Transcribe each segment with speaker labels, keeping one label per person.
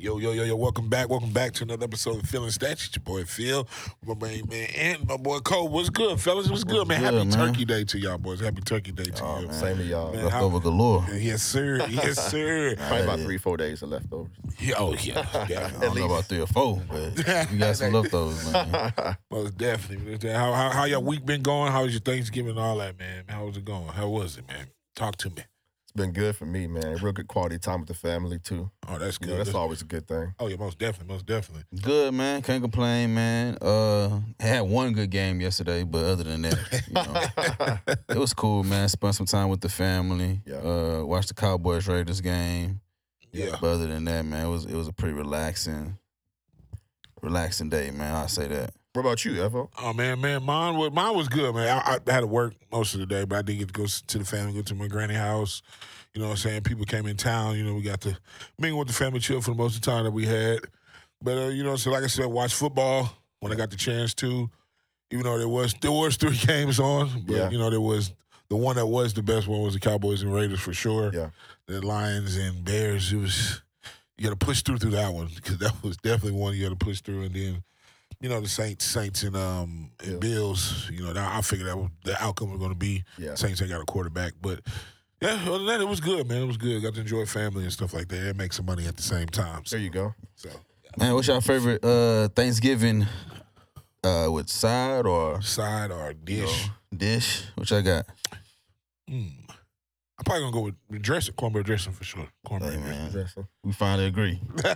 Speaker 1: Yo, yo, yo, yo, welcome back. Welcome back to another episode of Feeling Statue. Your boy Phil, my main man, and my boy Cole. What's good, fellas? What's good, man? Happy
Speaker 2: good, man? Oh,
Speaker 1: Turkey Day to y'all, boys. Happy Turkey Day to you.
Speaker 2: Same to y'all.
Speaker 1: Oh, Man, how-
Speaker 2: Leftover galore.
Speaker 1: Yes, sir. Yes, sir.
Speaker 3: Probably about three, four days of leftovers.
Speaker 1: Yeah, oh, yeah.
Speaker 2: I
Speaker 1: yeah.
Speaker 2: don't know about three or four, but you got some leftovers, man.
Speaker 1: Most definitely. How, how, how your week been going? How was your Thanksgiving and all that, man? How was it going? How was it, man? Talk to me.
Speaker 3: It's been good for me, man. Real good quality time with the family too.
Speaker 1: Oh, that's
Speaker 3: You
Speaker 1: good.
Speaker 3: know, that's
Speaker 1: That's-
Speaker 3: always a good thing.
Speaker 1: Oh, yeah, most definitely. Most definitely.
Speaker 2: Good, man. Can't complain, man. Uh, had one good game yesterday, but other than that, you know, it was cool, man. Spent some time with the family.
Speaker 3: Yeah.
Speaker 2: Uh, watched the Cowboys Raiders game.
Speaker 1: Yeah.
Speaker 2: But other than that, man, it was it was a pretty relaxing, relaxing day, man. I say that.
Speaker 3: What about you, Evo?
Speaker 1: Oh man, man, mine was mine was good, man. I, I had to work most of the day, but I did get to go s- to the family, go to my granny house. You know what I'm saying? People came in town. You know, we got to mingle with the family, chill for the most of the time that we had. But uh, you know, so like I said, watch football when I got the chance to. Even though there was there was three games on, but
Speaker 3: Yeah.
Speaker 1: you know there was the one that was the best one was the Cowboys and Raiders for sure.
Speaker 3: Yeah.
Speaker 1: The Lions and Bears. It was you got to push through through that one because that was definitely one you got to push through, and then you know the Saints, Saints and um and
Speaker 3: Yeah.
Speaker 1: Bills. You know, that, I figured that was, the outcome was going to be
Speaker 3: Yeah.
Speaker 1: Saints ain't got a quarterback, but yeah, other than that, it was good, man. It was good. Got to enjoy family and stuff like that, and make some money at the same time. So,
Speaker 3: There you go.
Speaker 1: so.
Speaker 2: Man, what's your favorite uh Thanksgiving? Uh, with side or
Speaker 1: side or
Speaker 2: you know,
Speaker 1: dish,
Speaker 2: dish? What y'all got?
Speaker 1: mm. I'm probably gonna go with the dressing, cornbread dressing for sure. Cornbread,
Speaker 2: Hey,
Speaker 1: dressing.
Speaker 2: man.
Speaker 3: Dressing.
Speaker 2: We finally agree. There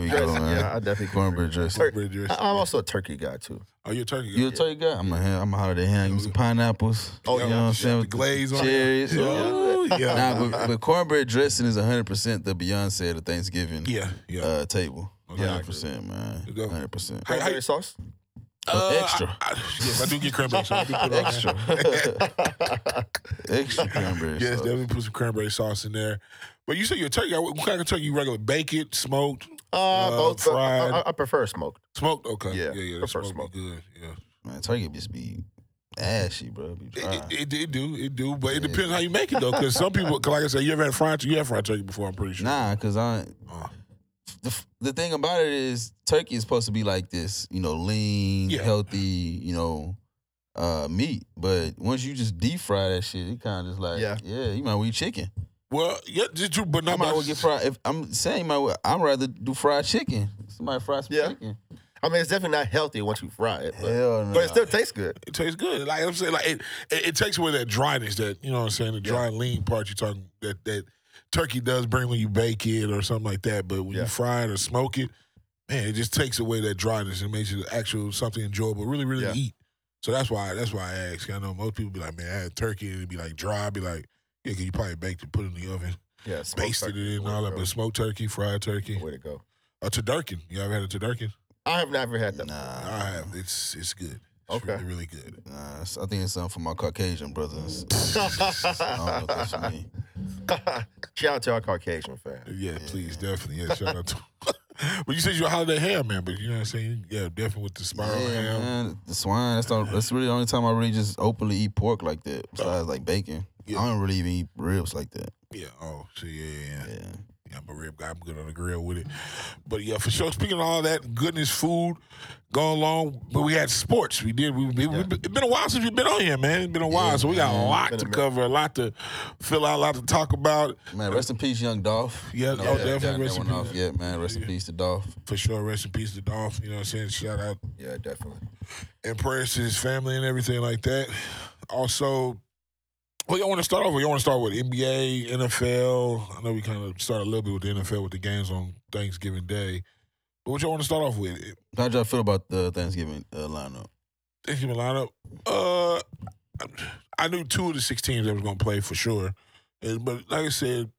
Speaker 2: we go,
Speaker 3: Dressing,
Speaker 2: man.
Speaker 3: Yeah, I definitely
Speaker 2: Cornbread dressing.
Speaker 1: cornbread dressing.
Speaker 3: I- I'm also a turkey guy too.
Speaker 1: Oh, you're a turkey. guy?
Speaker 2: You a turkey guy? I'm a ham. I'm a holiday ham. Give me some pineapples.
Speaker 1: Oh, yeah,
Speaker 2: you know what I'm
Speaker 1: with the-
Speaker 2: saying?
Speaker 1: the
Speaker 2: With
Speaker 1: glaze on it.
Speaker 2: cherries.
Speaker 1: Yeah.
Speaker 2: Ooh,
Speaker 1: Yeah.
Speaker 2: Nah, but, but cornbread dressing is 100 percent the Beyonce of the Thanksgiving
Speaker 1: Yeah, yeah.
Speaker 2: uh, table.
Speaker 1: Yeah, I
Speaker 2: 100 percent, man.
Speaker 1: You go.
Speaker 2: 100 percent.
Speaker 1: Hey,
Speaker 3: Cranberry sauce?
Speaker 1: Uh,
Speaker 2: extra.
Speaker 1: I, I, yes, I do get cranberry sauce. I do put it on there.
Speaker 2: Extra,
Speaker 3: Uh,
Speaker 2: extra cornbread.
Speaker 1: Yes,
Speaker 2: sauce.
Speaker 1: definitely put some cranberry sauce in there. But you said your turkey. What kind of turkey you regular? Bake it, smoked,
Speaker 3: Uh,
Speaker 1: Uh,
Speaker 3: both, but
Speaker 1: fried.
Speaker 3: I, I- I prefer smoked.
Speaker 1: smoked. Okay,
Speaker 3: Yeah,
Speaker 1: yeah, yeah.
Speaker 3: prefer
Speaker 1: Smoked, smoked. good. Yeah,
Speaker 2: man. Turkey just be ashy, bro. Be dry.
Speaker 1: it, it, it do, it do. But it depends how you make it though, because some people, 'cause like I said, you ever had fried turkey? You had fried turkey before? I'm pretty sure.
Speaker 2: Nah, cause I
Speaker 1: Uh,
Speaker 2: the, f- the thing about it is turkey is supposed to be like this, you know, lean,
Speaker 1: Yeah.
Speaker 2: healthy, you know, uh, meat. But once you just deep fry that shit, it kind of just like, yeah.
Speaker 3: Yeah.
Speaker 2: you might well eat chicken.
Speaker 1: well, yeah, just do, but
Speaker 2: I
Speaker 1: not
Speaker 2: might
Speaker 1: my.
Speaker 2: well get fried. If I'm saying, you might well, I'd rather do fried chicken. Somebody fry some
Speaker 3: Yeah.
Speaker 2: chicken.
Speaker 3: I mean, it's definitely not healthy once you fry it, but,
Speaker 2: Hell no.
Speaker 3: but it still tastes good.
Speaker 1: It tastes good. Like I'm saying, like it, it, it takes away that dryness, that you know what I'm saying, the dry lean part you're talking that that turkey does bring when you bake it or something like that. But when you
Speaker 3: Yeah.
Speaker 1: fry it or smoke it, man, it just takes away that dryness and makes it actual something enjoyable, really, really
Speaker 3: Yeah.
Speaker 1: to eat. So that's why that's why I ask. I know most people be like, man, I had turkey and it'd be like dry. I'd be like, yeah, 'cause you probably baked it, put it in the oven,
Speaker 3: Yeah, smoked
Speaker 1: basted
Speaker 3: turkey.
Speaker 1: it in and all that. But smoked turkey, fried turkey,
Speaker 3: Way to go.
Speaker 1: a tadurkin. You ever had a tadurkin?
Speaker 3: I have never had that.
Speaker 2: Nah,
Speaker 1: I have. It's it's good. It's
Speaker 3: Okay.
Speaker 1: really, really good.
Speaker 2: nah. it's- I think it's something for my Caucasian brothers. I don't know if that's for me.
Speaker 3: Shout out to our Caucasian fan.
Speaker 1: Yeah, please, definitely. Yeah, shout out to. but you said you're a holiday ham man, but you know what I'm saying? Yeah, definitely with the spiral
Speaker 2: Yeah,
Speaker 1: ham.
Speaker 2: man, the swine. That's the, that's really the only time I really just openly eat pork like that. Besides, like bacon,
Speaker 1: Yeah.
Speaker 2: I don't really even eat ribs like that.
Speaker 1: Yeah. Oh, see, yeah, yeah, yeah.
Speaker 2: Yeah.
Speaker 1: Yeah, I'm a rib guy. I'm good on the grill with it. But yeah, for sure. Speaking of all that goodness, food going along, but we had sports. We did. We, we, we- it's been a while since we've been on here, man. It's been a while, so we got a lot to cover, a lot to fill out, a lot to talk about.
Speaker 2: Man, rest in peace, young Dolph.
Speaker 1: Yeah,
Speaker 2: No,
Speaker 1: oh,
Speaker 2: we haven't
Speaker 1: definitely
Speaker 2: gotten
Speaker 1: rest
Speaker 2: that
Speaker 1: in
Speaker 2: one off
Speaker 1: peace.
Speaker 2: yet, man. Rest in peace to Dolph.
Speaker 1: For sure, rest in peace to Dolph. You know what I'm saying? Shout out
Speaker 3: Yeah, definitely.
Speaker 1: and prayers to his family and everything like that. Also, well, y'all want to start off? Or y'all want to start with NBA, NFL? I know we kind of started a little bit with the NFL with the games on Thanksgiving Day, but what y'all want to start off with?
Speaker 2: How y'all feel about the Thanksgiving uh, lineup?
Speaker 1: Thanksgiving lineup. Uh, I knew two of the six teams that was going to play for sure, and, but like I said,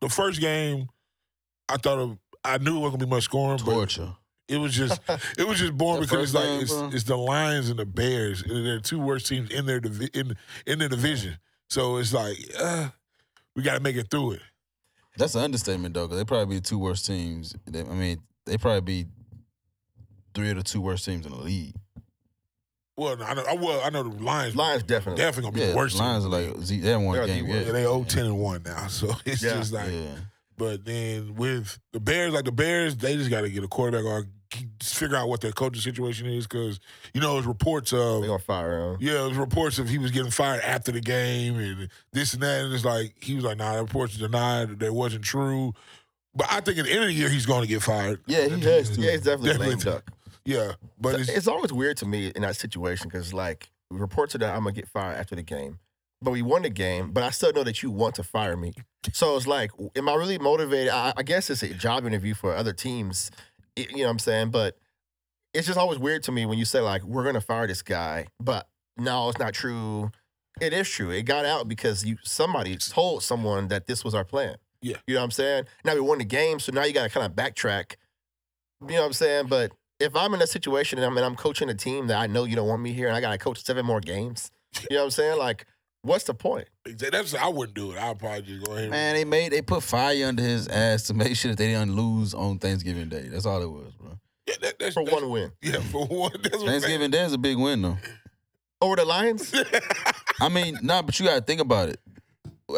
Speaker 1: the first game, I thought of, I knew it wasn't going to be much scoring, but
Speaker 2: Torture.
Speaker 1: It was just, it was just boring
Speaker 2: That
Speaker 1: because it's
Speaker 2: first
Speaker 1: like
Speaker 2: game,
Speaker 1: it's,
Speaker 2: bro.
Speaker 1: it's the Lions and the Bears. And they're the two worst teams in their divi- in in their division. So it's like uh, we got to make it through it.
Speaker 2: That's an understatement, though, because they probably be the two worst teams. They, I mean, they probably be three of the two worst teams in the league.
Speaker 1: Well, I know, I- well, I know the Lions.
Speaker 3: Lions definitely.
Speaker 1: definitely gonna be
Speaker 2: Yeah,
Speaker 1: the worst.
Speaker 2: Lions
Speaker 1: team.
Speaker 2: are like, they haven't won
Speaker 3: They
Speaker 2: a
Speaker 3: are the
Speaker 2: game
Speaker 3: worst.
Speaker 2: yet.
Speaker 1: yeah, they 0 10 and one now. So it's
Speaker 3: Yeah.
Speaker 1: just like
Speaker 2: Yeah.
Speaker 1: But then with the Bears, like the Bears, they just got to get a quarterback or keep- figure out what their coaching situation is because you know it's reports of
Speaker 3: They gonna fire him.
Speaker 1: yeah, it was reports of he was getting fired after the game and this and that. And it's like he was like, nah, that reports are denied. That wasn't true. But I think at the end of the year he's going to get fired.
Speaker 2: Yeah, he has to.
Speaker 3: Yeah, he's definitely, a
Speaker 1: Definitely.
Speaker 3: lame duck.
Speaker 1: Yeah, but it's,
Speaker 3: It's, always weird to me in that situation because like reports are that I'm gonna get fired after the game, but we won the game. But I still know that you want to fire me. So it's like, am I really motivated? I, I guess it's a job interview for other teams. y- You know what I'm saying? But it's just always weird to me when you say like we're gonna fire this guy, but no, it's not true. It is true. It got out because you somebody told someone that this was our plan.
Speaker 1: Yeah.
Speaker 3: You know what I'm saying? Now we won the game, so now you gotta kind of backtrack. You know what I'm saying? But if I'm in a situation and I'm, and I'm coaching a team that I know you don't want me here and I got to coach seven more games, you know what I'm saying? Like, what's the point?
Speaker 1: that's I wouldn't do it. I'd probably just go ahead.
Speaker 2: Man, they made they put fire under his ass to make sure that they didn't lose on Thanksgiving Day. That's all it was, bro.
Speaker 1: yeah, that, that's,
Speaker 3: For
Speaker 1: that's-
Speaker 3: one win.
Speaker 1: Yeah, for one. That's what
Speaker 2: Thanksgiving Day is a big win though.
Speaker 3: Over the Lions?
Speaker 2: I mean, nah, but you gotta think about it.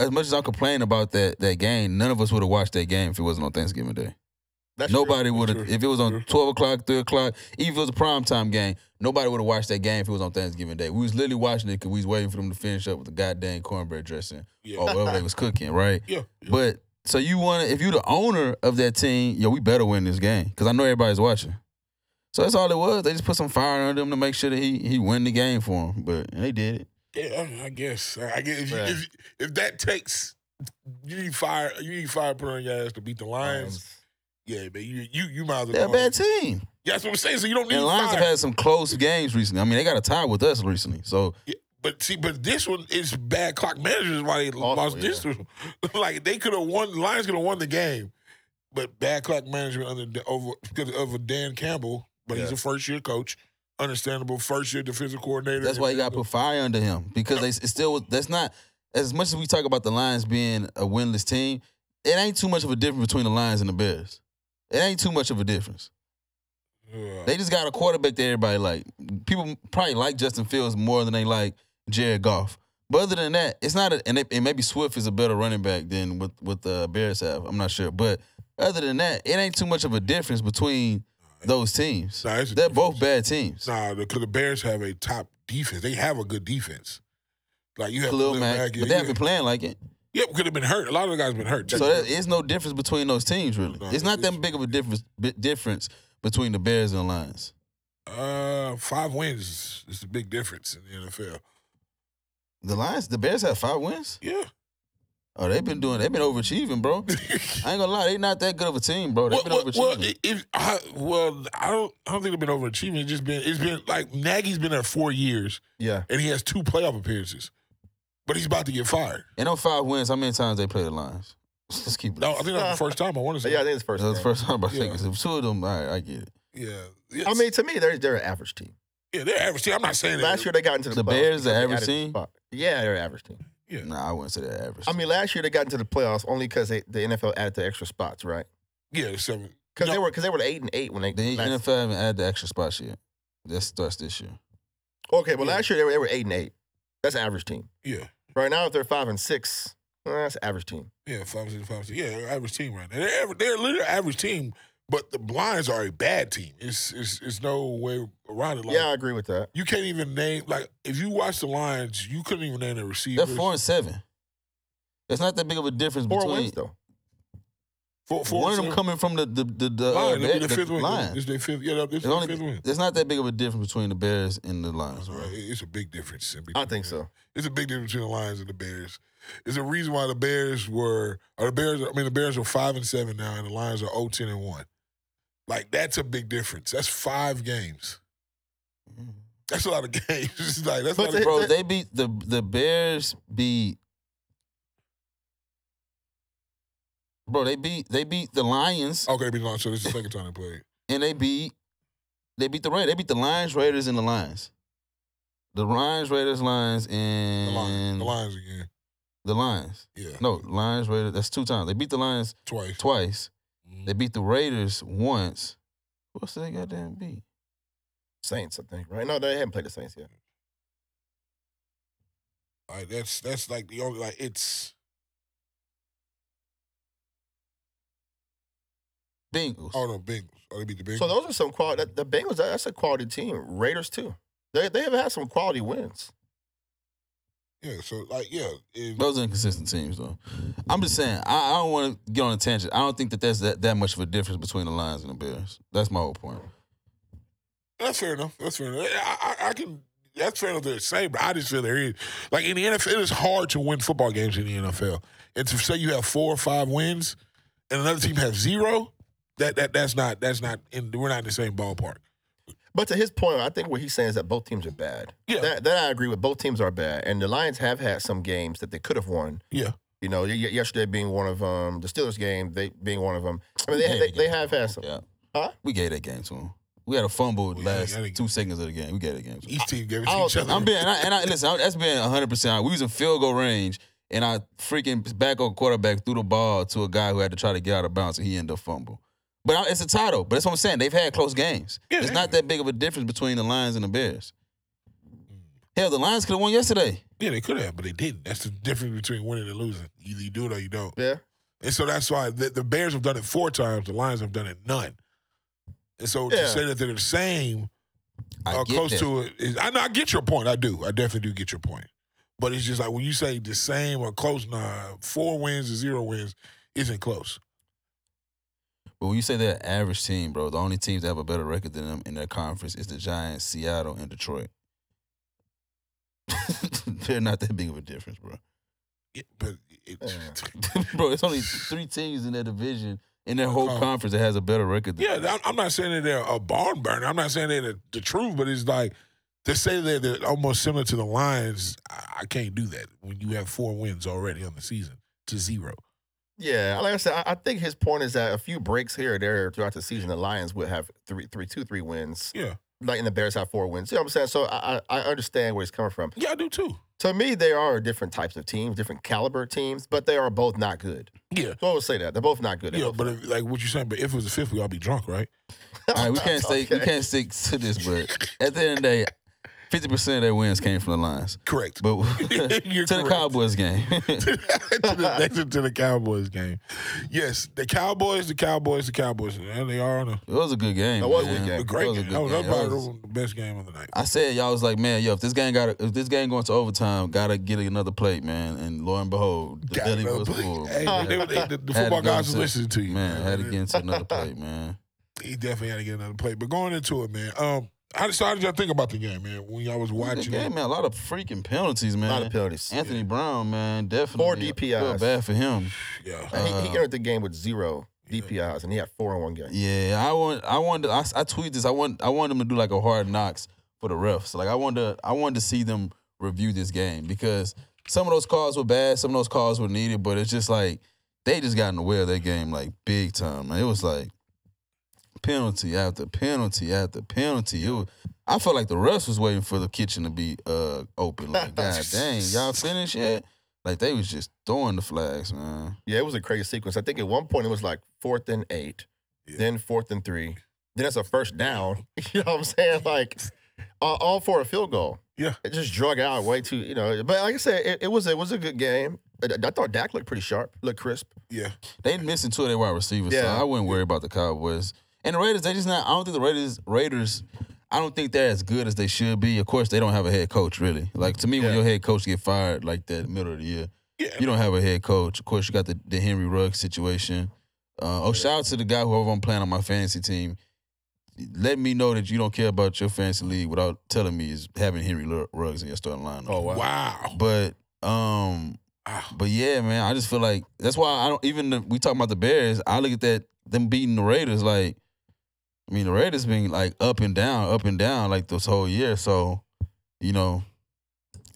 Speaker 2: As much as I'm complaining about that that game, none of us would have watched that game if it wasn't on Thanksgiving Day.
Speaker 3: That's
Speaker 2: nobody would
Speaker 1: Sure.
Speaker 2: have if it was
Speaker 1: Sure.
Speaker 2: on twelve o'clock, three o'clock, even if it was a prime time game, nobody would have watched that game if it was on Thanksgiving Day. We was literally watching it because we was waiting for them to finish up with the goddamn cornbread dressing
Speaker 1: Yeah.
Speaker 2: or whatever they was cooking, right?
Speaker 1: yeah, yeah.
Speaker 2: But so you want to if you're the owner of that team, yo, we better win this game because I know everybody's watching. So that's all it was. They just put some fire under him to make sure that he he win the game for him, but and they did it.
Speaker 1: Yeah, I, mean, I guess. I I guess if, you,
Speaker 3: Yeah.
Speaker 1: if, if that takes, you need fire. You need fire put on your ass to beat the Lions.
Speaker 3: Lions.
Speaker 1: Yeah, but you you you might as well.
Speaker 2: They're a
Speaker 1: go-
Speaker 2: bad team,
Speaker 1: Yeah, that's what I'm saying. So you don't need
Speaker 2: and Lions
Speaker 1: fire.
Speaker 2: have had some close games recently. I mean, they got a tie with us recently, so
Speaker 1: Yeah, but see, but this one is bad clock management is why they
Speaker 2: Oh,
Speaker 3: Awful,
Speaker 1: lost
Speaker 3: yeah.
Speaker 1: this one. like they could have won. The Lions could have won the game, but bad clock management under the- over because of Dan Campbell. But he's
Speaker 3: Yeah.
Speaker 1: a first year coach, understandable. First year defensive coordinator.
Speaker 2: That's why you got to put fire under him because they it's still that's not as much as we talk about the Lions being a winless team. It ain't too much of a difference between the Lions and the Bears. It ain't too much of a difference.
Speaker 1: Yeah.
Speaker 2: They just got a quarterback that everybody like. People probably like Justin Fields more than they like Jared Goff. But other than that, it's not. A, and, it, and maybe Swift is a better running back than what what the Bears have. I'm not sure. But other than that, it ain't too much of a difference between those teams.
Speaker 1: Nah, it's a
Speaker 2: They're both
Speaker 1: difference.
Speaker 2: bad teams.
Speaker 1: Nah, because the Bears have a top defense. They have a good defense. Like you have
Speaker 2: Khalil
Speaker 1: Khalil
Speaker 2: Mack,
Speaker 1: yeah,
Speaker 2: but they haven't been playing like it.
Speaker 1: yeah, could have been hurt. A lot of the guys been hurt.
Speaker 2: So there is no difference between those teams, really.
Speaker 1: No,
Speaker 2: it's not
Speaker 1: it's-
Speaker 2: that big of a difference bi- difference between the Bears and the Lions.
Speaker 1: uh, five wins is a big difference in the NFL.
Speaker 2: The Lions, the Bears have five wins.
Speaker 1: Yeah.
Speaker 2: Oh, they've been doing, they've been overachieving, bro. I ain't gonna lie, they not that good of a team, bro. They've
Speaker 1: Well,
Speaker 2: Oh, been
Speaker 1: well,
Speaker 2: overachieving.
Speaker 1: well, if I, well, I don't, I don't think they've been overachieving. It's just been, it's been like Nagy's been there four years
Speaker 3: Yeah.
Speaker 1: and he has two playoff appearances, but he's about to get fired.
Speaker 2: and on five wins, how many times they play the Lions? Let's keep it.
Speaker 1: No, I think that's the first time I want to
Speaker 3: But
Speaker 1: say.
Speaker 3: yeah, I think it's first.
Speaker 2: That's the
Speaker 3: game.
Speaker 2: first time I think
Speaker 1: Yeah.
Speaker 2: it's two of them. All right, I get it.
Speaker 1: yeah. Yes.
Speaker 3: I mean, to me, they're, they're an average team.
Speaker 1: yeah, they're average. team. I'm not saying that.
Speaker 3: Last year, they got into the,
Speaker 2: The Bears,
Speaker 3: playoffs
Speaker 2: the
Speaker 3: because they
Speaker 2: average
Speaker 3: added the
Speaker 2: team?
Speaker 3: spot. Yeah, they're an average team.
Speaker 1: Yeah.
Speaker 2: Nah, I wouldn't say they're average.
Speaker 3: I mean, last year, they got into the playoffs only because the NFL added the extra spots, right?
Speaker 1: yeah, seven.
Speaker 3: Because they
Speaker 1: No.
Speaker 3: were because they were the eight and eight when they
Speaker 2: the
Speaker 3: last-
Speaker 2: NFL haven't added the extra spots yet. That starts this year.
Speaker 3: okay. Well,
Speaker 1: Yeah.
Speaker 3: last year they were, they were eight and eight. That's an average team.
Speaker 1: Yeah.
Speaker 3: Right now, if they're five and six, eh, that's an average team.
Speaker 1: Yeah, five six, five six. Yeah, they're average team right now. They're, aver- they're literally average team, but the Lions are a bad team. It's it's, it's no way around it. Like,
Speaker 3: yeah, I agree with that.
Speaker 1: you can't even name like if you watch the Lions, you couldn't even name the
Speaker 2: They're
Speaker 1: receivers.
Speaker 2: four and seven. It's not that big of a difference
Speaker 3: Four
Speaker 2: between
Speaker 3: wins though.
Speaker 1: Four- four
Speaker 2: one
Speaker 1: and
Speaker 2: of them
Speaker 1: seven.
Speaker 2: coming from the the the, the, uh,
Speaker 1: Lions. it'll be
Speaker 2: the-
Speaker 1: the fifth
Speaker 2: the
Speaker 1: win.
Speaker 2: Lions.
Speaker 1: It's their fifth. Yeah, it's
Speaker 2: It's
Speaker 1: their
Speaker 2: only-
Speaker 1: fifth win.
Speaker 2: There's not that big of a difference between the Bears and the Lions,
Speaker 1: That's
Speaker 2: bro.
Speaker 1: right. It's a big difference. in
Speaker 3: I
Speaker 1: between
Speaker 3: think
Speaker 1: them.
Speaker 3: so.
Speaker 1: It's a big difference between the Lions and the Bears. It's a reason why the Bears were, or the Bears. I mean, the Bears are five and seven now, and the Lions are 0, 10 and one. Like that's a big difference. That's five games. That's a lot of games. It's like that's a lot
Speaker 3: But the-
Speaker 1: of
Speaker 2: Bro, they beat the the Bears beat. Bro, they beat they beat the Lions
Speaker 1: Okay, be long. So this is the second time they played.
Speaker 2: and they beat they beat the Raiders. They beat the Lions, Raiders, and the Lions. The Lions, Raiders, Lions,
Speaker 1: The
Speaker 2: and
Speaker 1: Lions, the Lions again.
Speaker 2: the Lions.
Speaker 1: Yeah,
Speaker 2: No, Lions, Raiders. That's two times. They beat the Lions
Speaker 1: twice.
Speaker 2: twice.
Speaker 1: Mhm.
Speaker 2: They beat the Raiders once. What's they goddamn beat?
Speaker 3: Saints, I think. Right? No, they haven't played the Saints yet.
Speaker 1: Like that's that's like the only like it's
Speaker 2: Bengals.
Speaker 1: Oh no, Bengals. Oh, they beat the Bengals.
Speaker 3: So those are some quality. The Bengals, that- that's a quality team. Raiders too. They they have had some quality wins.
Speaker 1: yeah. So like yeah, and,
Speaker 2: Those are inconsistent teams, though. I'm just saying, I, I don't want to get on a tangent. I don't think that that's that, that much of a difference between the Lions and the Bears. That's my whole point.
Speaker 1: that's fair enough. That's fair enough. I, I, I can. That's fair enough. They're the same, but I just feel there is like in the NFL, it is hard to win football games in the NFL. And to say you have four or five wins, and another team has zero, that that that's not that's not. In, we're not in the same ballpark.
Speaker 3: But to his point, I think what he's saying is that both teams are bad.
Speaker 1: Yeah.
Speaker 3: That, that I agree with. Both teams are bad, and the Lions have had some games that they could have won.
Speaker 1: Yeah.
Speaker 3: You know, y- y- yesterday being one of them, the Steelers game, they being one of them. I mean, they they, they have had some.
Speaker 2: Yeah.
Speaker 3: Huh?
Speaker 2: We gave that game to them. We had a fumble the
Speaker 1: yeah,
Speaker 2: last
Speaker 1: yeah, they-
Speaker 2: two seconds of the game. We gave that game to 'em.
Speaker 1: Each team gave it
Speaker 3: I
Speaker 1: to
Speaker 3: don't
Speaker 1: each other.
Speaker 2: I'm being, and I, and I listen, I, that's being 100%. We was in field goal range, and I freaking back on quarterback threw the ball to a guy who had to try to get out of bounds, and he ended up fumble. But I, it's a title. But that's what I'm saying. They've had close games.
Speaker 1: Yeah,
Speaker 2: it's
Speaker 1: they-
Speaker 2: not that big of a difference between the Lions and the Bears. Hell, the Lions could have won yesterday.
Speaker 1: yeah, they could have, but they didn't. That's the difference between winning and losing. Either you do it or you don't.
Speaker 3: Yeah.
Speaker 1: And so that's why the, the Bears have done it four times. The Lions have done it none. And so
Speaker 3: Yeah.
Speaker 1: to say that they're the same
Speaker 2: I
Speaker 1: or
Speaker 2: get
Speaker 1: Oh, close
Speaker 2: that.
Speaker 1: to it is, I know I get your point. I do. I definitely do get your point. But it's just like when you say the same or close, nah, four wins to zero wins isn't close.
Speaker 2: But when you say they're an average team, bro, the only teams that have a better record than them in their conference is the Giants, Seattle, and Detroit. they're not that big of a difference, bro.
Speaker 1: Yeah, but it,
Speaker 3: Yeah.
Speaker 2: bro, it's only three teams in their division in their whole
Speaker 1: Conference.
Speaker 2: conference that has a better record. Than
Speaker 1: yeah, I'm- I'm not saying that they're a barn burner. I'm not saying they're the, the truth, but it's like to say that they're almost similar to the Lions. I, I can't do that when you have four wins already on the season to zero.
Speaker 3: Yeah, like I said, I, I think his point is that a few breaks here or there throughout the season, the Lions would have three, three, two, three wins.
Speaker 1: Yeah,
Speaker 3: Like, and the Bears have four wins. You know what I'm saying? So I, I I understand where he's coming from.
Speaker 1: yeah, I do too.
Speaker 3: To me, they are different types of teams, different caliber teams, but they are both not good.
Speaker 1: Yeah.
Speaker 3: So I would say that they're both not good. They're
Speaker 1: Yeah,
Speaker 3: both-
Speaker 1: but if, like what you saying, but if it was a fifth, we all be drunk, right?
Speaker 2: All right, we can't stay, we
Speaker 3: Okay.
Speaker 2: can't stick to this, but at the end of the day, fifty percent of their wins came from the Lions.
Speaker 1: Correct.
Speaker 2: But to
Speaker 1: You're
Speaker 2: the
Speaker 1: correct.
Speaker 2: Cowboys game,
Speaker 1: to, the, next to the Cowboys game. Yes, the Cowboys, the Cowboys, the Cowboys. Yeah, they are on a,
Speaker 2: it was a good game.
Speaker 3: That was a
Speaker 2: man.
Speaker 3: good game.
Speaker 1: a great game. That was, that was
Speaker 2: That
Speaker 1: probably
Speaker 2: was-
Speaker 1: the best game of the night.
Speaker 2: I said y'all was like, man, yo, if this game got if this game going to overtime, gotta get another plate, man. And lo and behold, the
Speaker 1: God,
Speaker 2: belly
Speaker 1: no,
Speaker 2: was
Speaker 1: please.
Speaker 2: full.
Speaker 1: Hey,
Speaker 2: man.
Speaker 1: they- they- the, the
Speaker 2: Had
Speaker 1: football
Speaker 2: to go
Speaker 1: guys was
Speaker 2: to-
Speaker 1: listening to you.
Speaker 2: Man, had to get into another plate, man.
Speaker 1: He definitely had to get another play. But going into it, man, um, how, did- so how did y'all think about the game, man? When y'all was
Speaker 2: Good
Speaker 1: watching,
Speaker 2: game,
Speaker 1: it?
Speaker 2: man. A lot of freaking penalties, man.
Speaker 3: a lot of penalties.
Speaker 2: Anthony Brown, man, definitely.
Speaker 3: Four
Speaker 2: I Feel
Speaker 3: DPIs.
Speaker 2: bad for him.
Speaker 1: yeah,
Speaker 3: And he, he
Speaker 2: Uh,
Speaker 3: entered the game with zero DPIs, and he had four in one game.
Speaker 2: Yeah, I want. I want. I, I tweeted this. I want. I want them to do like a hard knocks for the refs. Like I wanted. To, I wanted to see them review this game because some of those calls were bad. Some of those calls were needed. But it's just like they just got in the way of that game like big time. Man. It was like penalty after penalty after penalty. It was, I felt like the refs was waiting for the kitchen to be uh open. Like God dang, y'all finished yet? Like they was just throwing the flags, man.
Speaker 3: Yeah, it was a crazy sequence. I think at one point it was like fourth and eight,
Speaker 1: Yeah.
Speaker 3: then fourth and three, then that's a first down. You know what I'm saying? Like all, all for a field goal.
Speaker 1: Yeah.
Speaker 3: it just drug out way too. You know, but like I said, it, it was it was a good game. I, I thought Dak looked pretty sharp, looked crisp.
Speaker 1: yeah.
Speaker 2: They missing two of their wide receivers,
Speaker 3: Yeah.
Speaker 2: so I wouldn't worry about the Cowboys. And the Raiders, they just not. I don't think the Raiders. Raiders, I don't think they're as good as they should be. Of course, they don't have a head coach really. Like to me, when
Speaker 3: Yeah.
Speaker 2: your head coach get fired like that middle of the year,
Speaker 1: Yeah.
Speaker 2: you don't have a head coach. Of course, you got the, the Henry Ruggs situation. Uh, oh, shout out to the guy whoever I'm playing on my fantasy team. Let me know that you don't care about your fantasy league without telling me is having Henry Lu- Ruggs in your starting lineup.
Speaker 3: Oh,
Speaker 1: Wow.
Speaker 2: But um,
Speaker 1: Ah,
Speaker 2: but yeah, man, I just feel like that's why I don't even the, we talk about the Bears. I look at that them beating the Raiders like, I mean the Raiders been like up and down, up and down like this whole year. So, you know,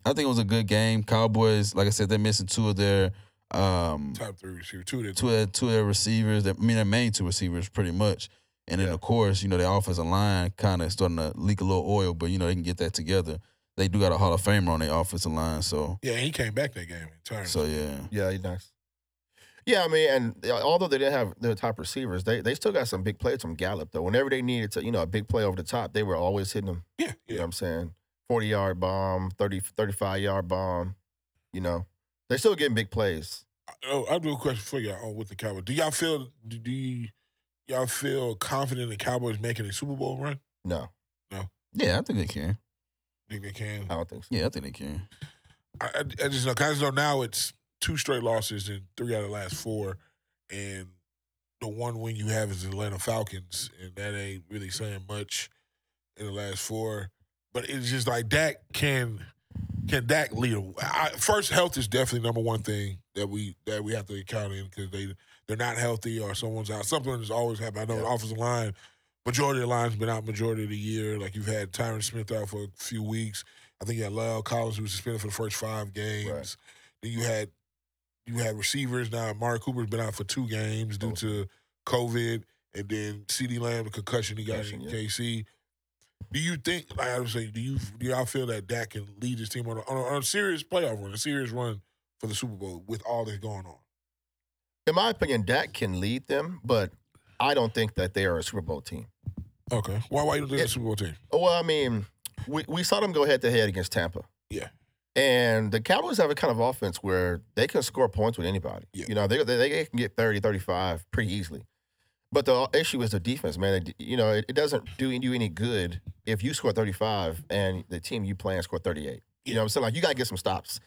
Speaker 2: I think it was a good game. Cowboys, like I said, they're missing two of their um
Speaker 1: top three receiver, two of
Speaker 2: two of their, two of their receivers. That I mean their main two receivers pretty much. And then
Speaker 3: Yeah.
Speaker 2: of course, you know, their offensive line kind of starting to leak a little oil, but you know they can get that together. They do got a Hall of Famer on their offensive line, so
Speaker 1: Yeah, he came back that game entirely.
Speaker 2: so yeah.
Speaker 3: Yeah, he's nice. Yeah, I mean, and uh, although they didn't have their top receivers, they they still got some big plays from Gallup though. Whenever they needed to, you know, a big play over the top, they were always hitting them.
Speaker 1: yeah,
Speaker 3: You know
Speaker 1: yeah.
Speaker 3: what I'm saying? 40 yard bomb, 30, 35 yard bomb. You know, they're still getting big plays.
Speaker 1: uh, Oh, I do a question for y'all on with the Cowboys. Do y'all feel do, do you y'all feel confident in Cowboys making a Super Bowl run?
Speaker 3: No,
Speaker 2: Yeah, I think they can.
Speaker 1: think they can.
Speaker 3: I don't think so.
Speaker 2: Yeah, I think they can.
Speaker 1: I, I I just know, 'cause I just know now it's two straight losses and three out of the last four, and the one win you have is the Atlanta Falcons, and that ain't really saying much in the last four. But it's just like Dak can can Dak lead? a- I, first, health is definitely number one thing that we that we have to account in because they they're not healthy or someone's out. Something's always happened. I know the offensive line. Majority of the line's been out majority of the year. Like you've had Tyron Smith out for a few weeks. I think you had Lyle Collins who was suspended for the first five games.
Speaker 3: Right.
Speaker 1: Then you had you had receivers. Now Mark Cooper's been out for two games due
Speaker 3: Oh.
Speaker 1: to COVID, and then C.D. Lamb the concussion he got
Speaker 3: Concussion,
Speaker 1: in
Speaker 3: yeah.
Speaker 1: KC. Do you think? Like I was saying, do you do y'all feel that Dak can lead his team on a, on a, on a serious playoff run, a serious run for the Super Bowl with all that's going on?
Speaker 3: In my opinion, Dak can lead them, but I don't think that they are a Super Bowl team.
Speaker 1: Okay, why why you don't think
Speaker 3: Yeah.
Speaker 1: the Super Bowl team?
Speaker 3: Well, I mean, we, we saw them go head to head against Tampa.
Speaker 1: Yeah.
Speaker 3: And the Cowboys have a kind of offense where they can score points with anybody.
Speaker 1: Yeah.
Speaker 3: You know, they, they, they can get 30, 35 pretty easily. But the issue is the defense, man. They- You know, it, it doesn't do you any good if you score 35 and the team you playing score 38. You know what I'm saying? Like, you got to get some stops.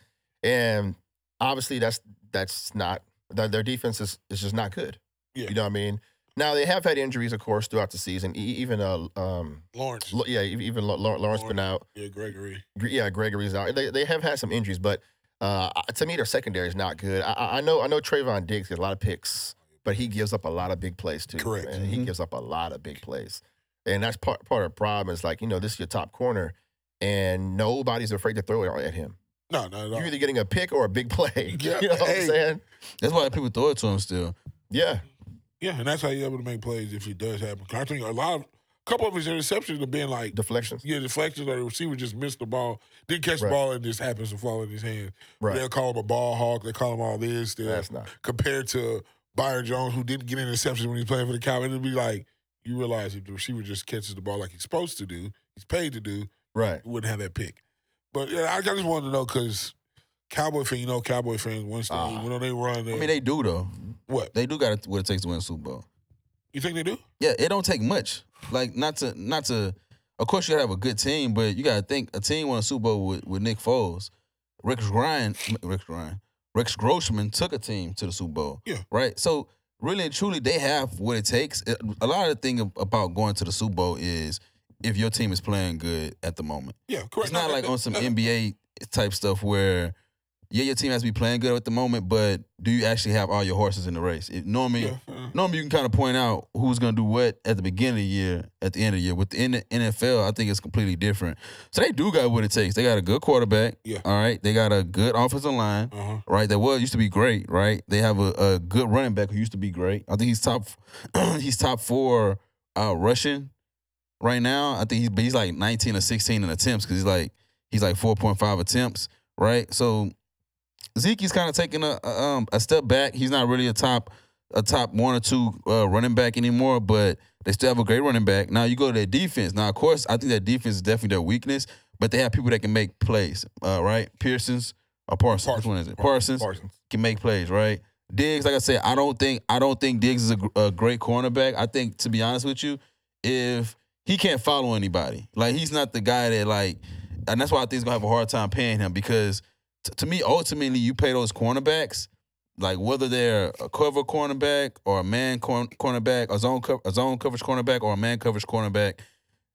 Speaker 3: And obviously, that's that's not, their their defense is, is just not good.
Speaker 1: Yeah.
Speaker 3: You know what I mean? Now, they have had injuries, of course, throughout the season. E- even uh, um,
Speaker 1: Lawrence,
Speaker 3: Lo- yeah, e- even Lo- Lo- Lawrence been out.
Speaker 1: yeah, Gregory.
Speaker 3: Gre- Yeah, Gregory's out. They, they have had some injuries, but uh, I- to me, their secondary is not good. I- I, I know I know Trayvon Diggs gets a lot of picks, but he gives up a lot of big plays too.
Speaker 1: Correct.
Speaker 3: And he
Speaker 2: Mhm.
Speaker 3: gives up a lot of big plays, and that's part part of the problem. Is like you know this is your top corner, and nobody's afraid to throw it at him.
Speaker 1: No, no, no.
Speaker 3: You're either getting a pick or a big play.
Speaker 1: Yeah,
Speaker 3: you know what
Speaker 1: hey.
Speaker 3: I'm saying?
Speaker 2: That's why people throw it to him still.
Speaker 3: Yeah,
Speaker 1: Yeah, and that's how you're able to make plays if it does happen. 'Cause I think a lot, of, a couple of his interceptions have been like
Speaker 3: deflections.
Speaker 1: yeah, deflections or the receiver just missed the ball, didn't catch the
Speaker 3: Right.
Speaker 1: ball, and just happens to fall in his hand.
Speaker 3: Right.
Speaker 1: They'll call him a ball hawk. They call him all this. They'll-
Speaker 3: That's not.
Speaker 1: compared to Byron Jones, who didn't get interceptions when he played for the Cowboys, it'll be like you realize if the receiver just catches the ball like he's supposed to do, he's paid to do,
Speaker 3: Right.
Speaker 1: you wouldn't have that pick. But yeah, I I just wanted to know because Cowboy fan, you know, Cowboy fans once they
Speaker 3: Ah.
Speaker 1: when they run,
Speaker 2: Uh-huh. I
Speaker 1: they,
Speaker 2: mean, they do though.
Speaker 1: what
Speaker 2: They do got what it takes to win a Super Bowl.
Speaker 1: you think they do?
Speaker 2: Yeah, it don't take much. Like not to not to. Of course, you gotta have a good team, but you gotta think a team won a Super Bowl with, with Nick Foles, Rex Ryan, Rex Ryan, Rex Grossman took a team to the Super Bowl.
Speaker 1: Yeah.
Speaker 2: Right. So really and truly, they have what it takes. It- A lot of the thing about going to the Super Bowl is if your team is playing good at the moment.
Speaker 1: Yeah, correct.
Speaker 2: It's not
Speaker 1: No,
Speaker 2: like
Speaker 1: no,
Speaker 2: on some
Speaker 1: no, no.
Speaker 2: NBA type stuff where. Yeah, your team has to be playing good at the moment, but do you actually have all your horses in the race? It, normally,
Speaker 1: Yeah, uh,
Speaker 2: normally you can kind of point out who's going to do what at the beginning of the year, at the end of the year. With the N- NFL, I think it's completely different. So they do got what it takes. They got a good quarterback.
Speaker 1: Yeah.
Speaker 2: All right. They got a good offensive line.
Speaker 1: uh-huh.
Speaker 2: Right. That was used to be great. Right. They have a, a good running back who used to be great. I think he's top. he's top four uh, rushing right now. I think he's but he's like 19 or 16 in attempts because he's like he's like 4.5 attempts. Right. So Zeke is kind of taking a, a um a step back. He's not really a top a top one or two uh, running back anymore, but they still have a great running back. Now you go to their defense. Now of course I think their defense is definitely their weakness, but they have people that can make plays. Uh, right, Pearson's or Parsons. Which one is it? Parsons
Speaker 3: Parsons.
Speaker 2: can make plays, right? Diggs, like I said, I don't think I don't think Diggs is a, gr- a great cornerback. I think to be honest with you, if he can't follow anybody, like he's not the guy that like, and that's why I think he's gonna have a hard time paying him because t- to me, ultimately, you pay those cornerbacks, like whether they're a cover cornerback or a man corn- cornerback, a zone co- a zone coverage cornerback or a man coverage cornerback.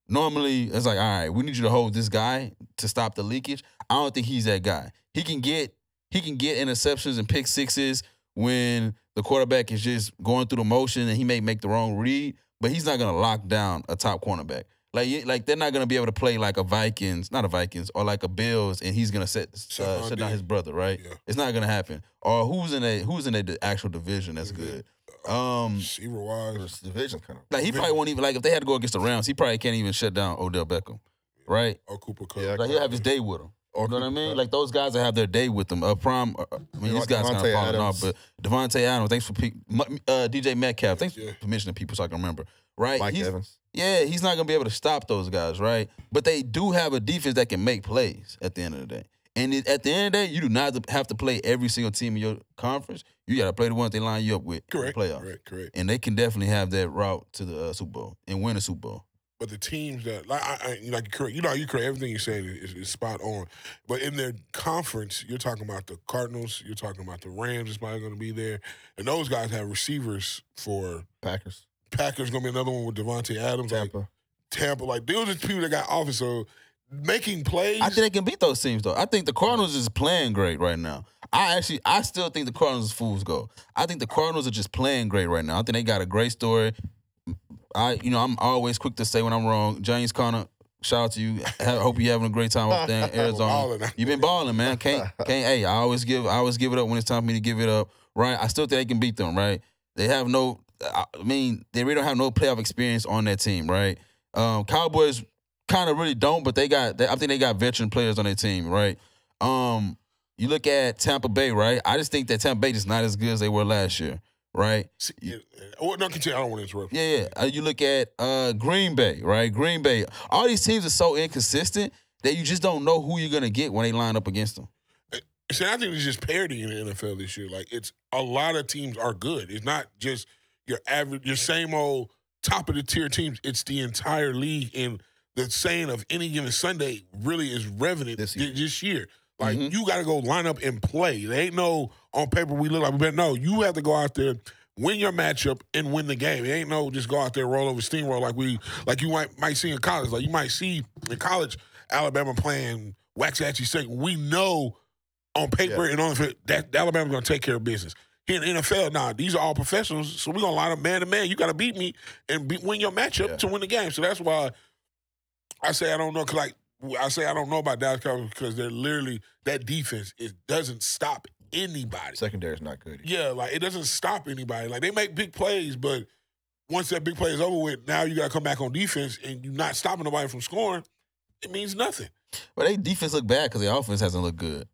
Speaker 2: Normally, it's like, all right, we need you to hold this guy to stop the leakage. I don't think he's that guy. He can get he can get interceptions and pick sixes when the quarterback is just going through the motion and he may make the wrong read, but he's not gonna lock down a top cornerback. Like, you- like they're not gonna be able to play like a Vikings, not a Vikings, or like a Bills, and he's gonna set uh,
Speaker 1: Stephon
Speaker 2: shut down
Speaker 1: Diggs.
Speaker 2: his brother, right?
Speaker 1: Yeah.
Speaker 2: It's not gonna happen. Or who's in a who's in a the actual division that's
Speaker 3: Mm-hmm.
Speaker 2: good. Um,
Speaker 1: Receiver wise,
Speaker 3: It's division kind of.
Speaker 2: like he probably won't even like if they had to go against the Rams, he probably can't even shut down Odell Beckham, right?
Speaker 1: or Cooper Cup.
Speaker 3: Yeah,
Speaker 2: Like he'll have his day with him. You know what I mean? Like those guys that have their day with them. Uh, prom. uh, I mean, these guys kind of
Speaker 3: Devontae
Speaker 2: falling off,
Speaker 3: Adams.
Speaker 2: but Devontae Adams. Thanks for pe- mu- uh, DJ Metcalf. Thanks
Speaker 1: Yeah.
Speaker 2: for mentioning people so I can remember. Right?
Speaker 3: Mike
Speaker 2: He's-
Speaker 3: Evans.
Speaker 2: yeah, he's not gonna be able to stop those guys, right? But they do have a defense that can make plays at the end of the day. And it, at the end of the day, you do not have to play every single team in your conference. You got to play the ones they line you up with. in the
Speaker 1: Correct.
Speaker 2: Playoff.
Speaker 1: Correct. Correct.
Speaker 2: And they can definitely have that route to the uh, Super Bowl and win a Super Bowl.
Speaker 1: But the teams that like I, I, like correct, you know you correct everything you said is, is spot on. But in their conference, you're talking about the Cardinals, you're talking about the Rams is probably going to be there, and those guys have receivers for
Speaker 3: Packers,
Speaker 1: Packers going to be another one with Devontae Adams, like
Speaker 3: Tampa.
Speaker 1: Tampa, like those are the people that got offense. So making plays,
Speaker 2: I think they can beat those teams though. I think the Cardinals is playing great right now. I actually, I still think the Cardinals is fools go. I think the Cardinals are just playing great right now. I think they got a great story. I, you know, I'm always quick to say when I'm wrong. James Conner, shout out to you. I hope you're having a great time up there in Arizona.
Speaker 1: balling.
Speaker 2: You've been balling, man. Can't, can't. Hey, I always give, I always give it up when it's time for me to give it up. Right. I still think they can beat them. Right. They have no. I I mean, they really don't have no playoff experience on that team. Right. Um, Cowboys kind of really don't, but they got. They, I think they got veteran players on their team, right? Um, you look at Tampa Bay, right? I just think that Tampa Bay is not as good as they were last year, right?
Speaker 1: See, yeah, well, no, continue. I don't want to interrupt.
Speaker 2: Yeah, yeah. Uh, you look at uh, Green Bay, right? Green Bay. All these teams are so inconsistent that you just don't know who you're gonna get when they line up against them.
Speaker 1: See, I think it's just parity in the NFL this year. Like it's a lot of teams are good. It's not just your average, your same old top of the tier teams. It's the entire league. And the saying of any given Sunday really is revenant
Speaker 3: This
Speaker 1: this
Speaker 3: year.
Speaker 1: year. This year. Like
Speaker 2: Mhm.
Speaker 1: you got to go line up and play. There ain't no on paper we look like we better. No, you have to go out there. Win your matchup and win the game. It ain't no just go out there roll over steamroll like we like you might might see in college. Like you might see in college Alabama playing Waxahachie State. We know on paper and on the field, that, that Alabama's going to take care of business. Here in the NFL, nah, these are all professionals, so we're going to line up man to man. You got to beat me and be, win your matchup
Speaker 2: Yeah.
Speaker 1: to win the game. So that's why I say I don't know, 'cause like I say I don't know about Dallas Cowboys because they're literally that defense. It doesn't stop anybody.
Speaker 3: Secondary is not good.
Speaker 1: Yeah, like it doesn't stop anybody. Like they make big plays, but once that big play is over with, now you got to come back on defense and you're not stopping nobody from scoring. It means nothing.
Speaker 2: But they defense look bad because their offense hasn't looked good.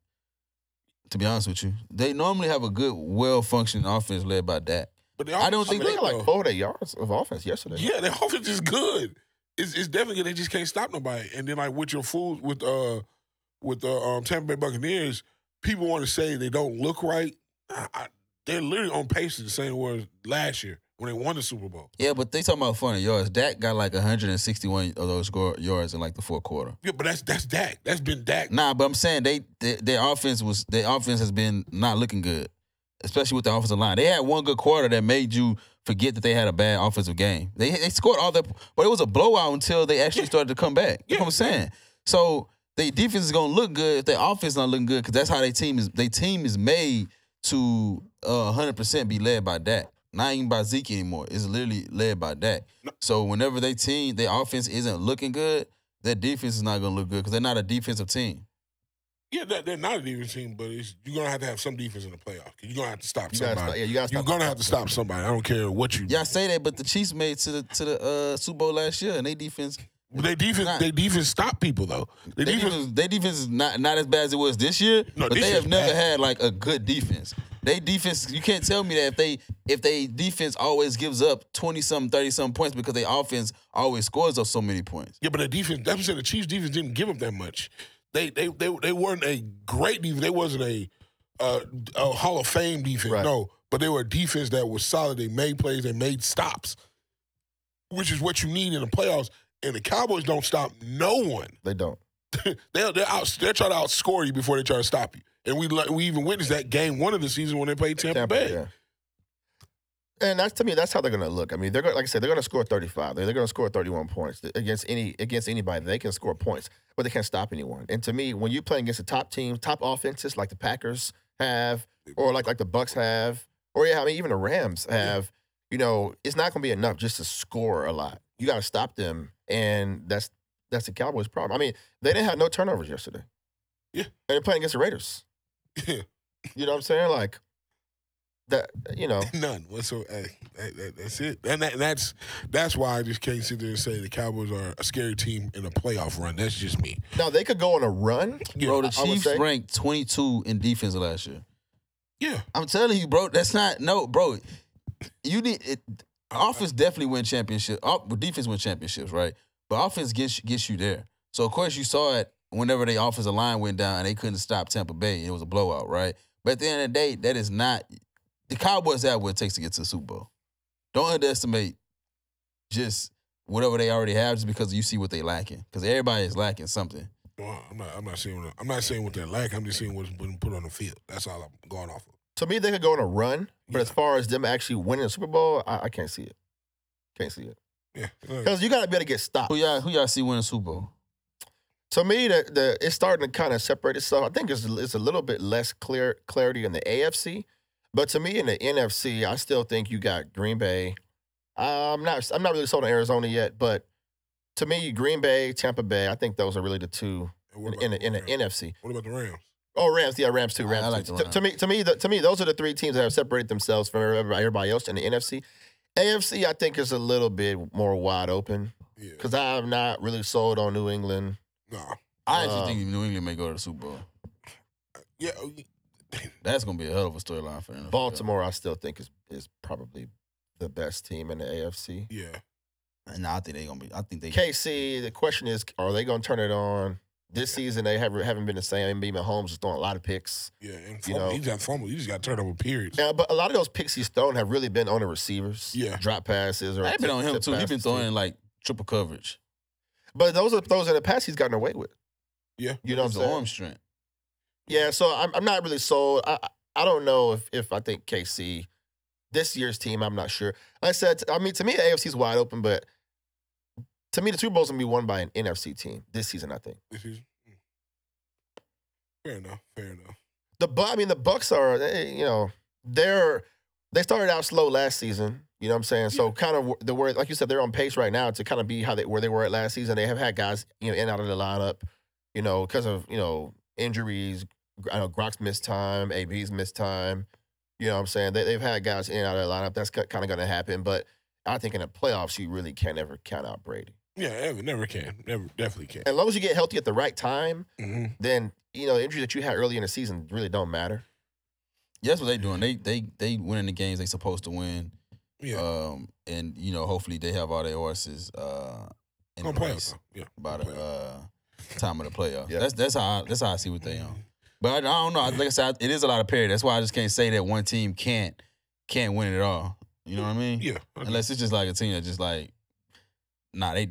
Speaker 2: To be honest with you, they normally have a good, well-functioning offense led by Dak.
Speaker 1: But they
Speaker 2: I don't think
Speaker 3: They got
Speaker 1: though.
Speaker 3: like 400 yards of offense yesterday.
Speaker 1: Oh. Yeah, their offense is good. It's, it's definitely good. They just can't stop nobody. And then like with your food with uh with the um, Tampa Bay Buccaneers, people want to say they don't look right. I, I, they're literally on pace to the same words last year when they won the Super Bowl.
Speaker 2: Yeah, but they talking about 400 yards. Dak got like 161 of those score yards in like the fourth quarter.
Speaker 1: Yeah, but that's that's Dak. That's been Dak.
Speaker 2: Nah, but I'm saying they, they their offense was their offense has been not looking good, especially with the offensive line. They had one good quarter that made you forget that they had a bad offensive game. They they scored all that, but it was a blowout until they actually started to come back. You know what I'm saying? So their defense is gonna look good if their offense not looking good because that's how their team is. Their team is made to uh, 100% be led by Dak. Not even by Zeke anymore. It's literally led by Dak. So whenever they team, their offense isn't looking good. Their defense is not gonna look good because they're not a defensive team.
Speaker 1: Yeah, they're, they're not a defense team, but it's, you're gonna have to have some defense in the playoffs. You're gonna have to stop
Speaker 3: You gotta
Speaker 1: somebody.
Speaker 3: stop, yeah, you gotta
Speaker 1: you're
Speaker 3: stop.
Speaker 1: gonna have to stop somebody. I don't care what you.
Speaker 2: Y'all say that, but the Chiefs made to the to the uh, Super Bowl last year, and they defense
Speaker 1: But they defense.
Speaker 2: Not-
Speaker 1: They defense stop people though. They
Speaker 2: they
Speaker 1: defense.
Speaker 2: defense they defense is not not as bad as it was this year.
Speaker 1: No,
Speaker 2: but
Speaker 1: this
Speaker 2: they have
Speaker 1: year's
Speaker 2: never
Speaker 1: bad.
Speaker 2: had like a good defense. They defense you can't tell me that if they if they defense always gives up twenty something thirty something points because they offense always scores up so many points.
Speaker 1: Yeah, but the defense. That's what I'm saying. The Chiefs defense didn't give up that much. They they they, they weren't a great defense. They wasn't a, uh a Hall of Fame defense.
Speaker 3: Right.
Speaker 1: No, but they were a defense that was solid. They made plays. They made stops, which is what you need in the playoffs. And the Cowboys don't stop no one.
Speaker 3: They don't.
Speaker 1: They're they're out. They're trying to outscore you before they try to stop you. And we le- we even witnessed that game one of the season when they played Tampa, Bay.
Speaker 3: yeah. And that's to me, that's how they're gonna look. I mean, they're gonna, like I said, they're gonna score 35. They're, they're gonna score 31 points against any against anybody. They can score points, but they can't stop anyone. And to me, when you're playing against the top team, top offenses like the Packers have, or like like the Bucks have, or yeah, I mean even the Rams have, you know, it's not gonna be enough just to score a lot. You gotta stop them, and that's that's the Cowboys' problem. I mean, they didn't have no turnovers yesterday.
Speaker 1: Yeah.
Speaker 3: and they're playing against the Raiders. You know what I'm saying? Like that. You know.
Speaker 1: None whatsoever. Hey, that- that- that's it. And that, that's that's why I just can't sit there and say the Cowboys are a scary team in a playoff run. That's just me.
Speaker 3: Now they could go on a run.
Speaker 1: Yeah,
Speaker 2: bro, the
Speaker 3: I would
Speaker 2: Chiefs
Speaker 3: say-
Speaker 2: ranked twenty two in defense last year.
Speaker 1: yeah.
Speaker 2: I'm telling you, bro. That's not no, bro. You need it, offense definitely win uh, championship. Off, defense win championships, right? But offense gets gets you there. So of course you saw it whenever they offensive line went down and they couldn't stop Tampa Bay, it was a blowout, right? But at the end of the day, that is not the Cowboys have what it takes to get to the Super Bowl. Don't underestimate just whatever they already have just because you see what they lacking. Because everybody is lacking something.
Speaker 1: Well, I'm not. I'm not saying. What, I'm not saying what they're like. I'm just saying what's been put on the field. That's all I'm going off of.
Speaker 3: To me, they could go on a run, but
Speaker 1: Yeah.
Speaker 3: as far as them actually winning the Super Bowl, I, I can't see it. Can't see it
Speaker 1: Yeah.
Speaker 3: because you got to be able to get stopped.
Speaker 2: Who y'all who y'all see winning the Super Bowl?
Speaker 3: To me, the, the it's starting to kind of separate itself. I think it's it's a little bit less clear clarity in the AFC, but to me in the NFC, I still think you got Green Bay. I'm not I'm not really sold on Arizona yet, but to me, Green Bay, Tampa Bay, I think those are really the two
Speaker 1: And what
Speaker 3: in,
Speaker 1: about
Speaker 3: in, the, in the
Speaker 1: Rams?
Speaker 3: NFC.
Speaker 1: What about the Rams?
Speaker 3: Oh, Rams, yeah, Rams too.
Speaker 2: I-
Speaker 3: Rams
Speaker 2: I like
Speaker 3: too.
Speaker 2: the
Speaker 3: To,
Speaker 2: Rams.
Speaker 3: to me, to me, the, to me, those are the three teams that have separated themselves from everybody, everybody else in the NFC. AFC, I think, is a little bit more wide open
Speaker 1: Yeah.
Speaker 3: because I'm not really sold on New England.
Speaker 1: Nah.
Speaker 2: I actually
Speaker 3: Uh,
Speaker 2: think New England may go to the Super Bowl.
Speaker 1: Yeah. oh,
Speaker 2: That's gonna be a hell of a storyline for NFL.
Speaker 3: Baltimore, I still think is is probably the best team in the AFC.
Speaker 1: Yeah.
Speaker 2: And I think they gonna be. I think they.
Speaker 3: KC, the question is, are they going to turn it on this season? They haven't haven't been the same. Being Mahomes is throwing a lot of picks,
Speaker 1: Yeah. And
Speaker 3: You
Speaker 1: fumble.
Speaker 3: know-
Speaker 1: he just got fumble. He just got turned over. Periods.
Speaker 3: yeah, but a lot of those picks he's thrown have really been on the receivers.
Speaker 1: Yeah.
Speaker 3: drop passes or
Speaker 2: I've been
Speaker 3: tip-
Speaker 2: on him
Speaker 3: tip
Speaker 2: too. He's been
Speaker 3: passes,
Speaker 2: throwing like triple coverage.
Speaker 3: but those are throws in the past he's gotten away with.
Speaker 1: Yeah.
Speaker 3: you know what I'm
Speaker 2: It's
Speaker 3: saying.
Speaker 2: the arm strength.
Speaker 3: Yeah, so I'm I'm not really sold. I I I don't know if if I think KC this year's team. I'm not sure. Like I said I mean to me the AFC is wide open, but to me the Super Bowl's gonna be won by an NFC team this season. I think
Speaker 1: This is- hmm. Fair enough. Fair enough.
Speaker 3: the Bu- I mean the Bucks are they, you know they're they started out slow last season. You know what I'm saying? So kind of the word like you said they're on pace right now to kind of be how they where they were at last season. They have had guys you know in and out of the lineup, you know because of you know injuries. I know Grox missed time, AB's missed time. You know what I'm saying? They, they've had guys in and out of the lineup. That's kind of going to happen. But I think in the playoffs, you really can't ever count out Brady.
Speaker 1: Yeah. Ever. Never can. Never. Definitely can.
Speaker 3: As long as you get healthy at the right time,
Speaker 1: hmm
Speaker 3: then, you know, the injuries that you had early in the season really don't matter.
Speaker 2: Yeah, that's what they doing. They they they winning the games they supposed to win.
Speaker 1: Yeah.
Speaker 3: Uh,
Speaker 2: Um, and you know, hopefully they have all their horses uh in
Speaker 1: Gonna
Speaker 2: the
Speaker 1: play
Speaker 2: race
Speaker 1: us, though. Yeah.
Speaker 2: by the
Speaker 1: Gonna play us.
Speaker 2: uh time of the playoffs.
Speaker 3: Yeah. Mm-hmm.
Speaker 2: That's that's how I, that's how I see what they on.
Speaker 1: Mm-hmm.
Speaker 2: But I, I don't know. Like I said, it is a lot of parity. That's why I just can't say that one team can't can't win it all. You know what I mean?
Speaker 1: Yeah.
Speaker 2: Unless it's just like a team that just like, nah, they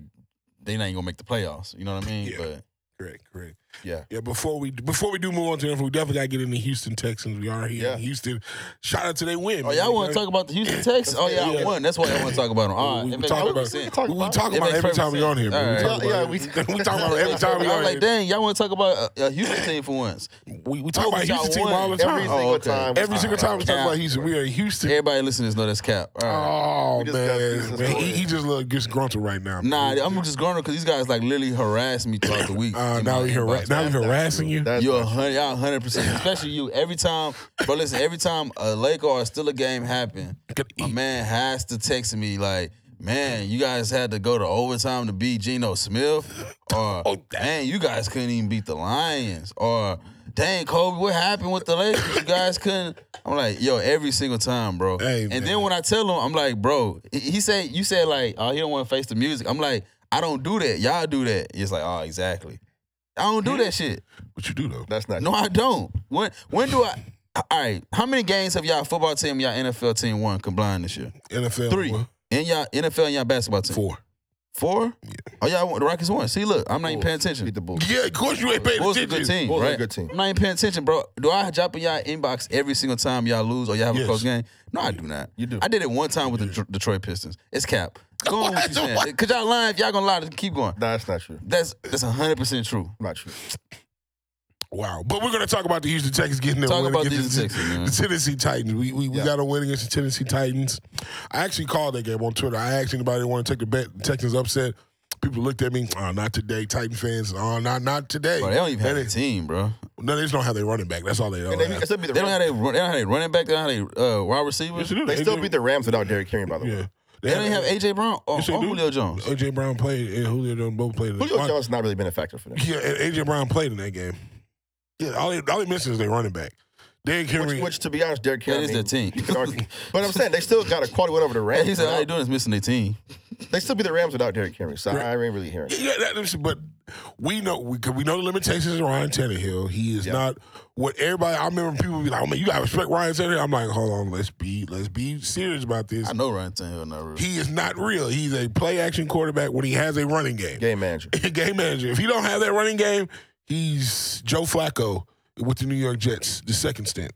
Speaker 2: they not even gonna make the playoffs. You know what I mean?
Speaker 1: Yeah.
Speaker 2: But
Speaker 1: Correct. Correct.
Speaker 3: Yeah.
Speaker 1: Yeah, before we before we do move on to them, we definitely gotta get into Houston Texans. We are here
Speaker 3: Yeah.
Speaker 1: in Houston. Shout out to they win.
Speaker 2: oh,
Speaker 1: man.
Speaker 2: y'all want to talk about the Houston Texans? Oh yeah, I
Speaker 1: Yeah.
Speaker 2: won. That's why I want to talk about them. All right,
Speaker 1: We-
Speaker 2: it
Speaker 1: we
Speaker 2: makes
Speaker 1: talked
Speaker 2: perfect
Speaker 1: about-
Speaker 2: sense.
Speaker 1: We, we talk
Speaker 2: It
Speaker 1: about it
Speaker 2: makes
Speaker 1: every
Speaker 2: perfect
Speaker 1: time we on here, man.
Speaker 2: All
Speaker 1: We
Speaker 3: right.
Speaker 1: talk
Speaker 3: Yeah,
Speaker 1: about,
Speaker 3: yeah,
Speaker 1: it.
Speaker 3: we-
Speaker 1: we talk about it every time we
Speaker 2: I
Speaker 1: on
Speaker 2: was like,
Speaker 1: here.
Speaker 2: dang, y'all want to talk about a, a Houston team for once.
Speaker 1: We, we talk about
Speaker 2: Y'all
Speaker 1: Houston team
Speaker 2: won.
Speaker 1: all the
Speaker 3: Every
Speaker 1: time.
Speaker 3: single
Speaker 2: Oh, okay.
Speaker 3: time.
Speaker 1: Every single time we talk about Houston, we are in Houston.
Speaker 2: Everybody listeners know that's cap. All right.
Speaker 1: Oh
Speaker 3: We just got
Speaker 1: man,
Speaker 3: Houston
Speaker 1: man he,
Speaker 3: scored.
Speaker 1: he just look disgruntled right now.
Speaker 2: Nah,
Speaker 1: man.
Speaker 2: I'm just going because these guys like literally harass me throughout the week.
Speaker 1: Uh,
Speaker 2: in
Speaker 1: now
Speaker 2: my
Speaker 1: we hara-
Speaker 2: inbox.
Speaker 1: now we harassing you.
Speaker 3: That's
Speaker 2: You're a hundred, y'all a hundred percent, especially you. Every time, but listen, every time a Lake or still a game happen, my man has to text me like, "Man, you guys had to go to overtime to beat Geno Smith," or
Speaker 1: Oh, damn.
Speaker 2: "Dang, you guys couldn't even beat the Lions," or "Dang, Kobe, what happened with the Lakers? You guys couldn't." I'm like, "Yo, every single time, bro."
Speaker 1: Hey,
Speaker 2: and
Speaker 1: man.
Speaker 2: then when I tell him, I'm like, "Bro," he- he said, "You said like, oh, he don't want to face the music." I'm like, "I don't do that. Y'all do that." It's like, "Oh, exactly." I don't do that shit.
Speaker 1: What you do though?
Speaker 3: That's not.
Speaker 2: No, I don't. When when do I? All right. How many games have y'all football team, y'all NFL team won combined this year?
Speaker 1: NFL
Speaker 2: Three.
Speaker 1: what?
Speaker 2: And y'all NFL and y'all basketball team.
Speaker 1: four.
Speaker 2: Four? Oh y'all won- the Rockets won. See, look, I'm not even paying
Speaker 3: Beat
Speaker 2: attention.
Speaker 3: the Bulls.
Speaker 1: Yeah, of course you ain't paying
Speaker 2: Bulls a
Speaker 1: attention.
Speaker 2: good team,
Speaker 3: Bulls are a
Speaker 2: right?
Speaker 3: good team.
Speaker 2: I'm not even paying attention, bro. Do I drop in y'all inbox every single time y'all lose or y'all have
Speaker 1: Yes.
Speaker 2: a close game? No, I do not.
Speaker 3: You do.
Speaker 2: I did it one time with the Dr- Detroit Pistons. It's cap. Go on with you saying.
Speaker 1: What?
Speaker 2: Cause y'all lying. If y'all gonna lie, then keep going.
Speaker 3: No, that's not true.
Speaker 2: That's that's hundred percent true.
Speaker 3: Not true.
Speaker 1: Wow. But we're gonna talk about the Houston Texans getting their
Speaker 2: Talk
Speaker 1: win
Speaker 2: about
Speaker 1: against
Speaker 2: Houston
Speaker 1: the,
Speaker 2: Texans, man.
Speaker 1: the Tennessee Titans. We we, we
Speaker 3: Yeah.
Speaker 1: got a win against the Tennessee Titans. I actually called that game on Twitter. I asked anybody that want to take the bet Texans upset. People looked at me, oh, not today, Titan fans. Oh, not not today.
Speaker 2: Bro, they don't even have
Speaker 1: And
Speaker 2: a
Speaker 1: it-
Speaker 2: team, bro.
Speaker 1: No, they just don't have their running back. That's all they don't.
Speaker 3: And they,
Speaker 1: have.
Speaker 3: they still beat the
Speaker 2: They don't have
Speaker 3: Rams.
Speaker 2: they, they don't have they running back. They don't have they uh, wide receivers.
Speaker 1: Yes, they do.
Speaker 3: They still beat the Rams without Derrick Henry, by the way.
Speaker 1: Yeah.
Speaker 2: They don't have AJ Brown or,
Speaker 1: Yes, they
Speaker 2: or
Speaker 1: do.
Speaker 2: Julio Jones.
Speaker 1: AJ Brown played and Julio Jones both played. in the-
Speaker 3: Julio Jones has not really been a factor for them.
Speaker 1: Yeah, and AJ Brown played in that game. Yeah, all they, all they missing is their running back. Derrick Henry.
Speaker 3: Which, which, to be honest, Derrick
Speaker 2: That
Speaker 3: Henry
Speaker 2: is their team.
Speaker 3: you could argue. but I'm saying they still got a quality win over the Rams.
Speaker 2: he said all
Speaker 3: without-
Speaker 2: they doing is missing their team.
Speaker 3: They still be the Rams without Derrick Henry, so I ain't really hearing. it.
Speaker 1: Yeah, that, but we know we, 'cause we know the limitations of Ryan Tannehill. He is
Speaker 3: Yeah.
Speaker 1: not what everybody. I remember people be like, "Oh man, you gotta respect Ryan Tannehill." I'm like, "Hold on, let's be let's be serious about this."
Speaker 2: I know Ryan Tannehill not real.
Speaker 1: He is not real. He's a play action quarterback when he has a running game.
Speaker 3: Game manager.
Speaker 1: game manager. If he don't have that running game, he's Joe Flacco with the New York Jets, the second stint.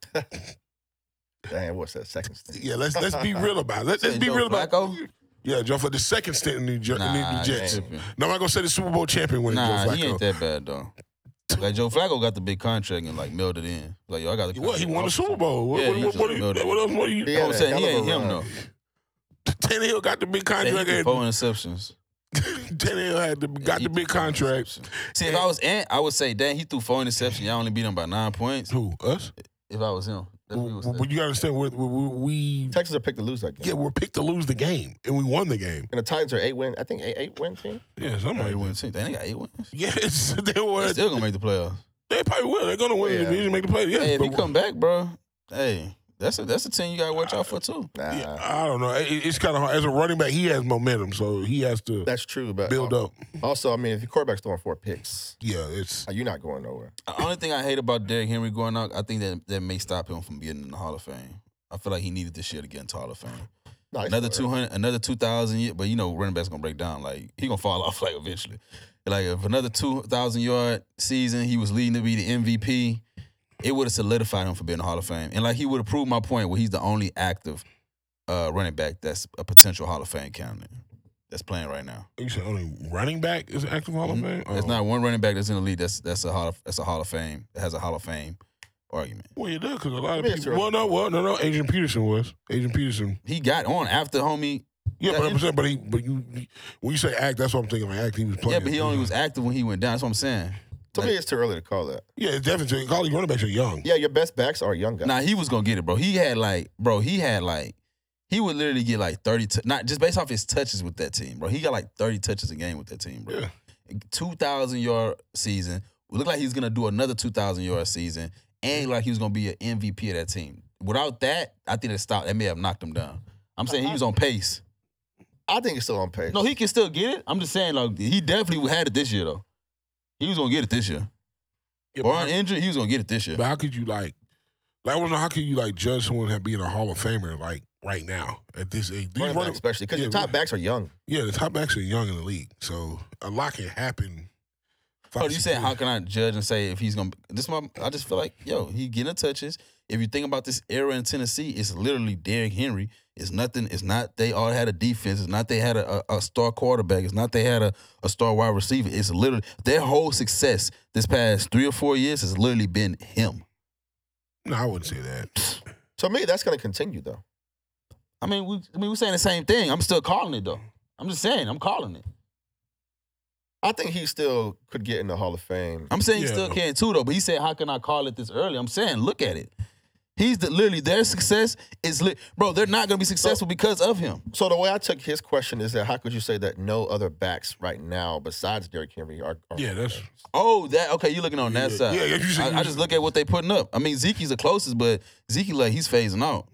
Speaker 3: Damn, what's that second stint?
Speaker 1: Yeah, let's let's be real about it. Let's, let's
Speaker 2: Say
Speaker 1: be
Speaker 2: Joe
Speaker 1: real about
Speaker 2: Flacco?
Speaker 1: Yeah, Joe Flacco, the second stint in New, Jer- in the
Speaker 2: Nah,
Speaker 1: New Jets.
Speaker 2: tripping.
Speaker 1: No, I'm not gonna say the Super Bowl champion winning
Speaker 2: Nah,
Speaker 1: Joe Flacco.
Speaker 2: he ain't that bad though. Like Joe Flacco got the big contract and like mailed it in. Like yo, I got the.
Speaker 1: What he
Speaker 2: contract.
Speaker 1: won the Super Bowl. What,
Speaker 2: Yeah,
Speaker 1: what,
Speaker 2: he
Speaker 1: what,
Speaker 2: just
Speaker 1: what, are you-
Speaker 2: built it.
Speaker 1: what else? What are you?
Speaker 3: Yeah.
Speaker 2: Oh, I'm saying he
Speaker 3: Hell of
Speaker 2: ain't
Speaker 3: a
Speaker 2: him
Speaker 3: run.
Speaker 2: though.
Speaker 1: Tannehill got the big
Speaker 2: He
Speaker 1: contract.
Speaker 2: threw
Speaker 1: and-
Speaker 2: four interceptions.
Speaker 1: Tannehill had the, got
Speaker 2: He
Speaker 1: the big
Speaker 2: threw four
Speaker 1: contract.
Speaker 2: interceptions. See, if I was Ant, I would say, damn, he threw four interceptions. Y'all only beat him by nine points.
Speaker 1: Who us?
Speaker 2: If I was him, that's what he would say.
Speaker 1: But you gotta understand, we're, we we
Speaker 3: Texans are picked to lose that game.
Speaker 1: yeah we're picked to lose the game, and we won the game.
Speaker 3: And the Titans are eight win. I think eight, eight win team.
Speaker 1: Yeah,
Speaker 2: They
Speaker 1: somebody
Speaker 2: win team. They ain't got eight wins.
Speaker 1: Yes, they were.
Speaker 2: They
Speaker 1: They,
Speaker 2: still gonna make the playoffs.
Speaker 1: probably will. They're gonna win the
Speaker 3: Yeah.
Speaker 1: division, make the play. Yes,
Speaker 2: Hey, if
Speaker 1: but-
Speaker 2: he come back, bro, hey, that's a that's a team you gotta watch out for too.
Speaker 3: Nah,
Speaker 1: yeah, I don't know. It- it's kind of hard. As a running back, he has momentum, so he has to
Speaker 3: that's true. But um,
Speaker 1: build up.
Speaker 3: Also, I mean, if your quarterback's throwing four picks,
Speaker 1: Yeah, it's
Speaker 3: uh, you're not going nowhere.
Speaker 2: The only thing I hate about Derrick Henry going out, I think that that may stop him from getting in the Hall of Fame. I feel like he needed this year to get into Hall of Fame.
Speaker 3: No, it's
Speaker 2: Another
Speaker 3: still
Speaker 2: two hundred, another two thousand year, but you know running backs gonna break down. Like he gonna fall off like eventually. Like if another two thousand yard season, he was leading to be the MVP. It would have solidified him for being in the Hall of Fame, and like he would have proved my point where he's the only active uh, running back that's a potential Hall of Fame candidate that's playing right now.
Speaker 1: you said only running back is active Hall of
Speaker 2: Mhm.
Speaker 1: Fame.
Speaker 2: There's
Speaker 1: Oh.
Speaker 2: not one running back that's in the league that's that's a hall of, that's a Hall of Fame that has a Hall of Fame argument.
Speaker 1: Well, you did because a lot of
Speaker 3: Yeah,
Speaker 1: people.
Speaker 3: sure.
Speaker 1: Well, no, well, no, no. Adrian Peterson was Adrian Peterson.
Speaker 2: He got on after homie.
Speaker 1: Yeah,
Speaker 2: Yeah,
Speaker 1: but
Speaker 2: he-
Speaker 1: I'm saying, but he, but you, when you say act, that's what I'm thinking. Like act, he was playing.
Speaker 2: Yeah, but he only was active when he went down. That's what I'm saying.
Speaker 3: To me, it's too early to call that.
Speaker 1: Yeah, it's definitely. College running backs are young.
Speaker 3: Yeah, your best backs are young guys.
Speaker 2: Nah, he was gonna get it, bro. He had like, bro, he had like, he would literally get like thirty, t- not just based off his touches with that team, bro. He got like thirty touches a game with that team, bro.
Speaker 1: Yeah.
Speaker 2: Two thousand yard season. Looked like he's gonna do another two thousand yard season, and like he was gonna be an MVP of that team. Without that, I think it stopped. That may have knocked him down. I'm saying he was on pace.
Speaker 3: I think it's still on pace.
Speaker 2: No, he can still get it. I'm just saying, like, he definitely had it this year though. He was gonna get it this year.
Speaker 1: Yeah,
Speaker 2: Or
Speaker 1: but-
Speaker 2: an injury, he was gonna get it this year.
Speaker 1: But how could you like? like, I don't know. How could you like judge someone that being a Hall of Famer like right now at this age? These
Speaker 3: running backs
Speaker 1: running-
Speaker 3: especially because your
Speaker 1: yeah,
Speaker 3: top
Speaker 1: right.
Speaker 3: backs are young.
Speaker 1: yeah, the top backs are young in the league, so a lot can happen.
Speaker 2: Oh, you saying how
Speaker 1: Five, six
Speaker 2: can I judge and say if he's gonna? This my I just feel like yo, he getting the touches. If you think about this era in Tennessee, it's literally Derrick Henry. It's nothing. It's not they all had a defense. It's not they had a, a, a star quarterback. It's not they had a, a star wide receiver. It's literally their whole success this past three or four years has literally been him.
Speaker 1: years. No, I wouldn't say that.
Speaker 3: To me, that's going to continue though.
Speaker 2: I mean, we I mean, we're saying the same thing. I'm still calling it though. I'm just saying I'm calling it.
Speaker 3: I think he still could get in the Hall of Fame.
Speaker 2: I'm saying he
Speaker 1: Yeah.
Speaker 2: still can too, though. But he said, "How can I call it this early?" I'm saying, look at it. He's the, literally their success is lit, bro. They're not gonna be successful because of him.
Speaker 3: So the way I took his question is that how could you say that no other backs right now besides Derrick Henry are? are
Speaker 1: Yeah, that's
Speaker 2: Oh, that okay? You looking on that
Speaker 1: Yeah.
Speaker 2: side?
Speaker 1: Yeah, yeah, you see-
Speaker 2: uh, I, I just look at what they putting up. I mean, Zeke's the closest, but Zeke like he's phasing out.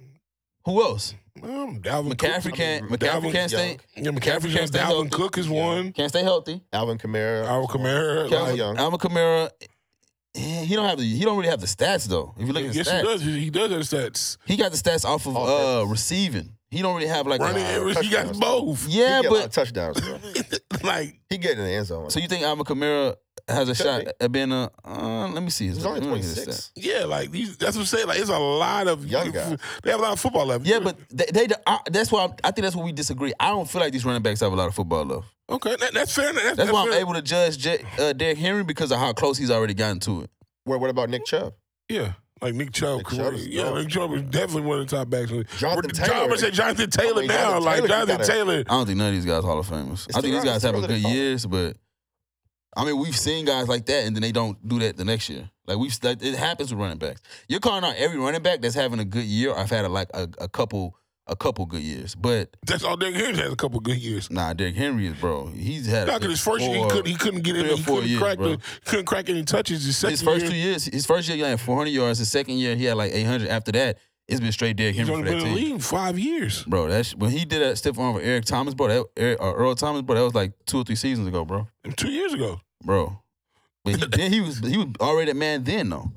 Speaker 2: Who else?
Speaker 1: um, Dalvin Cook-
Speaker 2: McCaffrey can't. McCaffrey
Speaker 1: Dalvin-
Speaker 2: can't stay.
Speaker 1: Yeah, McCaffrey
Speaker 2: can't
Speaker 1: can't.
Speaker 2: stay
Speaker 1: Dalvin
Speaker 2: healthy.
Speaker 1: Cook is one.
Speaker 2: Can't stay healthy.
Speaker 3: Alvin Kamara.
Speaker 1: Alvin Kamara.
Speaker 3: Kelvin
Speaker 1: like-
Speaker 3: Young.
Speaker 2: Alvin Kamara. eh, He don't have the. He don't really have the stats though. If you look at the
Speaker 1: Yes,
Speaker 2: stats,
Speaker 1: he
Speaker 2: he,
Speaker 1: does. He he does have stats.
Speaker 2: got the stats off of
Speaker 3: Oh,
Speaker 2: uh receiving. He don't really have like. a-
Speaker 1: Running, and he got
Speaker 3: touchdowns.
Speaker 1: both.
Speaker 2: yeah,
Speaker 3: he get a lot
Speaker 2: but
Speaker 3: of touchdowns. bro.
Speaker 1: like
Speaker 3: he getting in the end zone.
Speaker 2: So you think Alvin Kamara has a
Speaker 3: Could
Speaker 2: shot
Speaker 3: be.
Speaker 2: at being a? Uh, let me see.
Speaker 3: he's only
Speaker 2: Let me
Speaker 3: twenty
Speaker 2: look at this
Speaker 3: six.
Speaker 2: stat.
Speaker 1: yeah, like these, that's what I'm saying. Like it's a lot of
Speaker 3: Young guys.
Speaker 1: They have a lot of football left.
Speaker 2: Yeah, but they, they I, that's why I, I think that's where we disagree. I don't feel like these running backs have a lot of football love.
Speaker 1: okay, that, that's fair. That's,
Speaker 2: That's why I'm
Speaker 1: fair.
Speaker 2: able to judge J, uh, Derrick Henry because of how close he's already gotten to it.
Speaker 3: Where what about Nick Chubb?
Speaker 1: Yeah. Like Nick Chubb,
Speaker 3: Nick Chubb is
Speaker 1: yeah,
Speaker 3: dope.
Speaker 1: Nick Chubb is definitely one of the top backs.
Speaker 3: Jonathan
Speaker 1: We're-
Speaker 3: Taylor.
Speaker 1: I'm gonna say Jonathan
Speaker 2: Oh,
Speaker 1: Taylor
Speaker 3: I mean,
Speaker 1: now.
Speaker 3: Jonathan
Speaker 1: like
Speaker 3: Taylor,
Speaker 1: Jonathan
Speaker 3: you
Speaker 1: Taylor,
Speaker 2: I don't think none of these guys are Hall of Famers.
Speaker 3: It's
Speaker 2: I think
Speaker 3: too
Speaker 2: these
Speaker 3: early-
Speaker 2: guys
Speaker 3: it's
Speaker 2: have
Speaker 3: too
Speaker 2: a
Speaker 3: early to
Speaker 2: good
Speaker 3: call it.
Speaker 2: years, but I mean we've seen guys like that and then they don't do that the next year. Like we've like, it happens with running backs. You're calling out every running back that's having a good year. I've had a, like a, a couple a couple good years, but
Speaker 1: that's all Derrick Henry has a couple good years.
Speaker 2: Nah, Derrick Henry is bro. He's had
Speaker 1: Not 'cause his first year he
Speaker 2: four-
Speaker 1: couldn't he couldn't get in,
Speaker 2: three or
Speaker 1: he
Speaker 2: four
Speaker 1: couldn't
Speaker 2: years,
Speaker 1: crack
Speaker 2: bro.
Speaker 1: the, couldn't crack any touches. His second
Speaker 2: his first
Speaker 1: year,
Speaker 2: two years, his first year he had 400 yards. His second year he had like 800. After that, it's been straight Derrick
Speaker 1: he's
Speaker 2: Henry
Speaker 1: only
Speaker 2: for
Speaker 1: been
Speaker 2: that
Speaker 1: in the
Speaker 2: team,
Speaker 1: league five years.
Speaker 2: bro. That's when he did uh, that stiff arm with Eric Thomas, bro. That Eric, or Earl Thomas, bro. That was like two or three seasons ago, bro.
Speaker 1: Two years ago,
Speaker 2: bro. But he, then he was he was already a man then though.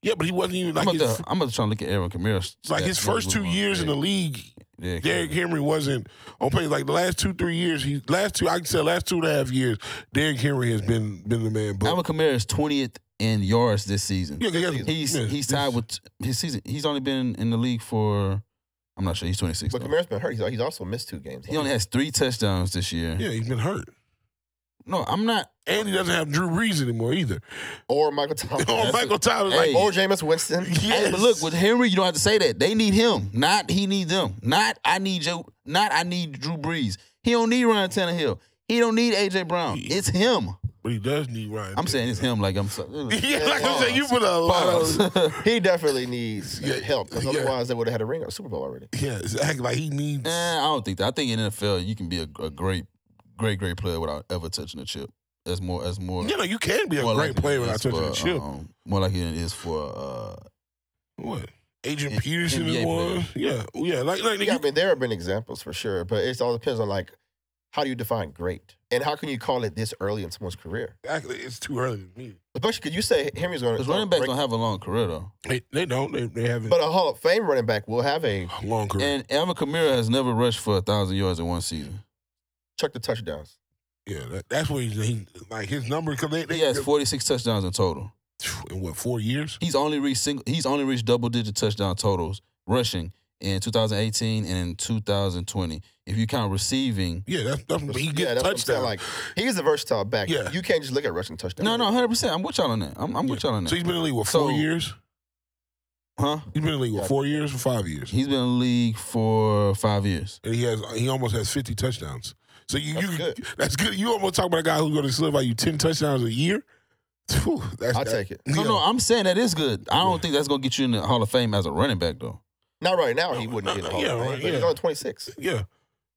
Speaker 1: Yeah, but he wasn't even like
Speaker 2: I'm,
Speaker 1: his,
Speaker 2: about to, I'm about to try to look at Aaron Kamara's.
Speaker 1: it's like his
Speaker 2: stats.
Speaker 1: first two years in the league.
Speaker 2: Yeah,
Speaker 1: Derrick Henry wasn't on pace. Like the last two, three years, he last two I can say last two and a half years, Derrick Henry has been been the man. But
Speaker 2: Alvin Kamara is 20th in yards this season.
Speaker 1: yeah, yeah, yeah,
Speaker 2: He's
Speaker 1: yeah,
Speaker 2: he's tied with his season. He's only been in the league for I'm not sure. He's 26.
Speaker 3: But
Speaker 2: though.
Speaker 3: Kamara's been hurt. He's, he's also missed two games.
Speaker 2: He only has three touchdowns this year.
Speaker 1: Yeah, he's been hurt,
Speaker 2: No, I'm not.
Speaker 1: and he doesn't have Drew Brees anymore either.
Speaker 3: or Michael Thomas.
Speaker 1: Oh, Michael Thomas,
Speaker 2: Hey.
Speaker 1: like
Speaker 3: or Jameis Winston.
Speaker 1: yes.
Speaker 2: Hey, but look, with Henry, you don't have to say that. They need him, not he needs them. Not I need Joe. Not I need Drew Brees. He don't need Ryan Tannehill. He don't need AJ Brown. It's him.
Speaker 1: but he does need Ryan.
Speaker 2: I'm saying it's him. Like I'm. So,
Speaker 1: yeah, like I'm saying, you put a lot
Speaker 2: Pause.
Speaker 1: of
Speaker 3: He definitely needs
Speaker 1: Yeah,
Speaker 3: help because
Speaker 1: yeah.
Speaker 3: otherwise they would have had a ring, a Super Bowl already.
Speaker 1: yeah, exactly. Like he needs.
Speaker 2: Eh, I don't think that. I think in NFL you can be a, a great, great, great player without ever touching a chip. That's more. That's more.
Speaker 1: You know, you can be a
Speaker 2: more
Speaker 1: great
Speaker 2: like it
Speaker 1: player
Speaker 2: is
Speaker 1: without touching
Speaker 2: for,
Speaker 1: the chip.
Speaker 2: um, more like it is for. Uh,
Speaker 1: what? Adrian
Speaker 2: N-
Speaker 1: Peterson is
Speaker 2: NBA
Speaker 1: one. Yeah, yeah. Like, like
Speaker 3: Yeah, I
Speaker 1: you,
Speaker 3: mean, there have been examples for sure, but it all depends on like how do you define great and how can you call it this early in someone's career?
Speaker 1: actually, it's too early to me.
Speaker 3: Especially because you say Henry's going
Speaker 2: because running backs
Speaker 3: to,
Speaker 2: don't have a long career though,
Speaker 1: They, they don't. They, they haven't.
Speaker 3: but a Hall of Fame running back will have a
Speaker 1: long career.
Speaker 2: and Alvin Kamara has never rushed for a thousand yards in one season.
Speaker 3: check the touchdowns.
Speaker 1: yeah, that, that's what he's he, like his number because they, they
Speaker 2: He has 46 touchdowns in total.
Speaker 1: in what four years?
Speaker 2: He's only reached single, he's only reached double digit touchdown totals rushing in 2018 and in 2020. If you count receiving,
Speaker 1: Yeah, that's, that's he
Speaker 3: Yeah,
Speaker 1: gets
Speaker 3: that's what I'm
Speaker 1: touchdown.
Speaker 3: saying, Like he's a versatile back.
Speaker 1: Yeah.
Speaker 3: you can't just look at rushing touchdowns.
Speaker 2: no, no, 100. percent I'm with y'all on that. I'm, I'm with y'all on
Speaker 1: so
Speaker 2: that.
Speaker 1: he's been in the league what
Speaker 2: So-
Speaker 1: four years?
Speaker 2: Huh?
Speaker 1: He's been in the league what four years or five years?
Speaker 2: He's been in the league for five years.
Speaker 1: And he has he almost has fifty touchdowns. So you
Speaker 3: That's
Speaker 1: you
Speaker 3: good.
Speaker 1: that's good. You almost talk about a guy who's going to deliver you ten touchdowns a year. Phew, that's,
Speaker 3: I'll
Speaker 1: that-
Speaker 3: take it.
Speaker 2: No,
Speaker 1: Yeah.
Speaker 2: no, I'm saying that is good. I don't think that's gonna get you in the Hall of Fame as a running back though.
Speaker 3: Not right now. He wouldn't get a Hall
Speaker 1: Yeah,
Speaker 3: of Fame.
Speaker 1: right,
Speaker 3: but He's
Speaker 1: yeah.
Speaker 3: only 26.
Speaker 1: Yeah,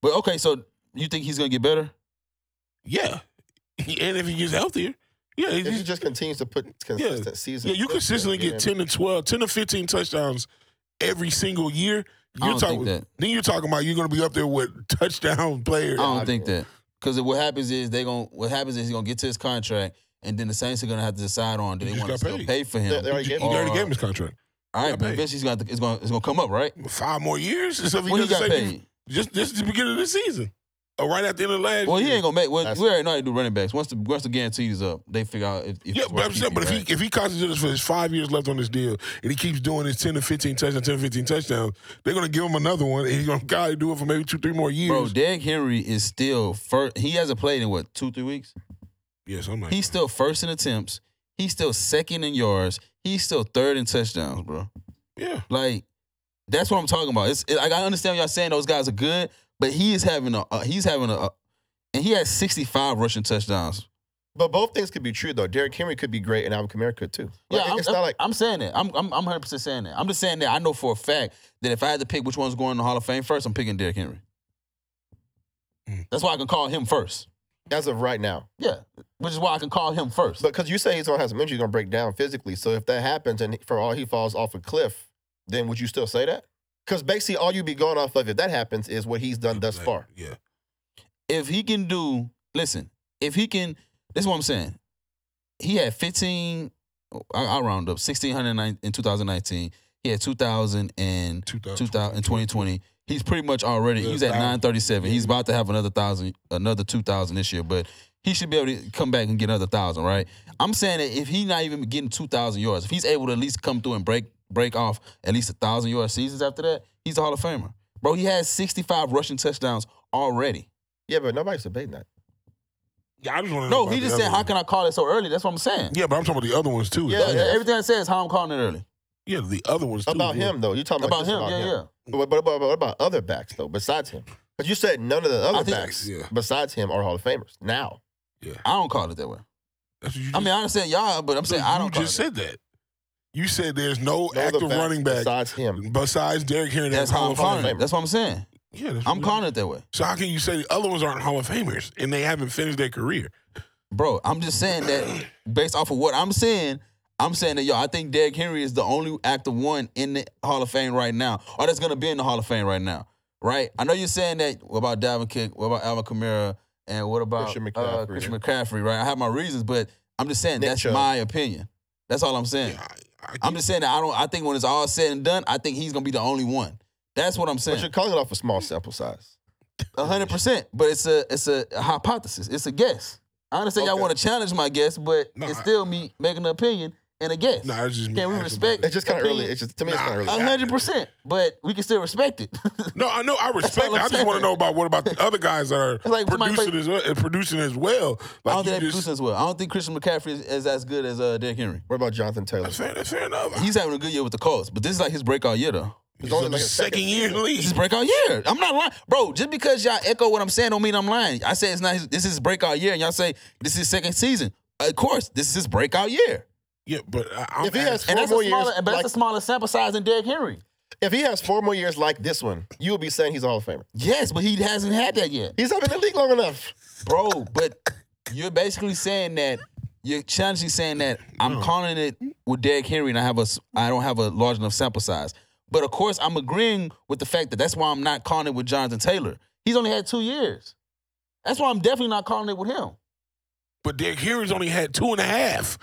Speaker 2: But okay, so you think he's gonna get better?
Speaker 1: yeah. And if he gets healthier, yeah,
Speaker 3: If he
Speaker 1: he's,
Speaker 3: just continues to put consistent season.
Speaker 1: yeah. You consistently get ten to 12, 10 to fifteen touchdowns every single year.
Speaker 2: I don't
Speaker 1: talking
Speaker 2: think that.
Speaker 1: Then you're talking about you're going to be up there with touchdown players.
Speaker 2: I don't
Speaker 3: I
Speaker 2: think
Speaker 3: mean-
Speaker 2: that. Because what happens is they going what happens is he's gonna get to his contract, and then the Saints are gonna have to decide on do
Speaker 1: He
Speaker 2: they
Speaker 1: just
Speaker 2: want
Speaker 1: got
Speaker 2: to
Speaker 1: paid.
Speaker 2: pay for him.
Speaker 3: They- they already
Speaker 1: he
Speaker 3: gave him-
Speaker 1: already
Speaker 2: or-
Speaker 1: gave him his contract.
Speaker 2: All right,
Speaker 1: got
Speaker 2: but
Speaker 1: paid.
Speaker 2: eventually he's gonna it's gonna it's gonna come up, right?
Speaker 1: Five more years. So if he
Speaker 2: When he
Speaker 1: does the
Speaker 2: got
Speaker 1: same-
Speaker 2: paid.
Speaker 1: just just at the beginning of the season, or right at the end of the last.
Speaker 2: Well, he
Speaker 1: year.
Speaker 2: ain't gonna make. Well,
Speaker 3: That's-
Speaker 2: we already know how to do running backs. Once the once the guarantee is up, they figure out if. if
Speaker 1: Yeah,
Speaker 2: it's
Speaker 1: but
Speaker 2: worth
Speaker 1: I'm saying,
Speaker 2: keeping,
Speaker 1: but if
Speaker 2: right?
Speaker 1: he if he concentrates for his five years left on this deal and he keeps doing his ten to fifteen touchdowns, ten to fifteen touchdowns, they're gonna give him another one and he's gonna gotta do it for maybe two, three more years.
Speaker 2: bro, Derrick Henry is still first. He hasn't played in what two, three weeks.
Speaker 1: yes, I'm like
Speaker 2: He's still first in attempts. He's still second in yards. He's still third in touchdowns, bro.
Speaker 1: Yeah.
Speaker 2: Like that's what I'm talking about. It's it, like I understand what y'all saying those guys are good, but he is having a uh, he's having a, a- and he has 65 rushing touchdowns.
Speaker 3: But both things could be true though. Derrick Henry could be great, and Alvin Kamara could too.
Speaker 2: Yeah,
Speaker 3: Like,
Speaker 2: I'm,
Speaker 3: it's
Speaker 2: I'm-
Speaker 3: not like
Speaker 2: I'm saying that. I'm I'm I'm 100 percent saying that. I'm just saying that I know for a fact that if I had to pick which one's going in the Hall of Fame first, I'm picking Derrick Henry.
Speaker 1: Mm.
Speaker 2: That's why I can call him first.
Speaker 3: as of right now.
Speaker 2: Yeah, which is why I can call him first.
Speaker 3: But because you say he's gonna have some injury, he's gonna break down physically. So if that happens, and for all he falls off a cliff, then would you still say that? Because basically, all you'd be going off of if that happens is what he's done thus
Speaker 1: Like,
Speaker 3: far.
Speaker 1: Yeah.
Speaker 2: if he can do, listen, if he can, this is what I'm saying. He had 15, I, I'll round up, 1,609 in 2019. He had 2,000 in,
Speaker 1: 2000.
Speaker 2: 2000, in 2020. He's pretty much already, he's at 937. He's about to have another 1,000, another 2,000 this year, but he should be able to come back and get another 1,000, right? I'm saying that if he's not even getting 2,000 yards, if he's able to at least come through and break break off at least a 1,000 yard seasons after that, he's a Hall of Famer. Bro, he has 65 rushing touchdowns already.
Speaker 3: Yeah, but nobody's debating that.
Speaker 1: Yeah, I just wanna know.
Speaker 2: No,
Speaker 1: about
Speaker 2: he
Speaker 1: the
Speaker 2: just
Speaker 1: other
Speaker 2: said, "How
Speaker 1: one.
Speaker 2: can I call it so early?" That's what I'm saying.
Speaker 1: Yeah, but I'm talking about the other ones too.
Speaker 3: Yeah,
Speaker 2: Yeah,
Speaker 1: yeah.
Speaker 2: yeah, everything I said is how I'm calling it early.
Speaker 1: Yeah, the other ones too.
Speaker 3: About
Speaker 1: yeah.
Speaker 3: him though, you're talking about,
Speaker 2: About
Speaker 3: just
Speaker 2: him, yeah, yeah.
Speaker 3: But, but, but what about other backs though, besides him? Because you said none of the
Speaker 2: I
Speaker 3: other
Speaker 2: think-
Speaker 3: backs
Speaker 1: yeah.
Speaker 3: besides him are Hall of Famers now.
Speaker 2: I don't call it that way.
Speaker 1: That's what you
Speaker 2: I mean,
Speaker 1: just-
Speaker 2: I understand y'all, but I'm saying I don't
Speaker 1: You
Speaker 2: call
Speaker 1: just
Speaker 2: it.
Speaker 1: said that. You said there's no,
Speaker 3: No other
Speaker 1: active
Speaker 3: backs
Speaker 1: running back
Speaker 3: besides him.
Speaker 1: besides Derrick Henry.
Speaker 2: that. That's how
Speaker 1: Hall
Speaker 2: I'm calling
Speaker 1: of
Speaker 3: Hall of
Speaker 2: it.
Speaker 3: Famer.
Speaker 2: That's what I'm saying.
Speaker 1: Famer. Yeah, that's
Speaker 2: I'm
Speaker 1: what-
Speaker 2: calling it that way,
Speaker 1: So how can you say the other ones aren't Hall of Famers and they haven't finished their career?
Speaker 2: bro. I'm just saying that based off of what I'm saying. I'm saying that y'all. I think Derrick Henry is the only active one in the Hall of Fame right now, or that's gonna be in the Hall of Fame right now, right? I know you're saying that. What about Dalvin Cook? What about Alvin Kamara? And what about
Speaker 3: Christian
Speaker 2: uh,
Speaker 3: McCaffrey.
Speaker 2: Christian McCaffrey? Right, I have my reasons, but I'm just saying
Speaker 3: Nick
Speaker 2: that's
Speaker 3: Chubb.
Speaker 2: my opinion. That's all I'm saying.
Speaker 1: I, I,
Speaker 2: I'm just saying that I don't. I think when it's all said and done, I think he's gonna be the only one. That's what I'm
Speaker 3: But
Speaker 2: saying.
Speaker 3: you're calling it off a small sample size.
Speaker 2: A hundred percent. But it's a it's a hypothesis. It's a guess. I understand y'all
Speaker 3: Okay.
Speaker 2: want to challenge my guess, but
Speaker 1: No,
Speaker 2: it's
Speaker 1: I-
Speaker 2: still me making an opinion and a guess.
Speaker 1: nah, it's just me
Speaker 2: Can we
Speaker 1: asking
Speaker 2: respect-
Speaker 1: about
Speaker 3: It's just kind of
Speaker 2: Opinion.
Speaker 3: early. It's just to me, it's
Speaker 1: Nah,
Speaker 3: kind of early.
Speaker 2: A hundred percent. But we can still respect it.
Speaker 1: it. No, I know. I respect.
Speaker 2: all
Speaker 1: it. I
Speaker 2: I'm
Speaker 1: just want
Speaker 2: saying.
Speaker 1: to know about what about the other guys that are
Speaker 2: like somebody
Speaker 1: producing as well, producing as well.
Speaker 2: I
Speaker 1: Like
Speaker 2: don't
Speaker 1: you
Speaker 2: think they
Speaker 1: just-
Speaker 2: producing as well. I don't think Christian McCaffrey is, is as good as uh, Derrick Henry.
Speaker 3: What about Jonathan Taylor?
Speaker 1: That's fair. That's fair enough.
Speaker 2: He's having a good year with the Colts, but this is like his breakout year though.
Speaker 1: He's
Speaker 3: only
Speaker 1: on
Speaker 3: like
Speaker 1: his
Speaker 3: a
Speaker 1: second
Speaker 3: second
Speaker 1: year in the league.
Speaker 2: This is breakout year. I'm not lying, bro. Just because y'all echo what I'm saying don't mean I'm lying. I say it's not. His, this is his breakout year, and y'all say this is his second season. Of course, this is his breakout year,
Speaker 1: Yeah, but I, I'm
Speaker 3: If he has
Speaker 1: asking-
Speaker 2: and
Speaker 3: Four
Speaker 2: that's a
Speaker 3: more
Speaker 2: smaller,
Speaker 3: years,
Speaker 2: but that's
Speaker 3: like-
Speaker 2: a smaller sample size than Derrick Henry.
Speaker 3: If he has four more years like this one, you will be saying he's a Hall of Famer.
Speaker 2: Yes, but he hasn't had that yet,
Speaker 3: He's not been in the league long enough.
Speaker 2: bro. But you're basically saying that you're challenging saying that I'm calling it with Derrick Henry, and I have a s- I don't have a large enough sample size. But of course, I'm agreeing with the fact that that's why I'm not calling it with Jonathan Taylor. He's only had two years. That's why I'm definitely not calling it with him.
Speaker 1: but Derrick Henry's only had two and a half.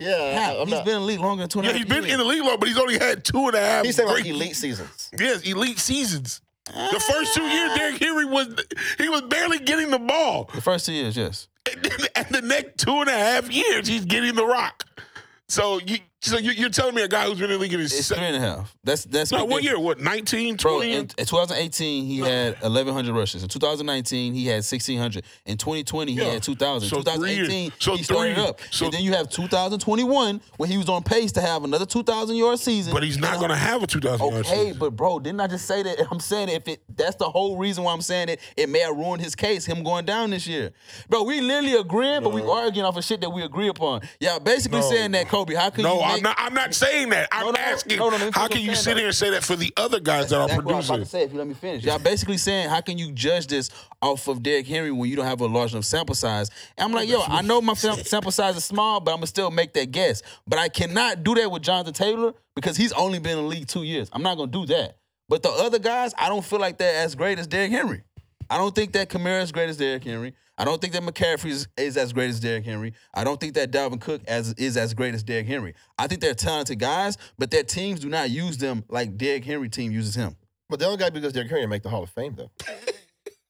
Speaker 3: Yeah,
Speaker 2: How?
Speaker 3: I,
Speaker 2: He's
Speaker 3: am Uh, not.
Speaker 2: been in the league longer than two and a
Speaker 1: Yeah,
Speaker 2: half
Speaker 1: he's been
Speaker 2: years.
Speaker 1: in the league long, but he's only had two and a half.
Speaker 3: he's saying like
Speaker 1: great-
Speaker 3: elite seasons.
Speaker 1: Yes, elite seasons. The first two years, Derrick Henry was he was barely getting the ball.
Speaker 2: The first two years, yes.
Speaker 1: And, then, and the next two and a half years, he's getting the rock. So you, so you, you're telling me a guy who's been in the league in his
Speaker 2: It's
Speaker 1: se-
Speaker 2: three and a half. That's that's
Speaker 1: no, what year? What 19,
Speaker 2: Bro,
Speaker 1: 20?
Speaker 2: in, in 2018 he had 1100 rushes. In 2019 he had 1600. In 2020 he
Speaker 1: Yeah.
Speaker 2: had 2000.
Speaker 1: So three
Speaker 2: 2018
Speaker 1: years. So
Speaker 2: he started
Speaker 1: three-
Speaker 2: up.
Speaker 1: so-
Speaker 2: and then you have 2021 when he was on pace to have another 2000 yard season.
Speaker 1: but he's not going to have a 2000 yard
Speaker 2: Okay,
Speaker 1: season.
Speaker 2: but bro, didn't I just say that? I'm saying if it that's the whole reason why I'm saying it, it may have ruined his case, him going down this year. Bro, we literally agreeing, but we arguing off of shit that we agree upon. Y'all basically
Speaker 1: No.
Speaker 2: saying that, Kobe, how could you
Speaker 1: No,
Speaker 2: make,
Speaker 1: I'm not. I'm not saying that. I'm
Speaker 2: No, no, no.
Speaker 1: asking.
Speaker 2: No, no, let me
Speaker 1: how
Speaker 2: finish
Speaker 1: can you
Speaker 2: saying
Speaker 1: sit
Speaker 2: that.
Speaker 1: here and say that for the other guys that are
Speaker 2: That's what I was about
Speaker 1: producing?
Speaker 2: to say. If you let me finish, y'all basically saying how can you judge this off of Derrick Henry when you don't have a large enough sample size? And I'm like, yo, I know my sam- sample size is small, but I'm gonna still make that guess. But I cannot do that with Jonathan Taylor because he's only been in the league two years. I'm not gonna do that. But the other guys, I don't feel like they're as great as Derrick Henry. I don't think that Kamara is great as Derrick Henry. I don't think that McCaffrey is, is as great as Derrick Henry. I don't think that Dalvin Cook as is as great as Derrick Henry. I think they're talented guys, but their teams do not use them like Derrick Henry team uses him.
Speaker 3: But they don't got to be because Derrick Henry to make the Hall of Fame, though.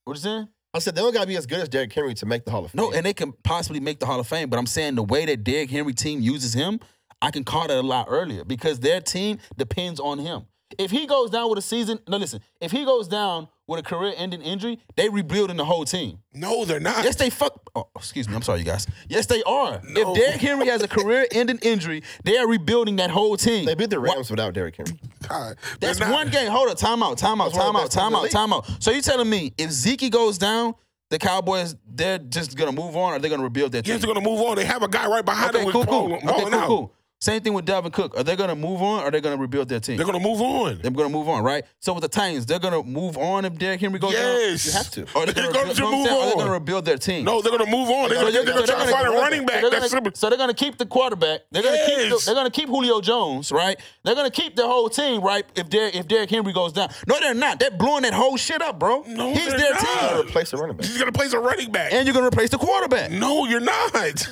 Speaker 2: What you saying?
Speaker 3: I said they don't got to be as good as Derrick Henry to make the Hall of Fame.
Speaker 2: No, and they can possibly make the Hall of Fame, but I'm saying the way that Derrick Henry team uses him, I can call that a lot earlier because their team depends on him. If he goes down with a season, no, listen, if he goes down with a career-ending injury, they rebuilding the whole team.
Speaker 1: No, they're not.
Speaker 2: Yes, they fuck. Oh, excuse me. I'm sorry, you guys. Yes, they are.
Speaker 1: No.
Speaker 2: If Derrick Henry has a career-ending injury, they are rebuilding that whole team.
Speaker 3: they beat the Rams without Derrick Henry.
Speaker 1: God, they're
Speaker 2: That's
Speaker 1: not.
Speaker 2: one game. Hold up. Time out. Time out.
Speaker 3: That's one
Speaker 2: Time
Speaker 3: of the
Speaker 2: out.
Speaker 3: best teams
Speaker 2: Time
Speaker 3: in the
Speaker 2: out.
Speaker 3: league.
Speaker 2: Time out. So you telling me if Zeke goes down, the Cowboys they're just gonna move on, or they're gonna rebuild their team?
Speaker 1: Yes, they're going to move on. They have a guy right behind them
Speaker 2: Okay,
Speaker 1: with
Speaker 2: cool,
Speaker 1: Paul
Speaker 2: cool.
Speaker 1: balling
Speaker 2: Okay, cool,
Speaker 1: out.
Speaker 2: cool. Same thing with Dalvin Cook. Are they gonna move on? Or are they gonna rebuild their team?
Speaker 1: They're
Speaker 2: They're,
Speaker 1: going to move on.
Speaker 2: gonna move on, right? So with the Titans, they're gonna move on if Derrick Henry goes
Speaker 1: Yes,
Speaker 3: You have to.
Speaker 2: down. Or they're
Speaker 1: They're
Speaker 2: gonna,
Speaker 1: going
Speaker 2: rebuild-
Speaker 1: to
Speaker 2: you know what I'm
Speaker 1: move
Speaker 2: saying? Or they're gonna
Speaker 1: on.
Speaker 2: rebuild their team.
Speaker 1: No, they're going to move on. They're
Speaker 2: So
Speaker 1: going
Speaker 2: they're
Speaker 1: to
Speaker 2: gonna- they're
Speaker 1: try to
Speaker 2: gonna-
Speaker 1: find a
Speaker 2: they're
Speaker 1: running back.
Speaker 2: gonna-
Speaker 1: That's simple.
Speaker 2: so they're gonna keep the quarterback. They're gonna keep.
Speaker 1: Yes.
Speaker 2: They're gonna keep Julio Jones, right? They're gonna keep the whole team, right? If Derrick if Derrick Henry goes down, no, they're not. They're blowing that whole shit up, bro.
Speaker 1: No,
Speaker 2: he's
Speaker 1: they're
Speaker 2: their
Speaker 1: not.
Speaker 2: team,
Speaker 3: Replace the running back.
Speaker 1: He's going to place a running back.
Speaker 2: and you're gonna replace the quarterback.
Speaker 1: no, you're not.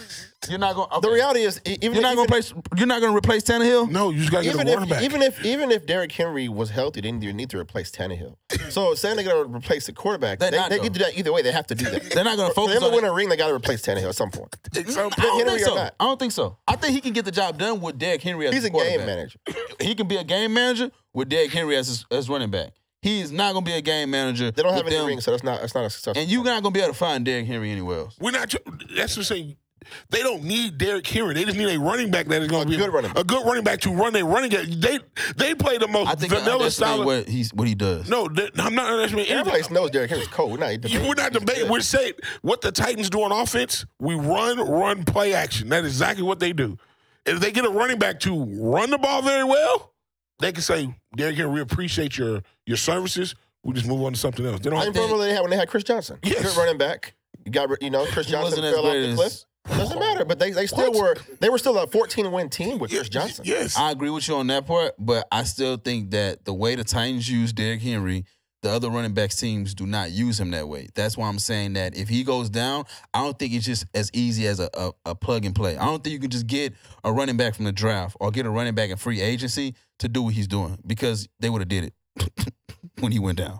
Speaker 2: You're not gonna.
Speaker 3: The
Speaker 2: okay.
Speaker 3: reality is, e- even
Speaker 2: You're not
Speaker 3: even,
Speaker 2: gonna replace. You're not gonna replace Tannehill.
Speaker 1: No, you just got to get
Speaker 3: even
Speaker 1: a running
Speaker 3: if
Speaker 1: back.
Speaker 3: even if even if Derrick Henry was healthy, they didn't even need to replace Tannehill. So saying they're gonna replace the quarterback,
Speaker 2: They're
Speaker 3: they,
Speaker 2: not,
Speaker 3: they
Speaker 2: though.
Speaker 3: can do that either way. They have to do that.
Speaker 2: They're not gonna
Speaker 3: For
Speaker 2: focus
Speaker 3: them to
Speaker 2: on
Speaker 3: win
Speaker 2: it.
Speaker 3: a ring, they gotta replace Tannehill at some point.
Speaker 1: At some
Speaker 2: I don't
Speaker 1: point-
Speaker 3: Henry
Speaker 2: think
Speaker 3: or
Speaker 2: so.
Speaker 3: not.
Speaker 2: I don't think so. I think he can get the job done with Derrick Henry as
Speaker 3: He's
Speaker 2: his
Speaker 3: a game
Speaker 2: quarterback.
Speaker 3: manager.
Speaker 2: He can be a game manager with Derrick Henry as his, as running back. He is not gonna be a game manager.
Speaker 3: They don't have
Speaker 2: with
Speaker 3: any
Speaker 2: them.
Speaker 3: rings, so that's not that's not a success.
Speaker 2: and you're not gonna be able to find Derrick Henry anywhere else.
Speaker 1: We're not. That's what I'm saying. They don't need Derrick Henry. They just need a running back that is going to be
Speaker 3: good running back.
Speaker 1: a good running back to run their running game. They they play the most
Speaker 2: I think I
Speaker 1: vanilla
Speaker 2: understand
Speaker 1: style.
Speaker 2: what he's what he does.
Speaker 1: no, they- I'm not underestimating
Speaker 3: Everybody
Speaker 1: anything.
Speaker 3: knows Derrick Henry's cold. We're not
Speaker 1: You-
Speaker 3: debating.
Speaker 1: We're not debating. We're saying what the Titans do on offense. We run, run, play action. That is exactly what they do. If they get a running back to run the ball very well, they can say, "Derrick Henry, we appreciate your your services. We just move on to something else." They don't.
Speaker 3: I remember when they had when they had Chris Johnson.
Speaker 1: Yes.
Speaker 3: Good running back. You got you know Chris
Speaker 2: He
Speaker 3: Johnson
Speaker 2: wasn't as
Speaker 3: fell off
Speaker 2: great
Speaker 3: the
Speaker 2: as-
Speaker 3: cliff. Doesn't matter, but they, they still were they were still a 14 win team with Chris Johnson.
Speaker 1: Yes.
Speaker 2: I agree with you on that part, but I still think that the way the Titans use Derrick Henry the other running backs teams do not use him that way. That's why I'm saying that if he goes down, I don't think it's just as easy as a, a, a plug and play. I don't think you can just get a running back from the draft or get a running back in free agency to do what he's doing because they would have did it when he went down.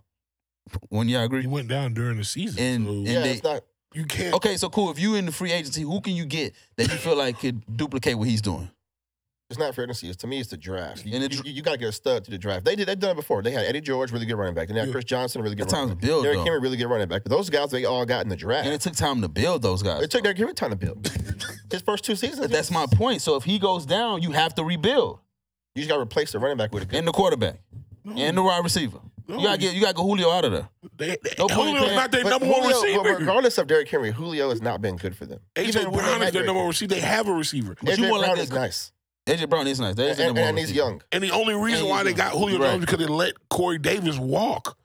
Speaker 2: When y'all agree?
Speaker 1: He went down during the season.
Speaker 2: And-
Speaker 1: so
Speaker 2: and-
Speaker 3: Yeah,
Speaker 2: they-
Speaker 3: it's not.
Speaker 1: you can't.
Speaker 2: Okay, so cool. If you in the free agency, who can you get that you feel like could duplicate what he's doing?
Speaker 3: It's not free agency. It's to me, it's the draft. You,
Speaker 2: And the dr-
Speaker 3: you, got to get a stud to the draft. They did. They've done it before. They had Eddie George, really good running back. Then they had
Speaker 1: Yeah.
Speaker 3: Chris Johnson, really
Speaker 2: That
Speaker 3: good
Speaker 2: time's
Speaker 3: running
Speaker 2: to
Speaker 3: back.
Speaker 2: build
Speaker 3: Derrick
Speaker 2: though,
Speaker 3: Henry, really good running back. But those guys, they all got in the draft.
Speaker 2: and it took time to build those guys.
Speaker 3: it took Derrick Henry time to build. His first two seasons.
Speaker 2: But that's my point. So if he goes down, you have to rebuild
Speaker 3: You just got to replace the running back with a good.
Speaker 2: and the quarterback
Speaker 1: No,
Speaker 2: and the wide receiver.
Speaker 1: no,
Speaker 2: You gotta get you gotta get Julio out of there.
Speaker 1: They, they,
Speaker 2: no point in
Speaker 1: Julio's
Speaker 2: paying-
Speaker 1: not their
Speaker 3: But
Speaker 1: number one
Speaker 3: Julio- but
Speaker 1: receiver.
Speaker 3: regardless of Derrick Henry, Julio has not been good for them.
Speaker 1: AJ
Speaker 3: when they
Speaker 1: Brown
Speaker 3: had
Speaker 1: is their
Speaker 3: Derrick
Speaker 1: number
Speaker 3: Henry.
Speaker 1: one receiver. They have a receiver,
Speaker 2: But you
Speaker 3: AJ
Speaker 2: want like
Speaker 3: Brown
Speaker 2: this-
Speaker 3: is nice,
Speaker 2: AJ Brown is nice. That is
Speaker 3: and,
Speaker 2: the
Speaker 3: and,
Speaker 2: number
Speaker 3: and
Speaker 2: one
Speaker 3: he's
Speaker 2: receiver.
Speaker 3: young.
Speaker 1: and the only reason
Speaker 2: And
Speaker 1: why they
Speaker 2: he's young.
Speaker 1: got Julio
Speaker 2: Right.
Speaker 1: Jones because they let Corey Davis walk.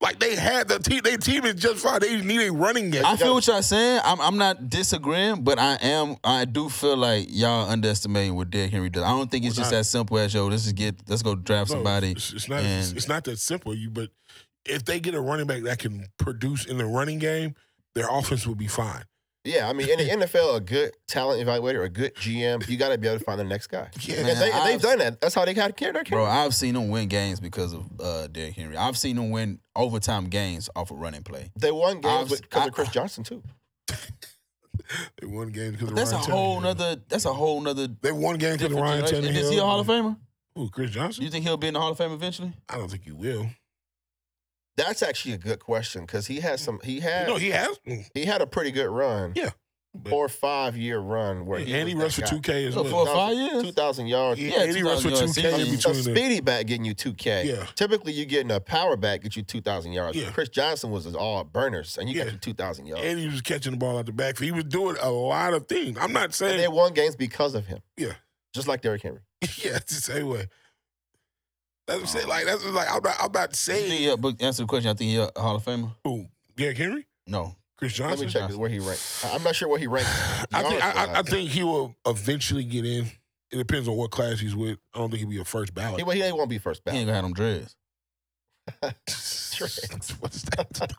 Speaker 1: Like they had the team. Their team is just fine. They need a running game.
Speaker 2: I feel what y'all saying. I'm, I'm not disagreeing, but I am. I do feel like y'all underestimating what Derrick Henry does. I don't think it's
Speaker 1: We're
Speaker 2: just
Speaker 1: not.
Speaker 2: that simple as yo. Let's just get. Let's go draft
Speaker 1: No,
Speaker 2: somebody.
Speaker 1: It's, it's not. It's,
Speaker 2: and-
Speaker 1: it's not that simple. You, but if they get a running back that can produce in the running game, their offense will be fine.
Speaker 3: Yeah, I mean, in the NFL, a good talent evaluator, a good GM, you got to be able to find the next guy.
Speaker 1: Yeah,
Speaker 2: Man,
Speaker 3: And, they, and
Speaker 2: I've-
Speaker 3: they've done that. That's how they got Derrick Henry.
Speaker 2: Bro, I've seen them win games because of uh, Derrick Henry. I've seen them win overtime games off of running play.
Speaker 3: They won
Speaker 2: I've-
Speaker 3: games because
Speaker 2: I-
Speaker 3: of Chris Johnson too.
Speaker 1: they won games because
Speaker 2: That's a whole nother. That's a whole nother.
Speaker 1: They won games because of
Speaker 2: different
Speaker 1: Ryan
Speaker 2: generation.
Speaker 1: Tannehill.
Speaker 2: And Is he a Hall of Famer?
Speaker 1: Who, Chris Johnson?
Speaker 2: You think he'll be in the Hall of Fame eventually?
Speaker 1: I don't think he will.
Speaker 3: That's actually a good question because he had some. He had
Speaker 1: No, he has. mm,
Speaker 3: he had a pretty good run.
Speaker 1: Yeah, but-
Speaker 3: four or five year run where
Speaker 1: And he
Speaker 3: was
Speaker 1: rushed for
Speaker 3: that
Speaker 1: two K as
Speaker 2: So for
Speaker 1: well.
Speaker 2: five
Speaker 3: guy. two
Speaker 2: years.
Speaker 3: thousand yards.
Speaker 1: Yeah,
Speaker 2: yeah,
Speaker 1: and he rushed for
Speaker 2: 2000
Speaker 1: two K
Speaker 2: yards.
Speaker 1: in
Speaker 3: So
Speaker 1: between. them.
Speaker 3: speedy back getting you two K.
Speaker 1: Yeah.
Speaker 3: Typically, you getting a power back get you two thousand yards.
Speaker 1: Yeah.
Speaker 3: Chris Johnson was all burners, and you
Speaker 1: Yeah.
Speaker 3: got you two thousand yards.
Speaker 1: And he was catching the ball out the backfield. He was doing a lot of things. I'm not
Speaker 3: And they
Speaker 1: saying.
Speaker 3: won games because of him.
Speaker 1: Yeah.
Speaker 3: just like Derrick Henry.
Speaker 1: yeah, it's the same way. That's what I'm
Speaker 3: Oh.
Speaker 1: saying. Like that's like I'm not. I'm not
Speaker 2: You think
Speaker 1: saying.
Speaker 2: he'll- but answer the question. I think he'll a Hall of Famer.
Speaker 1: Who? Derrick Henry?
Speaker 2: No.
Speaker 1: Chris
Speaker 3: Let me
Speaker 1: Johnson?
Speaker 3: check where he ranks. I- I'm not sure where he ranks.
Speaker 1: I think I, I, I
Speaker 3: yards-wise.
Speaker 1: think he will eventually get in. It depends on what class he's with. I don't think he'll be a first ballot.
Speaker 3: he, he won't be first
Speaker 2: He
Speaker 3: back.
Speaker 2: ain't gonna have them dreads.
Speaker 1: What's that?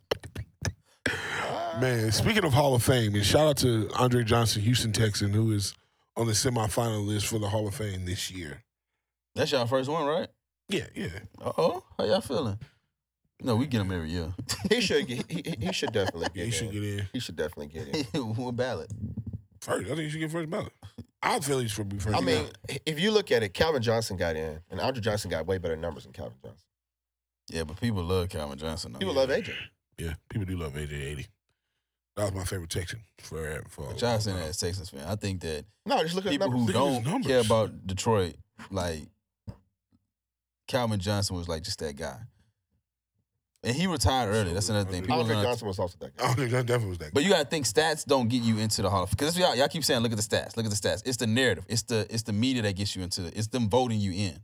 Speaker 1: Man, speaking of Hall of Fame, and shout out to Andre Johnson, Houston Texan, who is on the semifinal list for the Hall of Fame this year.
Speaker 2: That's y'all first one, right?
Speaker 1: Yeah, yeah.
Speaker 2: Uh oh. How y'all feeling? No, we get them every year.
Speaker 3: He should. Get, he, he- he should definitely
Speaker 1: Yeah,
Speaker 3: get.
Speaker 1: he should
Speaker 3: in.
Speaker 1: get in
Speaker 3: He should definitely get in.
Speaker 2: one ballot.
Speaker 1: first. I think he should get first ballot. I feel he should be first.
Speaker 3: I mean,
Speaker 1: ballot.
Speaker 3: if you look at it, Calvin Johnson got in, and Andre Johnson got way better numbers than Calvin Johnson.
Speaker 2: Yeah, but people love Calvin
Speaker 1: Oh,
Speaker 2: Johnson. Though.
Speaker 3: People love AJ.
Speaker 1: yeah, people do love AJ eighty. That was my favorite Texan for for.
Speaker 2: But y'all saying that as Texans fan. I think that
Speaker 3: No, just look at the
Speaker 2: people who
Speaker 3: numbers.
Speaker 1: Look at his
Speaker 2: don't
Speaker 1: numbers.
Speaker 2: care about Detroit, like Calvin Johnson was like just that guy, and he retired early. That's another thing. People
Speaker 3: Andre
Speaker 2: gonna-
Speaker 3: Johnson was also that guy.
Speaker 1: Andre Johnson definitely was that. guy.
Speaker 2: but you gotta think stats don't get you into the Hall of Fame because y'all, y'all keep saying look at the stats, look at the stats. It's the narrative. It's the it's the media that gets you into it. It's them voting you in.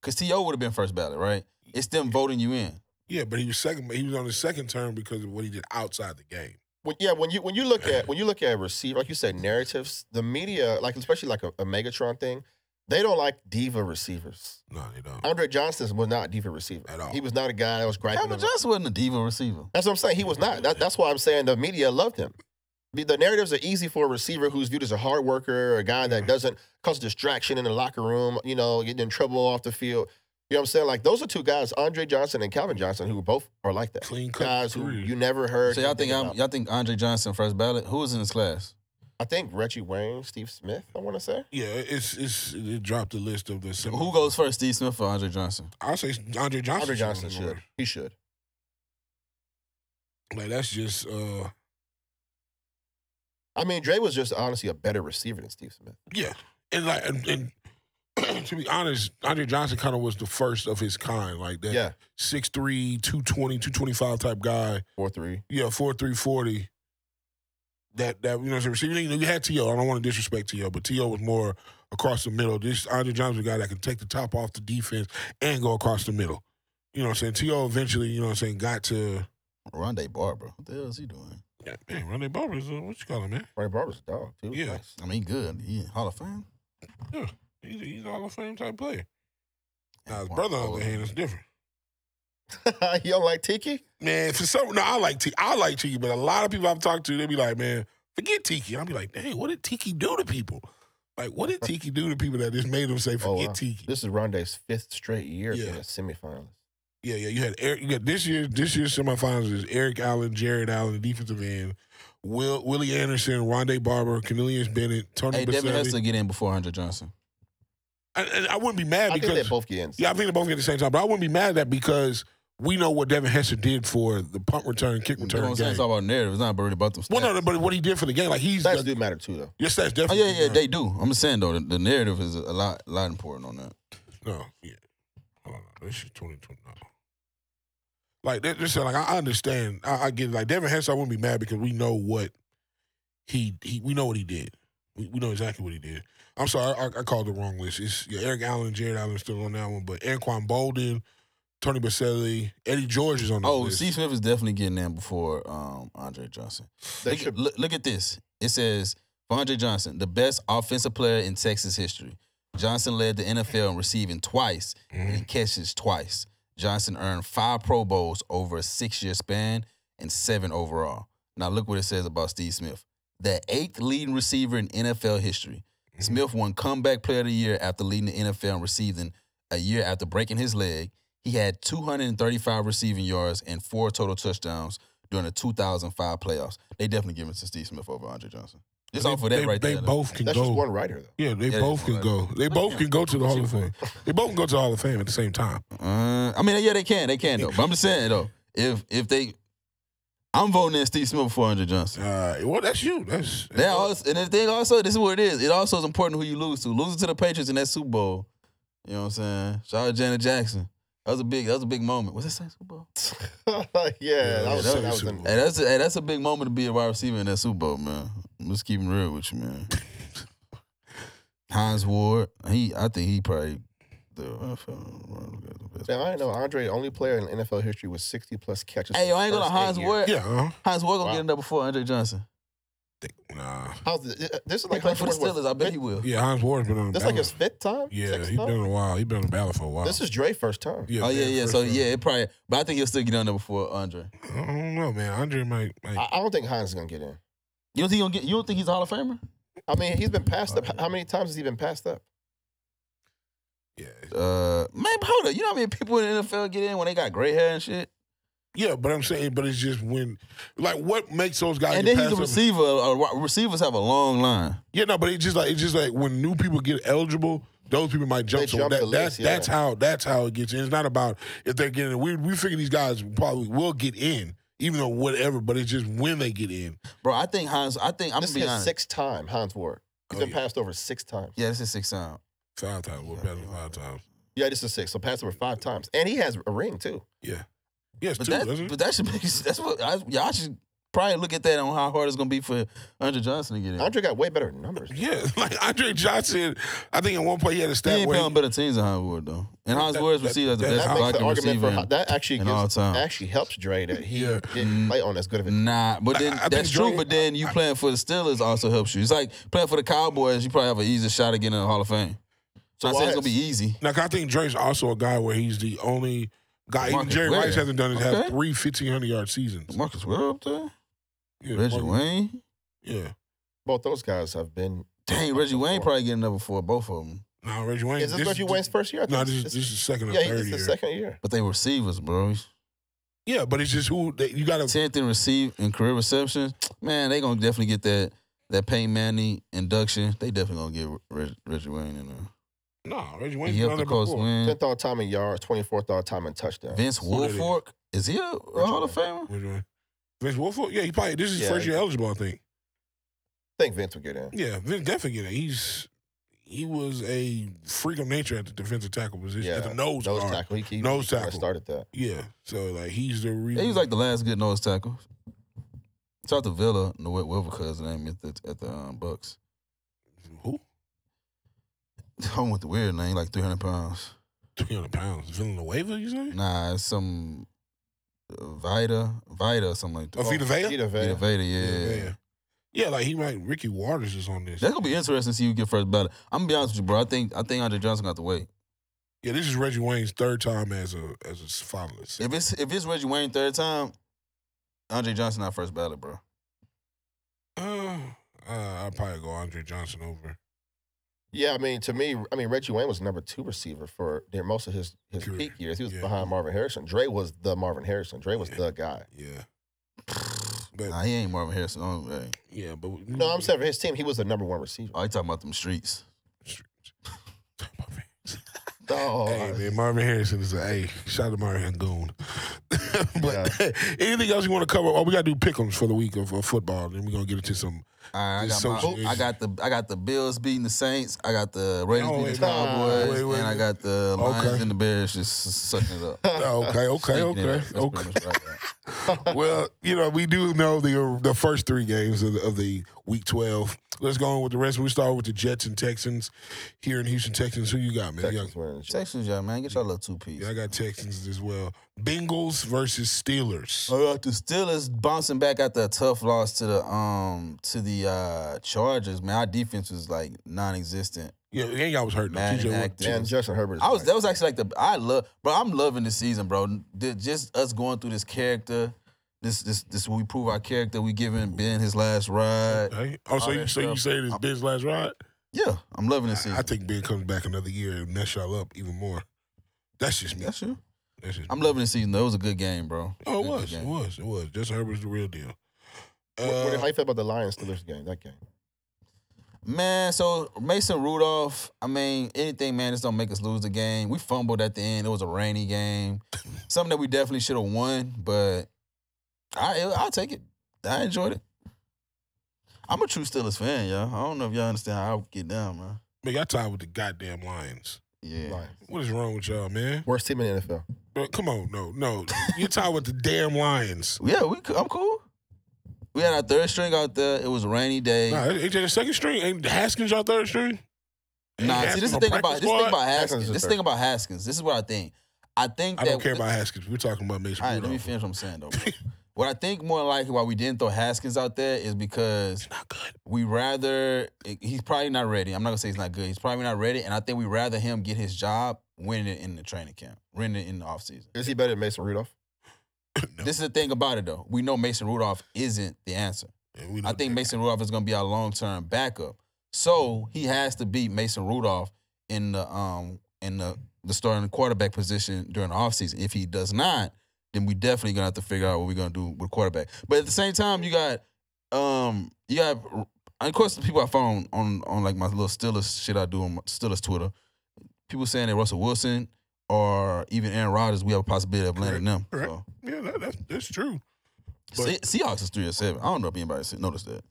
Speaker 2: Cause To would have been first ballot, right? It's them voting you in.
Speaker 1: Yeah, but he was second. But he was on his second term because of what he did outside the game.
Speaker 3: When, yeah, when you when you look at when you look at receiver, like you said, narratives, the media, like especially like a, a Megatron thing, they don't like diva receivers.
Speaker 1: No, they don't.
Speaker 3: Andre Johnson was not a diva receiver
Speaker 1: At all.
Speaker 3: He was not a guy that was griping.
Speaker 2: Calvin
Speaker 3: about-
Speaker 2: Johnson wasn't a diva receiver.
Speaker 3: That's what I'm saying. He was not. That, that's why I'm saying the media loved him. The, the narratives are easy for a receiver who's viewed as a hard worker, a guy that doesn't cause distraction in the locker room, you know, getting in trouble off the field. You know what I'm saying? Like those are two guys, Andre Johnson and Calvin Johnson, who both are like that.
Speaker 1: Clean cut
Speaker 3: Guys who
Speaker 1: career.
Speaker 3: you never heard.
Speaker 2: So y'all
Speaker 3: anything
Speaker 2: think I'm,
Speaker 3: about.
Speaker 2: y'all think Andre Johnson first ballot? Who was in his class?
Speaker 3: I think Reggie Wayne, Steve Smith. I want to say.
Speaker 1: Yeah, it's it's it dropped the list of the. Semi-
Speaker 2: Who goes first, Steve Smith or Andre Johnson?
Speaker 1: I'll say Andre Johnson.
Speaker 3: Andre
Speaker 1: should
Speaker 3: Johnson
Speaker 1: win the
Speaker 3: should.
Speaker 1: award.
Speaker 3: He should.
Speaker 1: Like that's just uh
Speaker 3: I mean, Dre was just honestly a better receiver than Steve Smith.
Speaker 1: yeah, and like and, and to be honest, Andre Johnson kind of was the first of his kind, like that
Speaker 3: Yeah.
Speaker 1: 6'3", 220, 225 type guy.
Speaker 3: Four three.
Speaker 1: Yeah, four three forty. That that you know what I'm saying? You had T.O. I don't want to disrespect T.O., but T.O. was more across the middle. This Andre Johnson was a guy that can take the top off the defense and go across the middle. You know what I'm saying? T.O. eventually, you know what I'm saying, got to
Speaker 2: Rondé Barr, bro. What the hell is he doing?
Speaker 1: yeah, man, Ronnie Barber is a- what you call him, man?
Speaker 3: Ronnie Barber's a dog too.
Speaker 1: Yeah.
Speaker 3: Nice.
Speaker 2: I mean, he good. He Hall of Fame.
Speaker 1: He's, he's a Hall of Fame type player. Now his
Speaker 2: Wow.
Speaker 1: brother on the other hand is different.
Speaker 3: you don't like Tiki?
Speaker 1: Man, for some no, I like Tiki. I like Tiki, but a lot of people I've talked to, they be like, man, forget Tiki. I'll be like, dang, what did Tiki do to people? Like, what did Tiki do to people that just made them say forget
Speaker 3: Oh, wow.
Speaker 1: Tiki?
Speaker 3: This is Rondé's fifth straight year
Speaker 1: Yeah.
Speaker 3: being a semifinalist.
Speaker 1: Yeah, yeah. You had Eric. You got this year. This year's semifinals is Eric Allen, Jared Allen, the defensive end, Will Willie Anderson, Rondé Barber, Cornelius Bennett, Tony
Speaker 2: Hey, Devin has to
Speaker 1: Baselli.
Speaker 2: get in before Hunter Johnson.
Speaker 1: I, and I wouldn't be mad
Speaker 3: I think they
Speaker 1: because
Speaker 3: both get in.
Speaker 1: yeah, I think they both get the same time. But I wouldn't be mad at that because we know what Devin Hester did for the punt return, kick
Speaker 2: You know what
Speaker 1: return
Speaker 2: I'm saying?
Speaker 1: game.
Speaker 2: It's all about narrative. It's not really about them.
Speaker 1: Well,
Speaker 2: stats.
Speaker 1: no, but what he did for the game, like he's
Speaker 3: Stats do matter too, though.
Speaker 1: yes, that's
Speaker 2: Oh
Speaker 1: definitely.
Speaker 2: yeah, yeah, they do. I'm just saying though, the, the narrative is a lot, lot important on that.
Speaker 1: No, yeah. Hold on, this is twenty twenty. No. Like that, just like I I understand, I, I get it. Like Devin Hester, I wouldn't be mad because we know what he he we know what he did. We, we know exactly what he did. I'm sorry, I, I called the wrong list. It's yeah, Eric Allen, Jared Allen still on that one, but Anquan Bolden, Tony Baselli, Eddie George is on that
Speaker 2: Oh,
Speaker 1: list.
Speaker 2: C. Smith is definitely getting in before um, Andre Johnson.
Speaker 3: They
Speaker 2: Look,
Speaker 3: should.
Speaker 2: look, look at this. It says for Andre Johnson, the best offensive player in Texas history. Johnson led the NFL in receiving twice
Speaker 1: Mm-hmm.
Speaker 2: and catches twice. Johnson earned five Pro Bowls over a six-year span and seven overall. Now look what it says about Steve Smith, the eighth leading receiver in NFL history.
Speaker 1: Mm-hmm.
Speaker 2: Smith won comeback player of the year after leading the NFL in receiving a year after breaking his leg. He had 235 receiving yards and four total touchdowns during the 2005 playoffs. They definitely give it to Steve Smith over Andre Johnson. Just
Speaker 1: They-
Speaker 2: off of that
Speaker 1: they,
Speaker 2: right
Speaker 1: they
Speaker 2: there.
Speaker 1: both can
Speaker 3: That's
Speaker 1: go.
Speaker 3: just one writer, though.
Speaker 1: Yeah, they
Speaker 2: Yeah,
Speaker 1: both can
Speaker 2: right.
Speaker 1: go. They both can go to the
Speaker 2: What
Speaker 1: Hall
Speaker 2: you
Speaker 1: of Fame.
Speaker 2: want?
Speaker 1: They both can go to the Hall of Fame at the same time.
Speaker 2: Uh, I mean, yeah, they can, they can though. But I'm just saying though, if if they, I'm voting in Steve Smith before Andre Johnson.
Speaker 1: Uh, well, that's you. That's,
Speaker 2: That also, and the thing also, this is what it is. It also is important who you lose to. Losing to the Patriots in that Super Bowl, you know what I'm saying? Shout out to Janet Jackson. That was a big, that was a big moment. Was that same Super Bowl?
Speaker 3: yeah, that was,
Speaker 1: that's
Speaker 3: that was
Speaker 1: Super
Speaker 3: an,
Speaker 1: Bowl.
Speaker 2: Hey, that's a, hey, that's a big moment to be a wide receiver in that Super Bowl, man. I'm just keeping real with you, man. Heinz Ward, he, I think he probably the uh, NFL.
Speaker 3: man, I didn't know Andre, the only player in NFL history with 60 plus catches.
Speaker 2: Hey,
Speaker 3: for
Speaker 2: yo, I ain't
Speaker 3: the
Speaker 2: gonna Heinz
Speaker 3: first eight years.
Speaker 2: Ward.
Speaker 1: yeah. Uh-huh.
Speaker 2: Heinz Ward gonna
Speaker 3: Wow.
Speaker 2: get in there before Andre Johnson.
Speaker 1: Nah.
Speaker 3: How's the, uh, this is
Speaker 2: He
Speaker 3: like
Speaker 2: played for the
Speaker 3: Hunter Ward,
Speaker 2: Steelers. I bet he will.
Speaker 1: Yeah, Hans Ward's been on. the
Speaker 3: This like
Speaker 1: ballot.
Speaker 3: his fifth time.
Speaker 1: Yeah,
Speaker 3: Sixth
Speaker 1: he's been
Speaker 3: time?
Speaker 1: on a while. He's been on the ballot for a while.
Speaker 3: This is Dre first time.
Speaker 1: yeah,
Speaker 2: Oh yeah,
Speaker 1: man,
Speaker 2: yeah.
Speaker 1: first
Speaker 2: So
Speaker 1: round.
Speaker 2: yeah, it probably. But I think he'll still get on there before Andre.
Speaker 1: I don't know, man. Andre might, might
Speaker 3: I, I don't think Heinz is gonna get in.
Speaker 2: You don't think he'll get? You don't think he's a Hall of Famer?
Speaker 3: I mean, he's been passed up. H- How many times has he been passed up?
Speaker 1: yeah,
Speaker 2: Uh, man, hold up. You know how many people in the NFL get in when they got gray hair and shit?
Speaker 1: yeah. But I'm saying, but it's just when, like, what makes those guys?
Speaker 2: and
Speaker 1: get
Speaker 2: then he's a
Speaker 1: passed up?
Speaker 2: receiver. Uh, wi- receivers have a long line.
Speaker 1: Yeah, no, but it's just like it's just like when new people get eligible, those people might jump.
Speaker 3: They
Speaker 1: So
Speaker 3: jump
Speaker 1: that,
Speaker 3: the
Speaker 1: that's
Speaker 3: list, yeah.
Speaker 1: that's how that's how it gets in. It's not about if they're getting. We we figure these guys probably will get in, even though whatever. But it's just when they get in.
Speaker 2: Bro, I think Heinz. I think I'm gonna
Speaker 3: this is
Speaker 2: be
Speaker 3: his
Speaker 2: honest.
Speaker 3: sixth time Heinz Ward. He's
Speaker 1: Oh,
Speaker 3: been
Speaker 1: yeah.
Speaker 3: passed over six times.
Speaker 2: Yeah, this is six sound.
Speaker 1: Five times, we're better than five times.
Speaker 3: Yeah, this is six. So passed over five times, and he has a ring too.
Speaker 1: Yeah, yes,
Speaker 2: But
Speaker 1: two,
Speaker 2: that,
Speaker 1: doesn't it?
Speaker 2: but that should be. That's what I, y'all should probably look at that on how hard it's gonna be for Andre Johnson to get in.
Speaker 3: Andre got way better numbers.
Speaker 1: Yeah, like Andre Johnson. I think at one point he had a
Speaker 2: He
Speaker 1: stat
Speaker 2: ain't
Speaker 1: where
Speaker 2: playing
Speaker 1: he-
Speaker 2: on better teams than Heinz Ward though. And Heinz
Speaker 1: That-
Speaker 2: Ward's
Speaker 1: that-
Speaker 2: received as the
Speaker 1: that-
Speaker 2: best
Speaker 3: That makes the
Speaker 2: black
Speaker 3: argument
Speaker 2: receiver.
Speaker 3: for
Speaker 2: in-
Speaker 3: Hi- that actually
Speaker 2: in
Speaker 3: gives,
Speaker 2: all Mm-hmm. time.
Speaker 3: actually helps Dre that he
Speaker 1: Yeah.
Speaker 3: didn't play on as good of a
Speaker 2: Nah, but then
Speaker 1: I- I think
Speaker 2: that's true.
Speaker 1: Dre-
Speaker 2: but then you playing for the Steelers also helps you. It's like playing for the Cowboys. You probably have an easier shot at getting in the Hall of Fame. So I
Speaker 3: why
Speaker 2: say it's
Speaker 3: has-
Speaker 2: gonna be easy.
Speaker 1: Like I think Dre's also a guy where he's the only guy. Even
Speaker 2: Marcus
Speaker 1: Jerry
Speaker 2: Ware.
Speaker 1: Rice hasn't done it. Has
Speaker 2: Okay.
Speaker 1: three fifteen hundred yard seasons.
Speaker 2: Marcus Ware up there.
Speaker 1: Yeah,
Speaker 2: Reggie
Speaker 1: Marcus-
Speaker 2: Wayne.
Speaker 1: Yeah,
Speaker 3: Both those guys have been.
Speaker 2: Dang, Reggie Wayne probably getting number four. Both of them.
Speaker 1: no, Reggie Wayne.
Speaker 3: Is this Reggie Wayne's first year? I
Speaker 1: No,
Speaker 3: think
Speaker 1: this is
Speaker 3: it's-
Speaker 1: this is second or
Speaker 3: yeah,
Speaker 1: third
Speaker 3: it's
Speaker 1: year.
Speaker 3: the second year.
Speaker 2: But they receivers, bro.
Speaker 1: Yeah, but it's just who they, you got to.
Speaker 2: Tenth in receive and career reception. Man, they gonna definitely get that that Peyton Manning induction. They definitely gonna get Reg, Reggie Wayne in there.
Speaker 1: No, Reggie Wayne's
Speaker 2: He
Speaker 1: done
Speaker 2: helped the
Speaker 1: it
Speaker 2: Colts
Speaker 1: before.
Speaker 2: win.
Speaker 3: Tenth all time in yards, twenty fourth all time in touchdowns.
Speaker 2: Mm. Vince
Speaker 1: Who that is?
Speaker 2: Wilfork is he a, a Hall of Famer?
Speaker 1: Reggie Wayne. Vince Wilfork. Yeah, he probably this is his
Speaker 3: Yeah,
Speaker 1: first
Speaker 3: he-
Speaker 1: year eligible. I think.
Speaker 3: I think Vince will get in.
Speaker 1: Yeah, Vince definitely get it. He's he was a freak of nature at the defensive tackle position at the nose,
Speaker 3: nose
Speaker 1: guard.
Speaker 3: tackle. He, he
Speaker 1: Nose
Speaker 3: he kinda
Speaker 1: tackle.
Speaker 3: started that.
Speaker 1: Yeah, so like he's the reason.
Speaker 2: He was like the last good nose tackle. Shout out to Villa, Noel Wilbur cousin name at the at the um, Bucks.
Speaker 1: who
Speaker 2: I went the weird name, like three hundred pounds.
Speaker 1: three hundred pounds. Villanueva, you say?
Speaker 2: Nah, it's some uh, Vita, Vita, or something like that.
Speaker 1: Oh, Vita Vea?
Speaker 3: Vita Vea.
Speaker 2: Vita Veda, yeah.
Speaker 1: yeah. Yeah, like he might. Ricky Waters is on this.
Speaker 2: That's gonna be interesting to see who get first ballot. I'm gonna be honest with you, bro. I think I think Andre Johnson got the wait.
Speaker 1: Yeah, this is Reggie Wayne's third time as a as a finalist.
Speaker 2: If it's if it's Reggie Wayne third time, Andre Johnson not first ballot, bro.
Speaker 1: Uh, uh, I'll probably go Andre Johnson over.
Speaker 3: Yeah, I mean, to me, I mean, Reggie Wayne was number two receiver for near most of his, his
Speaker 1: Career.
Speaker 3: peak years. He was
Speaker 1: Yeah.
Speaker 3: behind Marvin Harrison. Dre was the Marvin Harrison. Dre was
Speaker 1: Yeah.
Speaker 3: the guy.
Speaker 1: Yeah, but
Speaker 2: Nah, he ain't Marvin Harrison. Oh, hey.
Speaker 1: yeah, but
Speaker 3: No, I'm saying for his team, he was the number one receiver.
Speaker 2: oh he talking about them streets.
Speaker 3: Oh,
Speaker 1: Hey man, Marvin Harrison is a hey. Shout out to Marvin Goon. but anything else you want to cover? Oh, we gotta do pickums for the week of, of football. Then we're gonna get into some.
Speaker 2: All right, I
Speaker 1: Just
Speaker 2: got, my-
Speaker 1: social
Speaker 2: I got the I got the Bills beating the Saints. I got the Raiders
Speaker 1: Oh,
Speaker 2: beating the
Speaker 1: wait,
Speaker 3: wait,
Speaker 2: Cowboys,
Speaker 1: wait, wait,
Speaker 2: and I
Speaker 1: wait.
Speaker 2: got the Lions
Speaker 1: Okay.
Speaker 2: and the Bears just s- sucking it up.
Speaker 1: Oh, okay, okay,
Speaker 2: Sneaking it
Speaker 1: okay,
Speaker 2: up. That's
Speaker 1: okay.
Speaker 2: pretty much what I got.
Speaker 1: Well, you know we do know the the first three games of the, of the week twelve. Let's go on with the rest. We start with the Jets and Texans here in Houston, Texans. Who you got, man?
Speaker 3: Texans winning.
Speaker 2: Texans, y'all man, get y'all little two piece.
Speaker 1: Yeah, I got Texans as well. Bengals versus Steelers.
Speaker 2: All right, the Steelers bouncing back after a tough loss to the um to the uh Chargers. Man, our defense was like non-existent.
Speaker 1: Yeah, and y'all was hurt. though.
Speaker 2: Man,
Speaker 1: TJ was-
Speaker 2: active.
Speaker 3: And Justin Herbert. is
Speaker 2: I was
Speaker 3: like-
Speaker 2: that was actually like the I love, bro. I'm loving this season, bro. The- just us going through this character, this this this we prove our character. We giving Ben his last ride.
Speaker 1: Hey, oh, so
Speaker 2: All
Speaker 1: you
Speaker 2: that
Speaker 1: so you
Speaker 2: stuff.
Speaker 1: say this Ben's last ride?
Speaker 2: Yeah, I'm loving this
Speaker 1: I, I
Speaker 2: season.
Speaker 1: think Ben comes back another year and mess y'all up even more. That's just me.
Speaker 2: That's you.
Speaker 1: That's just
Speaker 2: I'm
Speaker 1: me.
Speaker 2: loving this season. though. It was a good game, bro.
Speaker 1: Oh, it
Speaker 2: Good, good
Speaker 1: was, it
Speaker 2: game.
Speaker 1: was, it was. Justin Herbert's the real deal.
Speaker 3: What- what-
Speaker 1: Uh,
Speaker 3: how you feel about the Lions Steelers game? That game.
Speaker 2: Man, so Mason Rudolph, I mean, anything, man, this don't make us lose the game. We fumbled at the end. It was a rainy game. Something that we definitely should have won, but I I'll take it. I enjoyed it. I'm a true Steelers fan, y'all. I don't know if y'all understand how I get down, man.
Speaker 1: man, y'all tied with the goddamn Lions.
Speaker 2: Yeah.
Speaker 3: Lions.
Speaker 1: What is wrong with y'all, man?
Speaker 3: Worst team in the NFL.
Speaker 1: Bro, come on, no, no. You're tied with the damn Lions.
Speaker 2: Yeah, we co- I'm cool. We had our third string out there. It was a rainy day.
Speaker 1: Nah, ain't that the second string? Ain't Haskins y'all third string? Ain't
Speaker 2: Nah, see,
Speaker 1: Haskins
Speaker 2: this is
Speaker 1: on
Speaker 2: the thing
Speaker 1: practice
Speaker 2: about this thing
Speaker 1: squad?
Speaker 2: about
Speaker 3: Haskins
Speaker 2: Haskins.
Speaker 3: is
Speaker 2: This
Speaker 3: third.
Speaker 2: thing about Haskins. This is what I think. I think
Speaker 1: I
Speaker 2: that
Speaker 1: don't care about Haskins. We're talking about Mason
Speaker 2: All right, let me
Speaker 1: Rudolph.
Speaker 2: finish what I'm saying though. bro. what I think more likely why we didn't throw Haskins out there is because
Speaker 1: Not good.
Speaker 2: we rather he's probably not ready. I'm not gonna say he's not good. He's probably not ready, and I think we rather him get his job winning it in the training camp, winning it in the offseason.
Speaker 3: Is he better than Mason Rudolph?
Speaker 1: No,
Speaker 2: This is the thing about it though. We know Mason Rudolph isn't the answer.
Speaker 1: man, we
Speaker 2: I
Speaker 1: know
Speaker 2: think
Speaker 1: that.
Speaker 2: Mason Rudolph is gonna be our long term backup. So he has to beat Mason Rudolph in the um in the the starting quarterback position during the offseason. If he does not, then we definitely gonna have to figure out what we're gonna do with quarterback. But at the same time, you got um you got and of course the people I found on on like my little Steelers shit I do on my Steelers Twitter, people saying that Russell Wilson or even Aaron Rodgers, we have a possibility of landing them.
Speaker 1: Correct.
Speaker 2: So.
Speaker 1: Yeah, that, that's that's true. But-
Speaker 2: Se- Seahawks is three or seven. I don't know if anybody se- noticed that.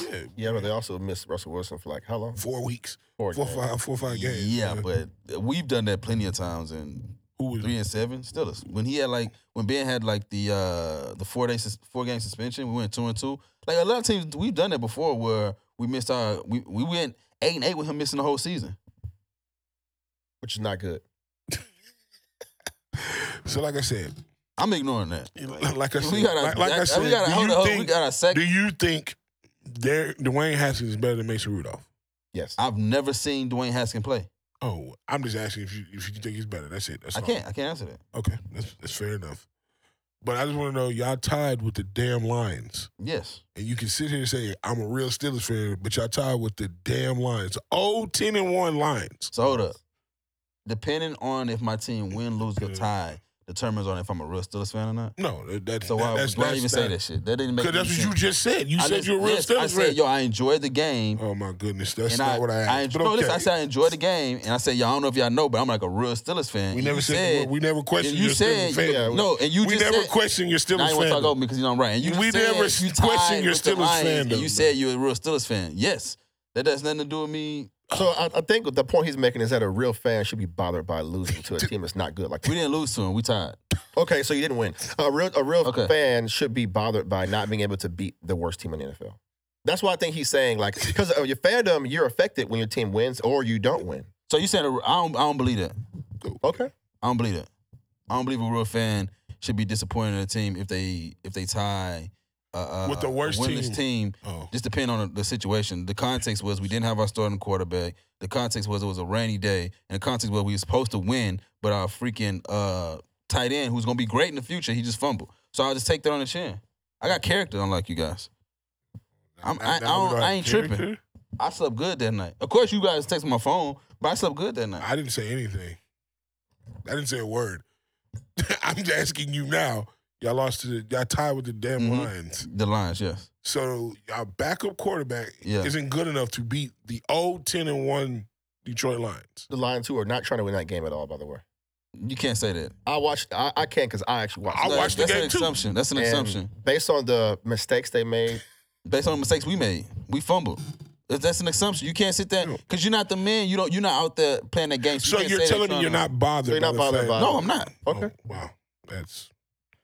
Speaker 1: Yeah,
Speaker 3: Yeah, but they also missed Russell Wilson for like how long?
Speaker 1: four weeks,
Speaker 3: Four,
Speaker 1: four,
Speaker 3: games.
Speaker 1: five, four, five games.
Speaker 2: Yeah, but we've done that plenty of times. And
Speaker 1: who was
Speaker 2: three and seven, still us. When he had like when Ben had like the uh the four day sus- four game suspension, we went two and two. Like a lot of teams, we've done that before where we missed our we we went eight and eight with him missing the whole season.
Speaker 3: which is not good.
Speaker 1: So, like I said,
Speaker 2: I'm ignoring that.
Speaker 1: like I said,
Speaker 2: We got
Speaker 1: like,
Speaker 2: our,
Speaker 1: like I said,
Speaker 2: we got our,
Speaker 1: do,
Speaker 2: hold
Speaker 1: you
Speaker 2: on, hold on, we
Speaker 1: think,
Speaker 2: got our second.
Speaker 1: do you think there Dwayne Haskins is better than Mason Rudolph?
Speaker 3: Yes.
Speaker 2: I've never seen Dwayne Haskins play.
Speaker 1: Oh, I'm just asking if you if you think he's better. That's it. That's
Speaker 2: I
Speaker 1: all.
Speaker 2: can't. I can't answer that.
Speaker 1: Okay, that's that's fair enough. But I just want to know, y'all tied with the damn Lions,
Speaker 2: Yes.
Speaker 1: and you can sit here and say I'm a real Steelers fan, but y'all tied with the damn Lions. Oh, 10 and one Lions.
Speaker 2: So hold up. Depending on if my team win, lose, or tie, determines on if I'm a real Steelers fan or not.
Speaker 1: No, that, that's
Speaker 2: So why,
Speaker 1: that's,
Speaker 2: why
Speaker 1: that's,
Speaker 2: even say that shit? That didn't make
Speaker 1: Because
Speaker 2: any
Speaker 1: that's what
Speaker 2: sense.
Speaker 1: you just said. You
Speaker 2: I
Speaker 1: said
Speaker 2: just-
Speaker 1: you're a real
Speaker 2: yes,
Speaker 1: Steelers
Speaker 2: I
Speaker 1: fan.
Speaker 2: said, yo, I enjoyed the game.
Speaker 1: Oh my goodness, that's
Speaker 2: and
Speaker 1: not
Speaker 2: I,
Speaker 1: what I asked.
Speaker 2: I,
Speaker 1: but
Speaker 2: no, listen,
Speaker 1: okay.
Speaker 2: I said I enjoyed the game, and I said, y'all I don't know if y'all know, but I'm like a real Steelers fan.
Speaker 1: we
Speaker 2: And
Speaker 1: never
Speaker 2: you
Speaker 1: said,
Speaker 2: said,
Speaker 1: we never questioned
Speaker 2: and you
Speaker 1: your
Speaker 2: said,
Speaker 1: Steelers fan.
Speaker 3: yeah,
Speaker 2: no, and you
Speaker 1: we
Speaker 2: just
Speaker 1: never
Speaker 2: said,
Speaker 1: questioned your
Speaker 2: Now I
Speaker 1: Steelers
Speaker 2: ain't want to
Speaker 1: fan.
Speaker 2: talk over me because you know I'm right. And you
Speaker 1: We
Speaker 2: just said
Speaker 1: never
Speaker 2: if you
Speaker 1: s- questioned
Speaker 2: tied
Speaker 1: your
Speaker 2: with the
Speaker 1: Steelers
Speaker 2: Lions,
Speaker 1: fandom,
Speaker 2: and
Speaker 1: bro.
Speaker 2: You said you're a real Steelers fan. Yes, that has nothing to do with me.
Speaker 3: So I, I think the point he's making is that a real fan should be bothered by losing to a team that's not good. Like,
Speaker 2: We didn't lose to him. We tied.
Speaker 3: okay, so you didn't win. A real a real
Speaker 2: Okay.
Speaker 3: fan should be bothered by not being able to beat the worst team in the NFL. That's why I think he's saying like because of your fandom, you're affected when your team wins or you don't win.
Speaker 2: So you said I don't. I don't believe that.
Speaker 3: Okay,
Speaker 2: I don't believe that. I don't believe a real fan should be disappointed in a team if they if they tie a, a
Speaker 1: With the worst
Speaker 2: a winless team.
Speaker 1: Oh,
Speaker 2: Just depend on the situation. The context was we didn't have our starting quarterback. The context was it was a rainy day, and the context was we were supposed to win, but our freaking uh, tight end, who's gonna be great in the future, he just fumbled. So I'll just take that on the chin. I got character, unlike you guys. I'm-
Speaker 1: now- now
Speaker 2: I- I
Speaker 1: we
Speaker 2: don't-
Speaker 1: don't
Speaker 2: I
Speaker 1: have
Speaker 2: ain't tripping.
Speaker 1: character?
Speaker 2: I slept good that night. Of course, you guys text my phone, but I slept good that night.
Speaker 1: I didn't say anything. I didn't say a word. I'm just asking you now. Y'all lost to the y'all tied with the damn
Speaker 2: Mhm.
Speaker 1: Lions.
Speaker 2: The Lions, yes.
Speaker 1: So our backup quarterback
Speaker 2: Yeah.
Speaker 1: isn't good enough to beat the old ten and one Detroit Lions.
Speaker 3: The Lions who are not trying to win that game at all, by the way.
Speaker 2: You can't say that.
Speaker 3: I watched. I, I can't because I actually watched.
Speaker 1: I
Speaker 3: it.
Speaker 2: No,
Speaker 1: watched the
Speaker 2: that's
Speaker 1: game
Speaker 2: an
Speaker 1: too.
Speaker 2: assumption. That's an
Speaker 3: And
Speaker 2: assumption
Speaker 3: Based on the mistakes they made,
Speaker 2: based on the mistakes we made. We fumbled. That's- That's an assumption. You can't sit there because you're not the man. You don't. You're not out there playing that game.
Speaker 1: So
Speaker 2: you can't
Speaker 1: you're
Speaker 2: say that
Speaker 1: telling me
Speaker 2: trying
Speaker 1: you're
Speaker 2: to-
Speaker 1: not bothered?
Speaker 3: So you're
Speaker 1: by
Speaker 3: not
Speaker 1: the
Speaker 3: bothered
Speaker 1: fact-
Speaker 3: by it.
Speaker 2: No, I'm not.
Speaker 3: okay.
Speaker 1: Oh, wow, that's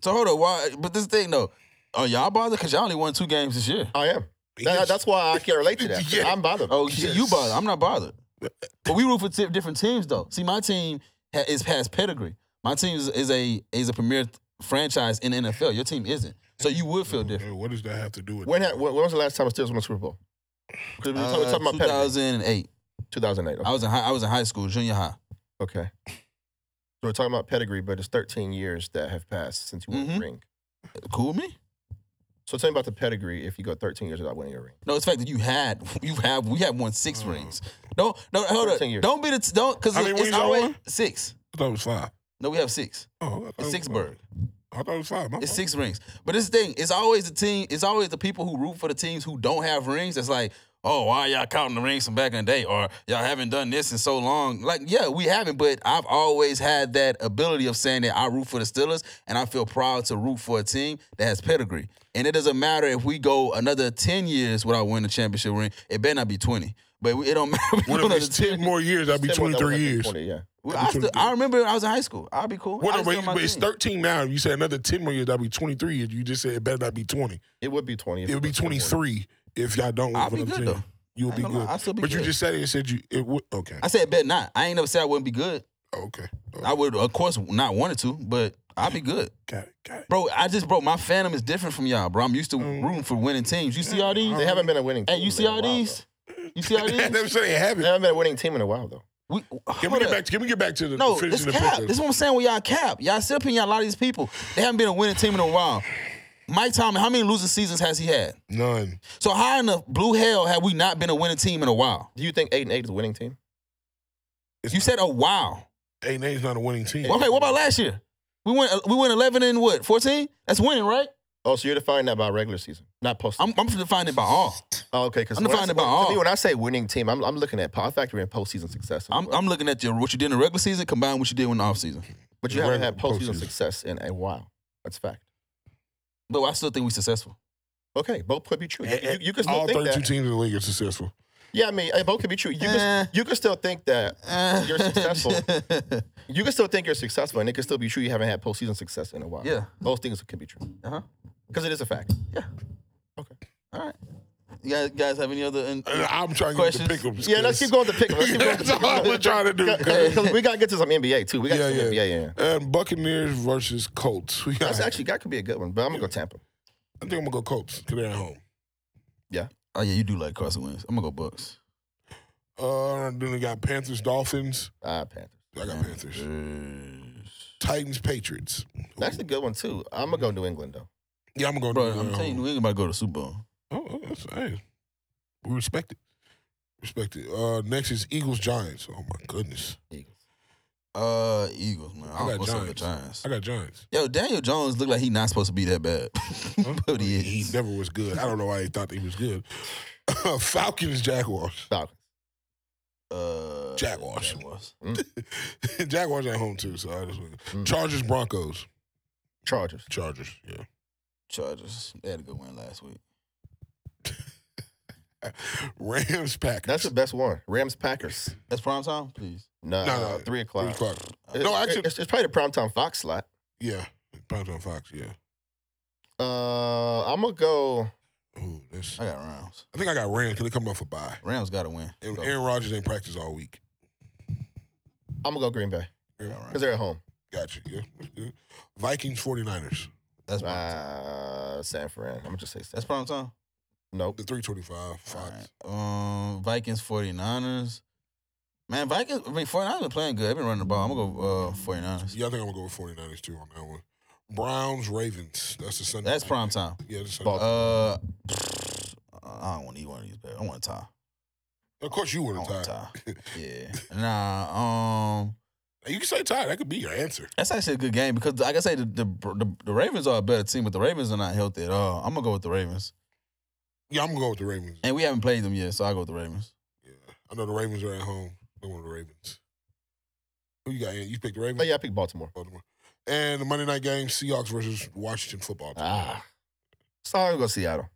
Speaker 2: So hold on. Why? But this thing though, are y'all bothered? Cause y'all only won two games this year.
Speaker 3: I am. That- that's why I can't relate to that.
Speaker 1: Yeah.
Speaker 3: I'm bothered.
Speaker 2: Oh, shit, you
Speaker 1: Yes.
Speaker 2: bothered? I'm not bothered. But we root for t- different teams though. See, my team ha- is past pedigree. My team is, is a is a premier th- franchise in the NFL. Your team isn't. So you would feel different.
Speaker 1: Hey, what does that have to do with
Speaker 3: When, ha- when when was the last time the Steelers won a Super Bowl? 'Cause We were talking-
Speaker 2: Uh,
Speaker 3: talking about pedigree.
Speaker 2: 2008.
Speaker 3: 2008. Okay.
Speaker 2: I was in high, I was in high school, junior high.
Speaker 3: okay. So we're talking about pedigree, but it's 13 years that have passed since you won
Speaker 2: Mhm.
Speaker 3: a ring.
Speaker 2: Cool with me.
Speaker 3: So tell me about the pedigree if you go 13 years without winning a ring.
Speaker 2: No, it's the fact that you had, you have, we have won six
Speaker 1: Oh.
Speaker 2: rings. Don't, no, hold up.
Speaker 3: 13 years.
Speaker 2: Don't be the, don't, because
Speaker 1: How many
Speaker 2: it's
Speaker 1: rings y'all
Speaker 2: always
Speaker 1: won?
Speaker 2: six.
Speaker 1: I thought it was five.
Speaker 2: No, we have six.
Speaker 1: Oh, I thought it
Speaker 2: It's
Speaker 1: was
Speaker 2: six
Speaker 1: five.
Speaker 2: bird.
Speaker 1: I thought it was five. My
Speaker 2: It's
Speaker 1: fault.
Speaker 2: six rings. But this thing, it's always the team, it's always the people who root for the teams who don't have rings. That's like, oh, why y'all counting the rings from back in the day? Or y'all haven't done this in so long. Like, yeah, we haven't, but I've always had that ability of saying that I root for the Steelers and I feel proud to root for a team that has pedigree. And it doesn't matter if we go another 10 years without winning a championship ring. It better not be 20. But we- it don't matter. if we
Speaker 1: What
Speaker 2: go
Speaker 1: if it's
Speaker 2: another 10
Speaker 1: ten more years? I'll be
Speaker 3: Still won that
Speaker 1: 23
Speaker 3: one, I think,
Speaker 1: years.
Speaker 3: 20, yeah.
Speaker 2: Well, I, still, I remember I was in high school. I'd be cool.
Speaker 1: What
Speaker 2: I was
Speaker 1: if
Speaker 2: still on my
Speaker 1: but it's
Speaker 2: team.
Speaker 1: 13 now? You said another 10 more years. That'll be 23 years. You just said it better not be 20.
Speaker 3: It would be 20. if
Speaker 1: It would be
Speaker 3: was 21.
Speaker 1: 23 if y'all don't.
Speaker 2: I'll
Speaker 1: win
Speaker 2: be
Speaker 1: for
Speaker 2: good,
Speaker 1: them
Speaker 2: though.
Speaker 1: ten. You'll
Speaker 2: I
Speaker 1: be
Speaker 2: ain't gonna lie,
Speaker 1: good.
Speaker 2: I'll still be
Speaker 1: but you
Speaker 2: good.
Speaker 1: just said it and said you it would. Okay.
Speaker 2: I said, bet not. I ain't never said I wouldn't be good.
Speaker 1: okay.
Speaker 2: I would, of course, not wanted to, but I'd be good.
Speaker 1: Got it. Got it.
Speaker 2: Bro, I just, bro, my fandom is different from y'all, bro. I'm used to
Speaker 1: Mm.
Speaker 2: rooting for winning teams. You see all these?
Speaker 3: They haven't been a winning
Speaker 1: Mm-hmm.
Speaker 3: team.
Speaker 2: Hey, you
Speaker 3: in
Speaker 2: see
Speaker 3: a
Speaker 2: all
Speaker 3: while,
Speaker 2: these? You see all
Speaker 1: I
Speaker 2: these?
Speaker 1: never said it
Speaker 3: though. They
Speaker 1: happened.
Speaker 3: haven't been a winning team in a while, though.
Speaker 2: We,
Speaker 1: Can we
Speaker 2: hold
Speaker 1: get
Speaker 2: up.
Speaker 1: back? Can we get back to the
Speaker 2: No,
Speaker 1: finishing the
Speaker 2: it's cap.
Speaker 1: picture?
Speaker 2: This is what I'm saying with y'all cap. Y'all sit up in y'all, a lot of these people. They haven't been a winning team in a while. Mike Tomlin, how many losing seasons has he had?
Speaker 1: None.
Speaker 2: So how in the blue hell have we not been a winning team in a while?
Speaker 3: Do you think 8 and 8 is a winning team?
Speaker 2: You said a while.
Speaker 1: Eight names not a winning team.
Speaker 2: Okay, what about last year? We went we went 11 and what? 14? That's winning, right?
Speaker 3: Oh, so you're defining that by regular season, not post.
Speaker 2: I'm I'm defining it by all.
Speaker 3: Oh, okay, because
Speaker 2: I'm defining it by
Speaker 3: To
Speaker 2: all.
Speaker 3: me, when I say winning team, I'm, I'm looking at po- I factor in postseason success. Uh, as
Speaker 2: I'm,
Speaker 3: well.
Speaker 2: I'm looking at your what you did in the regular season combined with what you did in the offseason.
Speaker 3: but you haven't
Speaker 1: Regular
Speaker 3: had postseason,
Speaker 1: postseason.
Speaker 3: success in a while. That's fact.
Speaker 2: But I still think we successful.
Speaker 3: Okay, both could be true. You, you, you can still
Speaker 1: All
Speaker 3: think
Speaker 1: 32
Speaker 3: that.
Speaker 1: teams in the league are successful.
Speaker 3: Yeah, I mean, eh, both could be true. You,
Speaker 2: Eh.
Speaker 3: can, you can still think that. You're successful.
Speaker 2: yeah.
Speaker 3: You can still think you're successful, and it can still be true. You haven't had postseason success in a while. those things can be true
Speaker 2: Uh-huh.
Speaker 3: because it is a fact.
Speaker 2: Yeah.
Speaker 3: Okay.
Speaker 2: All right. You guys, guys have any other? In-
Speaker 1: And I'm trying to get
Speaker 2: Questions?
Speaker 1: the pickups.
Speaker 3: Yeah, let's keep going to pick. Let's keep going to
Speaker 1: That's all I was trying to do.
Speaker 3: Because we gotta get to some NBA too. We gotta
Speaker 1: Yeah,
Speaker 3: get
Speaker 1: yeah.
Speaker 3: some NBA in.
Speaker 1: And Um, Buccaneers versus Colts. We got,
Speaker 3: That's actually that could be a good one, but I'm gonna go Tampa.
Speaker 1: I think I'm gonna go Colts because they're at home.
Speaker 2: oh yeah, you do like Carson Wentz. I'm gonna go Bucks.
Speaker 1: Uh, then we got Panthers, Dolphins.
Speaker 3: Ah, Panthers.
Speaker 1: I got Panthers.
Speaker 2: Panthers.
Speaker 1: Titans, Patriots.
Speaker 3: That's a good one too. I'm gonna go New England though.
Speaker 1: Yeah, I'm gonna go.
Speaker 2: Bro,
Speaker 1: New
Speaker 2: I'm
Speaker 1: England.
Speaker 2: telling you, New England about to go to the Super Bowl.
Speaker 1: Oh, oh, that's hey. We respect it. Respect it. Uh, next is Eagles, Giants. Oh my goodness,
Speaker 3: Eagles.
Speaker 2: Uh, Eagles, man. I
Speaker 1: I
Speaker 2: don't
Speaker 1: got
Speaker 2: what's up with
Speaker 1: Giants.
Speaker 2: Giants.
Speaker 1: I got Giants.
Speaker 2: Yo, Daniel Jones looked like he not supposed to be that bad, but he
Speaker 1: He
Speaker 2: is.
Speaker 1: never was good. I don't know why he thought he was good. Falcons, Jaguars.
Speaker 3: Falcons.
Speaker 2: Uh,
Speaker 1: Jaguars.
Speaker 2: Jaguars.
Speaker 1: Jaguars at home too. So I just
Speaker 3: Mm.
Speaker 1: Chargers, Broncos,
Speaker 3: Chargers.
Speaker 1: Chargers. Yeah.
Speaker 2: Chargers. They had a good win last week.
Speaker 1: Rams, Packers.
Speaker 3: That's the best one. Rams Packers.
Speaker 2: That's prime time, please.
Speaker 3: No,
Speaker 1: No, no.
Speaker 3: three o'clock.
Speaker 1: three o'clock.
Speaker 3: It-
Speaker 1: No, actually-
Speaker 3: it's, it's probably the primetime Fox slot.
Speaker 1: Yeah, Pounds on Fox. Yeah.
Speaker 3: Uh, I'm gonna go.
Speaker 1: Ooh, that's,
Speaker 2: I got Rams.
Speaker 1: I think I got Rams because they come off a bye.
Speaker 2: Rams got to win.
Speaker 1: And
Speaker 2: Go.
Speaker 1: Aaron Rodgers ain't practiced all week.
Speaker 3: I'm gonna go Green Bay
Speaker 1: Yeah,
Speaker 2: All right.
Speaker 3: because they're at home.
Speaker 1: Gotcha. Yeah, that's good. Vikings 49ers.
Speaker 2: That's prime time.
Speaker 3: Uh, San Fran. I'm gonna just say San.
Speaker 2: That's prime time.
Speaker 3: Nope.
Speaker 1: The 325 Fox.
Speaker 2: All right. Um, Vikings 49ers. Man, Vikings, I mean, 49ers been playing good. They've been running the ball. I'm going to go uh,
Speaker 3: Mm-hmm.
Speaker 2: 49ers.
Speaker 1: Yeah, I think I'm going to go with 49ers too on that one. Browns, Ravens. That's the Sunday.
Speaker 2: That's
Speaker 1: night.
Speaker 2: prime time.
Speaker 1: Yeah, that's
Speaker 3: Oh.
Speaker 1: Sunday.
Speaker 2: Uh, I don't want to eat one of these, bears. I want a tie.
Speaker 1: of course, you
Speaker 2: I
Speaker 1: want
Speaker 2: want
Speaker 1: a
Speaker 2: a
Speaker 1: tie.
Speaker 2: tie. Yeah. Nah, um,
Speaker 1: You can say tie. That could be your answer.
Speaker 2: that's actually a good game because, like I say, the, the, the, the Ravens are a better team, but the Ravens are not healthy at all. I'm going to go with the Ravens.
Speaker 1: Yeah, I'm going to go with the Ravens.
Speaker 2: And we haven't played them yet, so I'll go with the Ravens.
Speaker 1: Yeah. I know the Ravens are at home. I want the Ravens. Who you got? Ant? You picked the Ravens?
Speaker 3: Oh yeah, I picked Baltimore.
Speaker 1: Baltimore. And the Monday night game, Seahawks versus Washington football team.
Speaker 3: Ah, so I'm gonna go Seattle.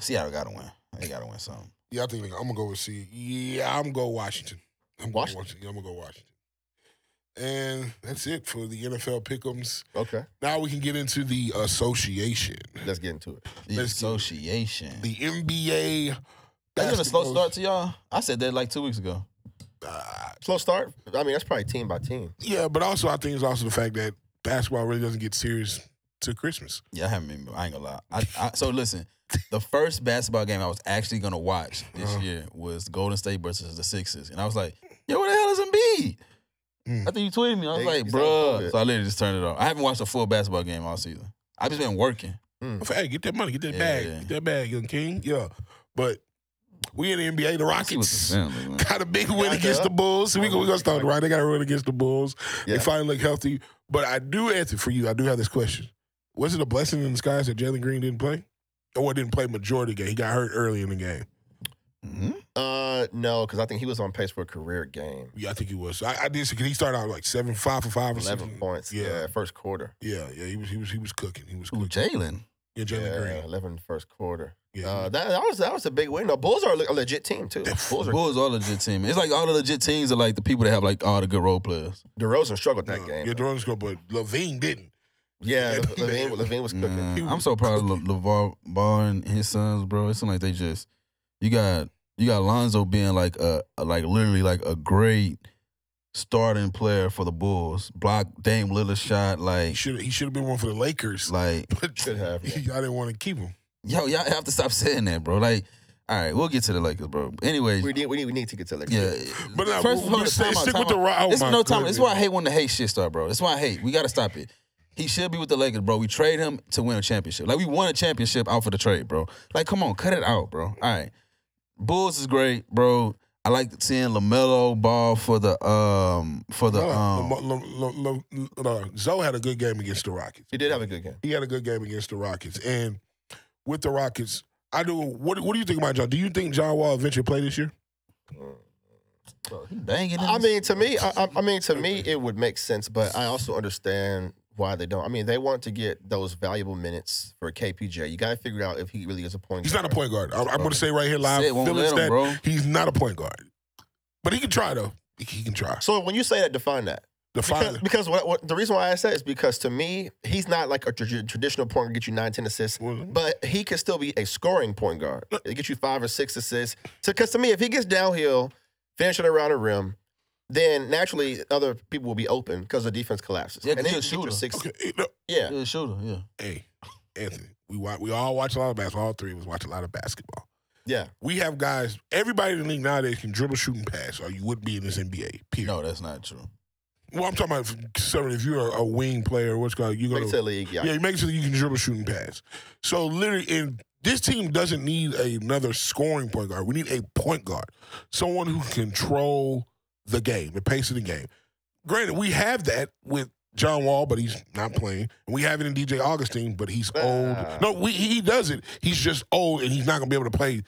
Speaker 2: Seattle got to win. They got to win something.
Speaker 1: Yeah, I think I'm gonna go with C. Yeah, I'm gonna go Washington. I'm going
Speaker 3: Washington?
Speaker 1: Washington. Yeah, I'm gonna go Washington. And that's it for the NFL pickums.
Speaker 3: Okay,
Speaker 1: Now we can get into the association,
Speaker 3: let's get into it.
Speaker 2: The
Speaker 1: Let's get-
Speaker 2: association.
Speaker 1: the NBA.
Speaker 2: That's been a slow
Speaker 1: basketball-
Speaker 2: start to y'all. I said that like two weeks ago.
Speaker 1: Uh,
Speaker 3: Slow start. I mean, that's probably team by team.
Speaker 1: yeah, but also I think it's also the fact that basketball really doesn't get serious to Christmas.
Speaker 2: Yeah, I haven't been. I ain't gonna lie. I, I, so listen, the first basketball game I was actually gonna watch this
Speaker 1: Uh-huh.
Speaker 2: year was Golden State versus the Sixers, and I was like, "Yo, what the hell is Embiid?"
Speaker 1: Mm.
Speaker 2: I think you tweeted me. I was
Speaker 3: Yeah,
Speaker 2: like,
Speaker 3: he's on
Speaker 2: "Bruh."
Speaker 3: COVID.
Speaker 2: So I literally just turned it off. I haven't watched a full basketball game all season. I've just been working.
Speaker 1: Hey, get that money, get that
Speaker 2: Yeah,
Speaker 1: bag,
Speaker 2: yeah.
Speaker 1: get that bag, young king. Yeah, but we in the NBA, the
Speaker 2: See what this
Speaker 1: Rockets.
Speaker 2: family, man.
Speaker 1: Got a big win
Speaker 3: Yeah,
Speaker 1: against
Speaker 3: yeah.
Speaker 1: the Bulls. We we gonna start right. They got a win against the Bulls.
Speaker 3: Yeah.
Speaker 1: They finally look healthy. But I do answer for you. I do have this question. Was it a blessing in disguise that Jalen Green didn't play, or didn't play majority of the game? He got hurt early in the game.
Speaker 2: Mhm.
Speaker 3: Uh, no, because I think he was on pace for a career game.
Speaker 1: Yeah, I think he was. I, I did see. Cause he started out like seven, five for five, or
Speaker 3: Eleven
Speaker 1: something.
Speaker 3: points. Yeah.
Speaker 1: Yeah.
Speaker 3: first quarter.
Speaker 1: Yeah, yeah. He was. He was. He was cooking. He was
Speaker 2: Ooh,
Speaker 1: cooking.
Speaker 2: Jalen.
Speaker 1: Yeah, Jalen
Speaker 3: yeah,
Speaker 1: Green.
Speaker 3: 11 first quarter.
Speaker 1: Yeah.
Speaker 3: Uh, that, that was that was a big win. The Bulls are a le- a legit team too. Bulls are
Speaker 2: Bulls are a legit team. It's like all the legit teams are like the people that have like all the good role players.
Speaker 3: DeRozan struggled that
Speaker 1: yeah,
Speaker 3: game.
Speaker 1: Yeah, Durant's good, but Levine didn't.
Speaker 3: Yeah,
Speaker 1: Yeah,
Speaker 3: Levine,
Speaker 1: man.
Speaker 3: Levine was cooking.
Speaker 2: Nah,
Speaker 1: He
Speaker 2: I'm
Speaker 1: was
Speaker 2: so proud of Le- LeVar Ball and his sons, bro. It's like they just you got you got Lonzo being like a like literally like a great starting player for the Bulls. Block Dame Lillard shot
Speaker 1: He
Speaker 2: like
Speaker 1: should. He should have been one for the Lakers.
Speaker 2: like
Speaker 1: But
Speaker 3: Should have, yeah.
Speaker 1: Y'all didn't want to keep him.
Speaker 2: yo y'all have to stop saying that, bro. Like all right, we'll get to the Lakers, bro. Anyways,
Speaker 3: We need we need we need to get to that.
Speaker 2: yeah.
Speaker 1: But nah,
Speaker 2: First
Speaker 1: we-
Speaker 2: of all,
Speaker 1: we
Speaker 2: time
Speaker 1: stick,
Speaker 2: out,
Speaker 1: stick
Speaker 2: time
Speaker 1: with the
Speaker 2: out.
Speaker 1: Ra- oh
Speaker 2: It's
Speaker 1: my
Speaker 2: no time. This is why I
Speaker 1: goodness.
Speaker 2: hate when the hate shit start, bro. That's why I hate. We gotta stop it. He should be with the Lakers, bro. We trade him to win a championship. Like we won a championship out for the trade, bro. Like come on, cut it out, bro. All right, Bulls is great, bro. I like seeing Lamelo ball for the um for the um.
Speaker 1: Lam- Lam- Lam- Lam- Lam- uh, Zoe had a good game against the Rockets.
Speaker 3: He did have a good game.
Speaker 1: He had a good game against the Rockets, and with the Rockets, I do. What What do you think about John? Do you think John Wall eventually play this year?
Speaker 2: Banging.
Speaker 3: I mean, to me, I, I- I mean, to me, it would make sense, but I also understand why they don't. I mean, they want to get those valuable minutes for KPJ. You got to figure out if he really is a point.
Speaker 1: He's not a point
Speaker 3: guard.
Speaker 1: guard. I, I'm going to say right here live,
Speaker 2: Sid won't
Speaker 1: feelings
Speaker 2: let him,
Speaker 1: that
Speaker 2: bro.
Speaker 1: he's not a point guard, but he can try though. He- He can try.
Speaker 3: So when you say that, define that.
Speaker 1: The
Speaker 3: Because,
Speaker 1: final,
Speaker 3: because what, what the reason why I said is because to me, he's not like a tra- traditional point guard, get you nine, ten assists,
Speaker 1: Well-
Speaker 3: but he could still be a scoring point guard.
Speaker 1: Uh,
Speaker 3: It get you five or six assists. Because to me, if he gets downhill, finishing around the rim, then naturally other people will be open because the defense collapses.
Speaker 2: Yeah, 'cause
Speaker 3: and then
Speaker 2: he's a
Speaker 3: you get your
Speaker 2: shooter.
Speaker 3: six.
Speaker 1: okay, you know,
Speaker 3: Yeah.
Speaker 2: yeah, shooter. Yeah,
Speaker 1: hey, Anthony, we wa- we all watch a lot of basketball. All three of us watch a lot of basketball.
Speaker 3: Yeah.
Speaker 1: We have guys. Everybody in the league nowadays can dribble, shoot, and pass, or you wouldn't be in this NBA. Period.
Speaker 2: no, that's not true.
Speaker 1: Well, I'm talking about if- so if you're a, a wing player, what's called you
Speaker 3: Make
Speaker 1: going
Speaker 3: it to the league. Yeah.
Speaker 1: yeah, you make it so that you can dribble, shoot, and pass. So literally, and this team doesn't need another scoring point guard. We need a point guard, someone who can control the game, the pace of the game. Granted, we have that with John Wall, but he's not playing. And we have it in DJ Augustine, but he's
Speaker 3: Ah.
Speaker 1: old. No, we, he does it. He's just old, and he's not going to be able to play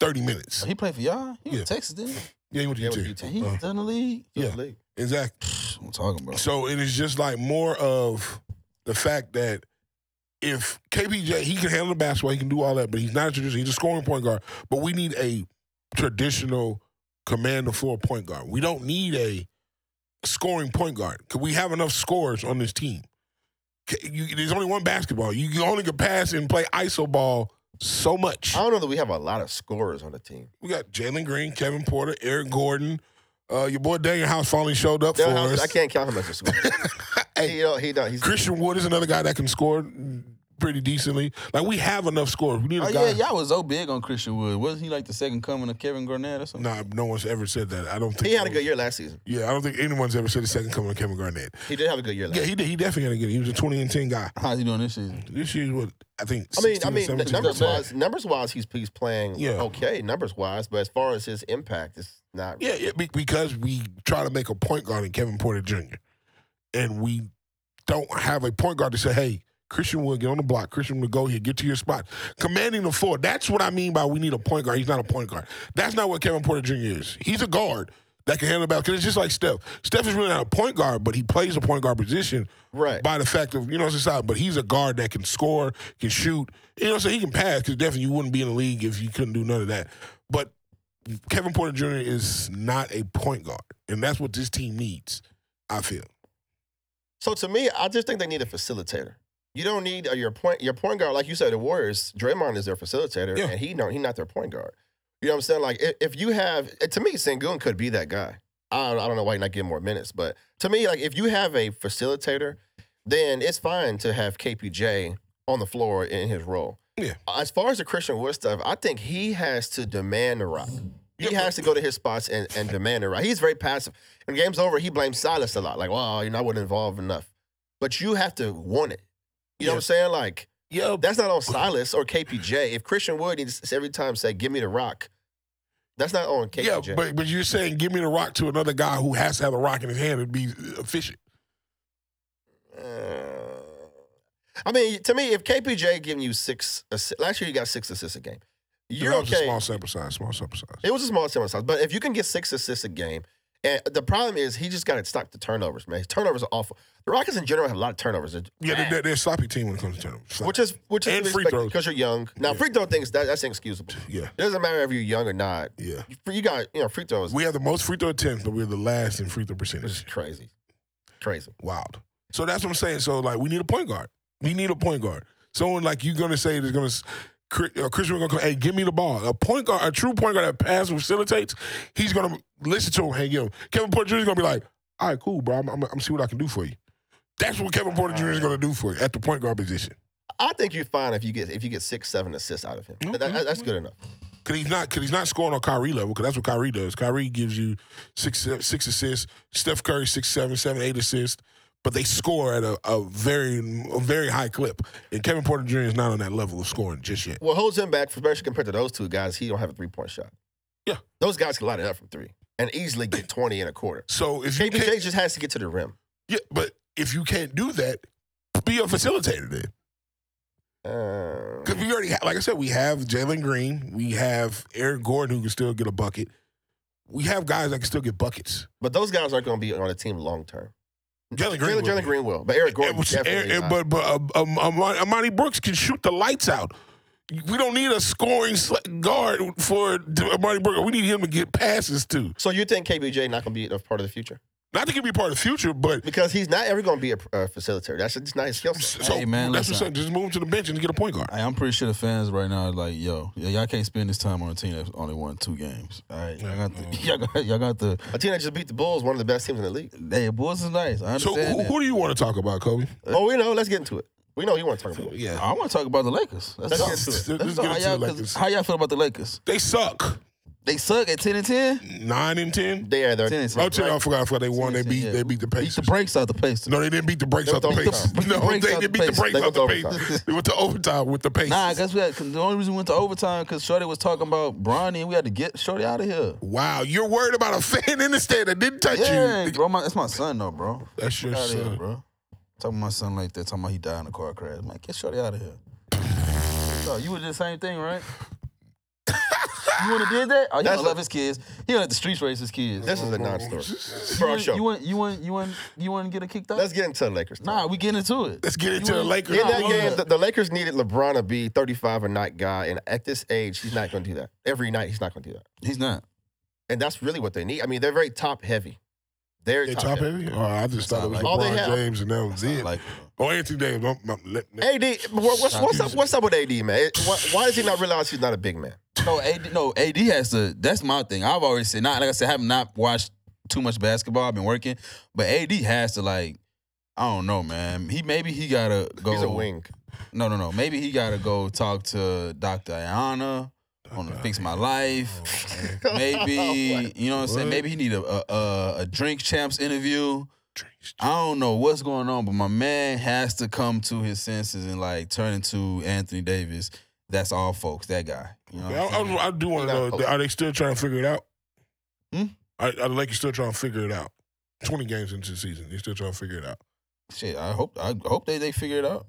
Speaker 1: 30 minutes.
Speaker 2: He played for y'all. He was
Speaker 1: Yeah.
Speaker 2: Texas, didn't he?
Speaker 1: Yeah, he went to
Speaker 3: Yeah, with
Speaker 1: UT.
Speaker 3: UT.
Speaker 2: And he's
Speaker 1: Uh.
Speaker 2: done the league.
Speaker 3: To the
Speaker 1: Yeah.
Speaker 3: league.
Speaker 1: Exactly.
Speaker 2: Pfft, I'm talking about.
Speaker 1: So it is just like more of the fact that if KPJ he can handle the basketball, he can do all that, but he's not a traditional. He's a scoring point guard. But we need a traditional command the floor point guard. We don't need a scoring point guard because we have enough scorers on this team. K- you- there's only one basketball. You can only can pass and play iso ball so much.
Speaker 3: I don't know that we have a lot of scorers on the team.
Speaker 1: We got Jalen Green, Kevin Porter, Eric Gordon. Uh, your boy Daniel House finally showed up for us.
Speaker 3: I can't count him as a scorer.
Speaker 1: Hey,
Speaker 3: he don't, he don't, he's,
Speaker 1: Christian Wood is another guy that can score, pretty decently. Like we have enough scores. We need a
Speaker 2: Oh
Speaker 1: guy.
Speaker 2: yeah, y'all was so big on Christian Wood. Wasn't he like the second coming of Kevin Garnett or something?
Speaker 1: Nah, no one's ever said that. I don't think
Speaker 3: He had a good year last season.
Speaker 1: Yeah, I don't think anyone's ever said the second coming of Kevin Garnett.
Speaker 3: He did have a good year last.
Speaker 1: Yeah, he did. He definitely had a good. He was a twenty and ten guy.
Speaker 2: How's he doing this season?
Speaker 1: This year's what I think.
Speaker 3: I mean,
Speaker 1: 16
Speaker 3: I
Speaker 1: or
Speaker 3: mean,
Speaker 1: 17.
Speaker 3: numbers
Speaker 2: bad.
Speaker 3: wise, numbers wise, he's he's playing
Speaker 1: Yeah.
Speaker 3: okay, numbers wise. But as far as his impact, it's not.
Speaker 1: Yeah, yeah, be- because we try to make a point guard in Kevin Porter Jr. and we don't have a point guard to say, "Hey, Christian Wood, get on the block. Christian Wood, go here, get to your spot." Commanding the floor. That's what I mean by we need a point guard. He's not a point guard. That's not what Kevin Porter Jr. is. He's a guard that can handle the ball. Because it's just like Steph. Steph is really not a point guard, but he plays a point guard position
Speaker 3: Right.
Speaker 1: by the fact of you know what I'm saying. But he's a guard that can score, can shoot. You know, what I'm saying he can pass because definitely you wouldn't be in the league if you couldn't do none of that. But Kevin Porter Jr. is not a point guard, and that's what this team needs. I feel.
Speaker 3: So to me, I just think they need a facilitator. You don't need a, your point your point guard, like you said, the Warriors. Draymond is their facilitator,
Speaker 1: Yeah.
Speaker 3: and he no, he's not their point guard. You know what I'm saying? Like if, if you have, eh, to me, Sengun could be that guy. I, I don't know why he not getting more minutes, but to me, like if you have a facilitator, then it's fine to have KPJ on the floor in his role.
Speaker 1: Yeah.
Speaker 3: As far as the Christian Wood stuff, I think he has to demand the rock. He
Speaker 1: Yeah.
Speaker 3: has to go to his spots and, and demand it right. He's very passive. When game's over, he blames Silas a lot. Like, wow, you know, I wasn't involved enough. But you have to want it. You know what I'm saying? Like,
Speaker 1: Yeah,
Speaker 3: that's not on Silas or KPJ. If Christian Wood needs every time say, give me the rock, that's not on
Speaker 1: yeah,
Speaker 3: KPJ.
Speaker 1: but but you're saying give me the rock to another guy who has to have a rock in his hand and be efficient.
Speaker 3: Uh, I mean, to me, if KPJ giving you six, assi- last year you got six assists a game. You're
Speaker 1: that was a
Speaker 3: okay.
Speaker 1: small sample size. Small sample size.
Speaker 3: It was a small sample size, but if you can get six assists a game, and the problem is he just got to stop the turnovers, man. His turnovers are awful. The Rockets in general have a lot of turnovers, They're
Speaker 1: Yeah,
Speaker 3: bad,
Speaker 1: they- they're, they're a sloppy team when it comes to turnovers. Sloppy.
Speaker 3: which is which is
Speaker 1: And free throws.
Speaker 3: because you're young. Now free throw things that, that's inexcusable.
Speaker 1: yeah,
Speaker 3: It doesn't matter if you're young or not.
Speaker 1: yeah.
Speaker 3: You- You got you know free throws.
Speaker 1: We have the most free throw attempts, but we're the last in free throw
Speaker 3: which
Speaker 1: percentage.
Speaker 3: is crazy, crazy.
Speaker 1: wild. So that's what I'm saying. So like, we need a point guard. We need a point guard. Someone like you gonna say that's gonna. s- Chris- Uh, Christian gonna come. Hey, give me the ball. A point guard, a true point guard that pass facilitates. He's gonna listen to him. Hey, yo, Kevin Porter Jr. is gonna be like, all right, cool, bro. I'm, I'm, I'm see what I can do for you. That's what Kevin Porter Jr. is gonna do for you at the point guard position.
Speaker 3: I think you're fine if you get if you get six seven assists out of him. That- that- that's good enough.
Speaker 1: Cause he's not, cause he's not scoring on Kyrie level. Cause that's what Kyrie does. Kyrie gives you six, uh, six assists. Steph Curry six, seven, seven, eight assists. But they score at a, a very, a very high clip. And Kevin Porter Jr. is not on that level of scoring just yet.
Speaker 3: What holds him back, especially compared to those two guys, he don't have a three point shot.
Speaker 1: Yeah.
Speaker 3: those guys can light it up from three and easily get twenty and a quarter.
Speaker 1: So if you
Speaker 3: KPJ
Speaker 1: can't,
Speaker 3: just has to get to the rim.
Speaker 1: yeah, but if you can't do that, be a facilitator then.
Speaker 3: Uh,
Speaker 1: Because we already, ha- like I said, we have Jalen Green, we have Eric Gordon who can still get a bucket. We have guys that can still get buckets.
Speaker 3: but those guys aren't going to be on the team long term.
Speaker 1: Jalen Green,
Speaker 3: Jalen
Speaker 1: will
Speaker 3: Jalen
Speaker 1: be.
Speaker 3: Green will, but Eric Gordon
Speaker 1: It was- and-
Speaker 3: definitely.
Speaker 1: and-
Speaker 3: not.
Speaker 1: but but um, um, Amani, Amani Brooks can shoot the lights out. We don't need a scoring sl- guard for D- Amani Brooks. We need him to get passes to.
Speaker 3: so you think KPJ not going to be a part of the future
Speaker 1: Not to be part of the future, but
Speaker 3: because he's not ever going to be a uh, facilitator. That's just not his skill set.
Speaker 1: so
Speaker 2: Hey,
Speaker 1: that's what I'm
Speaker 2: man, listen.
Speaker 1: saying. Just move him to the bench and get a point guard.
Speaker 2: Hey, I'm pretty sure the fans right now are like, yo, y- y'all can't spend this time on a team that's only won two games. All right, y'all got
Speaker 1: Mm.
Speaker 2: the, y'all got, y'all got the.
Speaker 3: A team that just beat the Bulls, one of the best teams in the league.
Speaker 2: Hey, Bulls is nice. I
Speaker 1: So
Speaker 2: understand.
Speaker 1: who,
Speaker 2: that.
Speaker 1: who do you want to talk about, Kobe?
Speaker 3: Oh, we know. Let's get into it. We know you want to talk about.
Speaker 1: Uh,
Speaker 3: it.
Speaker 1: Yeah,
Speaker 2: I want to talk about the Lakers. That's
Speaker 3: Let's
Speaker 2: all.
Speaker 3: get into it.
Speaker 2: That's
Speaker 1: Let's
Speaker 2: all.
Speaker 1: get
Speaker 2: How
Speaker 1: into
Speaker 2: y'all,
Speaker 1: the
Speaker 2: 'cause
Speaker 1: Lakers.
Speaker 2: how y'all feel about the Lakers?
Speaker 1: they suck.
Speaker 2: They suck at ten and ten.
Speaker 1: Nine and ten.
Speaker 3: They are there.
Speaker 2: Ten and
Speaker 1: Oh,
Speaker 2: ten.
Speaker 1: ten, I forgot. I forgot they won. They beat.
Speaker 2: Yeah.
Speaker 1: They beat the
Speaker 2: Beat
Speaker 1: Pacers.
Speaker 2: the brakes out the Pacers.
Speaker 1: no, they didn't beat the brakes
Speaker 3: They
Speaker 1: off the
Speaker 3: went to
Speaker 1: Pacers.
Speaker 2: overtime. Beat
Speaker 1: No,
Speaker 2: the
Speaker 1: they
Speaker 2: brakes
Speaker 1: didn't
Speaker 2: out the
Speaker 1: beat the
Speaker 2: Pacers.
Speaker 1: brakes
Speaker 3: They
Speaker 1: off
Speaker 3: went
Speaker 1: the
Speaker 3: to overtime.
Speaker 1: Pacers. They went to overtime with the
Speaker 2: Nah, I
Speaker 1: Pacers.
Speaker 2: guess we had, cause the only reason we went to overtime because Shorty was talking about Bronny and we had to get Shorty out of here.
Speaker 1: Wow, you're worried about a fan in the stand that didn't touch
Speaker 2: Yeah,
Speaker 1: you.
Speaker 2: bro, my, that's my son though, bro.
Speaker 1: That's your
Speaker 2: Out of here,
Speaker 1: son.
Speaker 2: bro. Talking to my son like that, talking about he died in a car crash. I'm like, get Shorty out of here. so you would do the same thing, right? you would have did that? Oh, he
Speaker 3: That's
Speaker 2: gonna
Speaker 3: a-
Speaker 2: love his kids. He gonna let the streets raise his kids.
Speaker 3: This is a non-story for
Speaker 2: you,
Speaker 3: our
Speaker 2: wouldn't- You
Speaker 3: show.
Speaker 2: wouldn't, you wouldn't, you wouldn't, you wouldn't get a kicked out?
Speaker 3: Let's get into the Lakers.
Speaker 2: nah, we getting into it.
Speaker 1: Let's get
Speaker 2: You
Speaker 1: into the
Speaker 2: wouldn't-
Speaker 1: Lakers.
Speaker 3: In that
Speaker 2: Nah,
Speaker 3: game,
Speaker 2: look.
Speaker 3: the, the Lakers needed LeBron to be 35 a night guy, and at this age, he's not going to do that. Every night, he's not going to do that.
Speaker 2: He's not.
Speaker 3: And that's really what they need. I mean, they're very top heavy. They're
Speaker 1: They
Speaker 3: top,
Speaker 1: top
Speaker 3: heavy.
Speaker 1: heavy? Oh, I just thought it was
Speaker 2: That's not
Speaker 3: like- All
Speaker 1: LeBron
Speaker 3: they have-
Speaker 1: James and that was
Speaker 2: I
Speaker 1: it.
Speaker 2: like
Speaker 1: Oh, Anthony Davis. I'm- I'm- let- let-
Speaker 3: AD, what- what's, what's up? What's up with AD, man? It- Why, why does he not realize he's not a big man?
Speaker 2: No, AD, no, AD has to. That's my thing. I've always said, not like I said, I have not watched too much basketball. I've been working, but AD has to like, I don't know, man. He maybe he gotta go.
Speaker 3: He's a wing.
Speaker 2: No, no, no. Maybe he gotta go talk to Dr. Ayana on the Fix My
Speaker 1: Oh,
Speaker 2: Life.
Speaker 3: Oh,
Speaker 2: Maybe you know what I'm saying.
Speaker 1: What?
Speaker 2: Maybe he need a a, a a drink champs interview.
Speaker 1: Drinks.
Speaker 2: I don't know what's going on, but my man has to come to his senses and like turn into Anthony Davis. That's all, folks. That guy. You know what
Speaker 1: I,
Speaker 2: I'm saying?
Speaker 1: I, I do want to know: Are they still trying to figure it out?
Speaker 2: Hmm?
Speaker 1: Are, are the Lakers still trying to figure it out? Twenty games into the season, they still trying to figure it out.
Speaker 2: Shit, I hope I hope they they figure it out.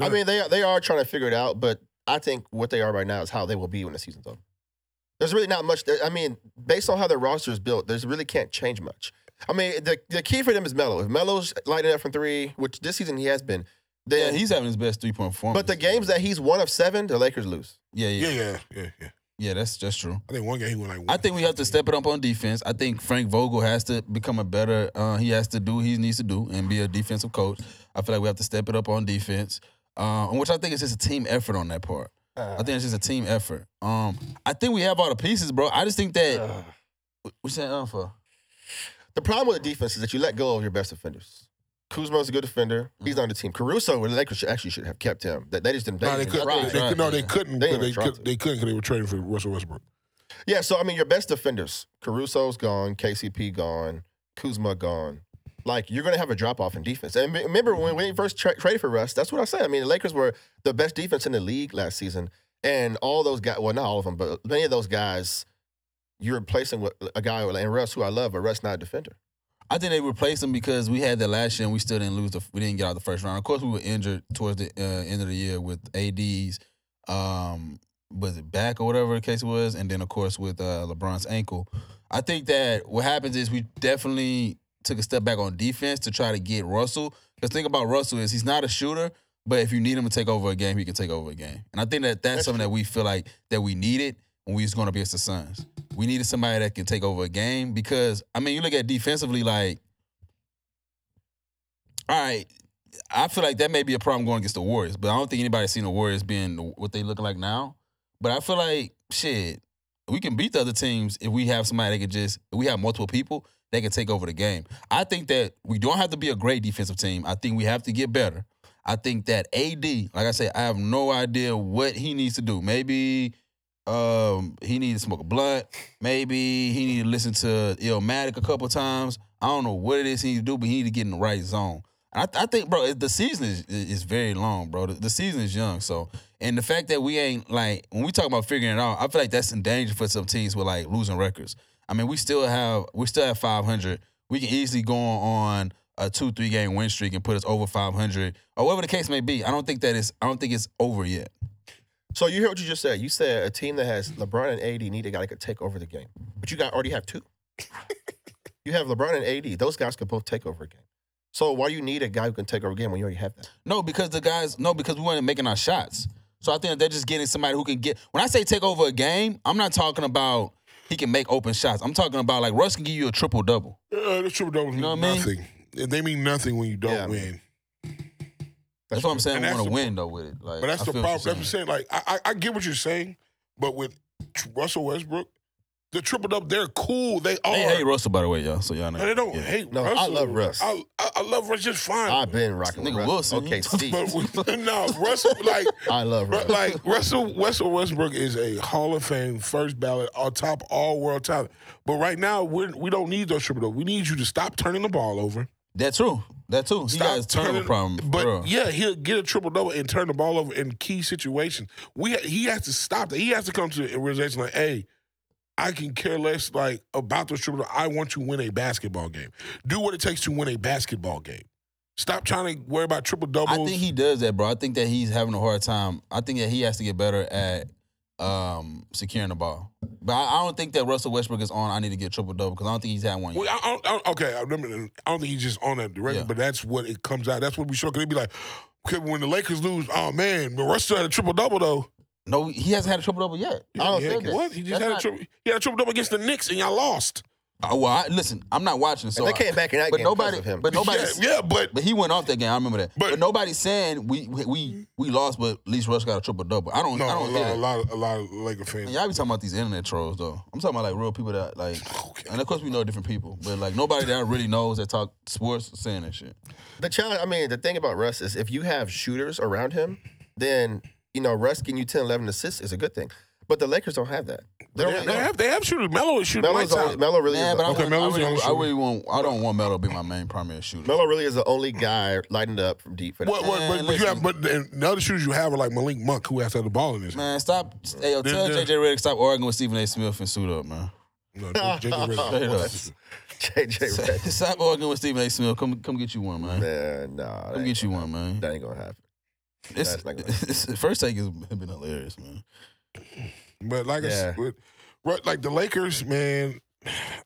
Speaker 3: I mean, they are, they are trying to figure it out, but I think what they are right now is how they will be when the season's over. There's really not much. there- I mean, based on how their roster is built, there's really can't change much. I mean, the, the key for them is Melo. If Melo's lighting up from three, which this season he has been,
Speaker 2: Yeah,
Speaker 3: then
Speaker 2: he's having his best three point performance.
Speaker 3: but the games that he's one of seven, the Lakers lose.
Speaker 2: yeah,
Speaker 1: yeah,
Speaker 2: yeah, yeah,
Speaker 1: yeah, yeah, yeah.
Speaker 2: that's that's true.
Speaker 1: I think one game he went like.
Speaker 2: I think we have to step it up on defense. I think Frank Vogel has to become a better. Uh, he has to do what he needs to do and be a defensive coach. I feel like we have to step it up on defense, uh, which I think is just a team effort on that part. I think it's just a team effort. Um, I think we have all the pieces, bro. I just think that what- what's that on for?
Speaker 3: The problem with the defense is that you let go of your best defenders. Kuzma's a good defender. He's on the team. Caruso, the Lakers should, actually should have kept him. They, they just didn't. They,
Speaker 1: No, they
Speaker 3: didn't
Speaker 1: couldn't.
Speaker 3: try.
Speaker 1: they, could-
Speaker 2: right,
Speaker 1: no,
Speaker 2: yeah.
Speaker 1: they couldn't.
Speaker 3: They
Speaker 1: They,
Speaker 3: ain't
Speaker 1: they,
Speaker 3: even
Speaker 1: could,
Speaker 3: tried to.
Speaker 1: they couldn't because they were trading for Russell Westbrook.
Speaker 3: Yeah, so I mean, your best defenders, Caruso's gone, KCP gone, Kuzma gone. Like you're gonna have a drop off in defense. And me- remember when we first tra- traded for Russ? That's what I said. I mean, the Lakers were the best defense in the league last season, and all those guys. Well, not all of them, but many of those guys. You're replacing with a guy like and Russ, who I love, but Russ not a defender.
Speaker 2: I think they replaced him because we had that last year and we still didn't lose. The, we didn't get out of the first round. Of course, we were injured towards the uh, end of the year with AD's, um, was it back or whatever the case was, and then of course with uh, LeBron's ankle. I think that what happens is we definitely took a step back on defense to try to get Russell. Because think about Russell is he's not a shooter, but if you need him to take over a game, he can take over a game. And I think that that's,
Speaker 3: That's
Speaker 2: something that we feel like that we needed when we was going to be against the Suns. We needed somebody that can take over a game because I mean you look at defensively like, all right. I feel like that may be a problem going against the Warriors, but I don't think anybody's seen the Warriors being what they look like now. But I feel like shit, we can beat the other teams if we have somebody that can just if we have multiple people that can take over the game. I think that we don't have to be a great defensive team. I think we have to get better. I think that AD, like I say, I have no idea what he needs to do. Maybe um, he needs to smoke a blunt. Maybe he needs to listen to Illmatic a couple times. I don't know what it is he needs to do, but he needs to get in the right zone. I, I think, bro, the season is is very long, bro. The, the season is young, so and the fact that we ain't like when we talk about figuring it out, I feel like that's in danger for some teams with like losing records. I mean, we still have we still have 500. We can easily go on a two three game win streak and put us over 500 or whatever the case may be. I don't think that is I don't think it's over yet.
Speaker 3: So you hear what you just said? You said a team that has LeBron and AD need a guy that could take over the game, but you got already have two. you have LeBron and AD; those guys could both take over a game. So why do you need a guy who can take over a game when you already have that?
Speaker 2: No, because the guys, no, because we weren't making our shots. So I think that they're just getting somebody who can get. When I say take over a game, I'm not talking about he can make open shots. I'm talking about like Russ can give you a triple double.
Speaker 1: Uh, the triple doubles mean
Speaker 2: know what I mean?
Speaker 1: nothing. They mean nothing when you don't
Speaker 3: Yeah, I mean,
Speaker 1: win.
Speaker 2: That's, what I'm saying.
Speaker 1: And
Speaker 2: We
Speaker 1: that's
Speaker 2: want to
Speaker 1: the-
Speaker 2: win though with it. Like,
Speaker 1: But that's
Speaker 2: I
Speaker 1: the
Speaker 2: feel
Speaker 1: problem.
Speaker 2: what
Speaker 1: That's
Speaker 2: you're
Speaker 1: what I'm
Speaker 2: saying.
Speaker 1: saying. Like, I, I I get what you're saying, but with Russell Westbrook, the triple double, they're cool. They are.
Speaker 2: Hey, hey, Russell, by the way, y'all. So y'all know.
Speaker 1: And they don't
Speaker 2: Yeah.
Speaker 1: hate
Speaker 3: No, I
Speaker 1: Russell.
Speaker 3: love Russ.
Speaker 1: I, I, I love Russ just fine.
Speaker 3: I've been rocking with
Speaker 2: Nigga
Speaker 3: Russ.
Speaker 2: Wilson, you
Speaker 3: Okay,
Speaker 2: talking
Speaker 3: Steve.
Speaker 1: but with- no, Russell like
Speaker 3: I love
Speaker 1: Ru-
Speaker 3: Russ.
Speaker 1: like Russell Russell Westbrook is a Hall of Fame first ballot, all top all world talent. But right now we're we don't need those triple doubles. We need you to stop turning the ball over.
Speaker 2: That true. That too. You
Speaker 1: Stop
Speaker 2: guys turnover problem,
Speaker 1: But
Speaker 2: bro.
Speaker 1: yeah, he'll get a triple double and turn the ball over in key situations. We he has to stop that. He has to come to the realization like, hey, I can care less like about those triple. double. I want you to win a basketball game. Do what it takes to win a basketball game. Stop trying to worry about triple doubles.
Speaker 2: I think he does that, bro. I think that he's having a hard time. I think that he has to get better at um, securing the ball. But I, I don't think that Russell Westbrook is on. I need to get triple double because I don't think he's had one. Yet.
Speaker 1: Well, I, I, I, okay, I, remember- I don't think he's just on that directly,
Speaker 2: Yeah.
Speaker 1: but that's what it comes out. That's what we show. Cause it'd be like, okay, when the Lakers lose, oh man, but Russell had a triple double though.
Speaker 2: No, he hasn't had a triple double yet.
Speaker 3: I don't
Speaker 1: Yeah,
Speaker 3: think it-
Speaker 1: what he just
Speaker 2: that's
Speaker 1: had a
Speaker 2: not-
Speaker 1: triple. He had a triple double against the Knicks and y'all lost.
Speaker 2: Uh, well, I, listen, I'm not watching. So
Speaker 3: they
Speaker 2: I-
Speaker 3: came back in that
Speaker 2: but
Speaker 3: game
Speaker 2: nobody,
Speaker 3: because of him.
Speaker 2: but nobody,
Speaker 1: yeah, yeah, but
Speaker 2: but he went off that game. I remember that. But,
Speaker 1: But-
Speaker 2: nobody's saying we we- we we lost, but at least Russ got a triple double. I don't,
Speaker 1: no,
Speaker 2: I
Speaker 1: a
Speaker 2: don't hear
Speaker 1: lot, a lot,
Speaker 2: that.
Speaker 1: a lot of Laker
Speaker 2: And
Speaker 1: fans.
Speaker 2: y'all be talking about these internet trolls though. I'm talking about like real people that like,
Speaker 1: Okay.
Speaker 2: and of course we know different people, but like nobody that really knows that talk sports is saying that shit.
Speaker 3: the challenge, I mean, the thing about Russ is if you have shooters around him, then you know Russ getting you 10, 11 assists is a good thing. But the Lakers don't have that. They
Speaker 1: They,
Speaker 3: don't,
Speaker 1: they have they have shooters. Melo is shooting lights
Speaker 3: Melo's only,
Speaker 1: out.
Speaker 3: Melo really
Speaker 2: Yeah,
Speaker 3: is.
Speaker 2: but I,
Speaker 3: the,
Speaker 1: Okay,
Speaker 2: wouldn't-
Speaker 1: Melo's
Speaker 2: I, really,
Speaker 1: gonna
Speaker 2: I
Speaker 1: shoot.
Speaker 2: really want. I don't want Melo to be my main primary shooter.
Speaker 3: Melo really is the only guy lighting up from deep. For that.
Speaker 1: What, what,
Speaker 2: Man,
Speaker 1: but, but you
Speaker 2: listen.
Speaker 1: have but the the other shooters you have are like Malik Monk who has to have the ball in his hand.
Speaker 2: Man, stop. Hey, yo, tell
Speaker 1: Then-
Speaker 2: JJ Redick stop arguing with Stephen A. Smith and suit up, man.
Speaker 1: No, J- J- J-
Speaker 2: Straight up.
Speaker 1: Redick.
Speaker 3: JJ Redick.
Speaker 2: stop arguing with Stephen A. Smith. Come, come get you one, man.
Speaker 3: Man, nah. that
Speaker 2: come
Speaker 3: ain't
Speaker 2: get you
Speaker 3: gonna
Speaker 2: one,
Speaker 3: happen.
Speaker 2: man.
Speaker 3: That ain't gonna happen.
Speaker 2: It's,
Speaker 3: that's not gonna
Speaker 2: it's- first take has been hilarious, man.
Speaker 1: But like I said,
Speaker 3: Yeah.
Speaker 1: but, right, like the Lakers, man,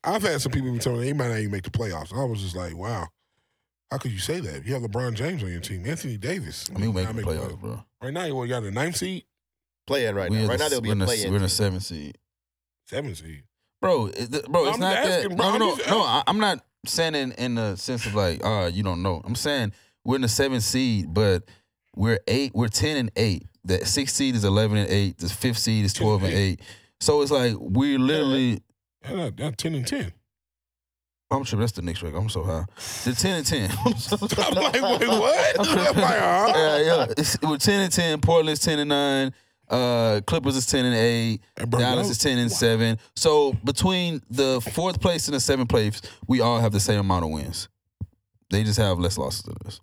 Speaker 1: I've had some people be telling me they might not even make the playoffs. I was just like, wow, how could you say that? You have LeBron James on your team, Anthony Davis.
Speaker 2: I mean, we
Speaker 1: not
Speaker 2: make the
Speaker 1: making
Speaker 2: playoffs, bro.
Speaker 1: Right now, you only got a ninth seed,
Speaker 3: Play in right
Speaker 2: We
Speaker 3: now.
Speaker 2: in
Speaker 3: Right
Speaker 2: the-
Speaker 3: now they'll be
Speaker 2: we're in
Speaker 3: a
Speaker 2: the-
Speaker 3: play in.
Speaker 2: We're in the seventh seed,
Speaker 1: seven seed.
Speaker 2: bro. It, the- bro, it's
Speaker 1: I'm
Speaker 2: not
Speaker 1: asking,
Speaker 2: that.
Speaker 1: bro.
Speaker 2: no,
Speaker 1: I'm
Speaker 2: no,
Speaker 1: just
Speaker 2: no. I, I'm not saying in, in the sense of like, ah, you don't know. I'm saying we're in the seventh seed, but we're eight. We're ten and eight. The sixth seed is eleven and eight. The fifth seed is
Speaker 1: 10 and
Speaker 2: twelve and eight. So it's like we literally.
Speaker 1: Yeah, that, that ten and ten.
Speaker 2: I'm sure that's the next record. I'm so high. The ten and ten. I'm so-
Speaker 1: I'm like, wait, what? I'm like, huh?
Speaker 2: yeah, yeah. It's, we're ten and ten. Portland's ten and nine. Uh, Clippers is ten and eight.
Speaker 1: And bro,
Speaker 2: Dallas
Speaker 1: that-
Speaker 2: is ten and
Speaker 1: wow.
Speaker 2: seven. So between the fourth place and the seventh place, we all have the same amount of wins. They just have less losses than us,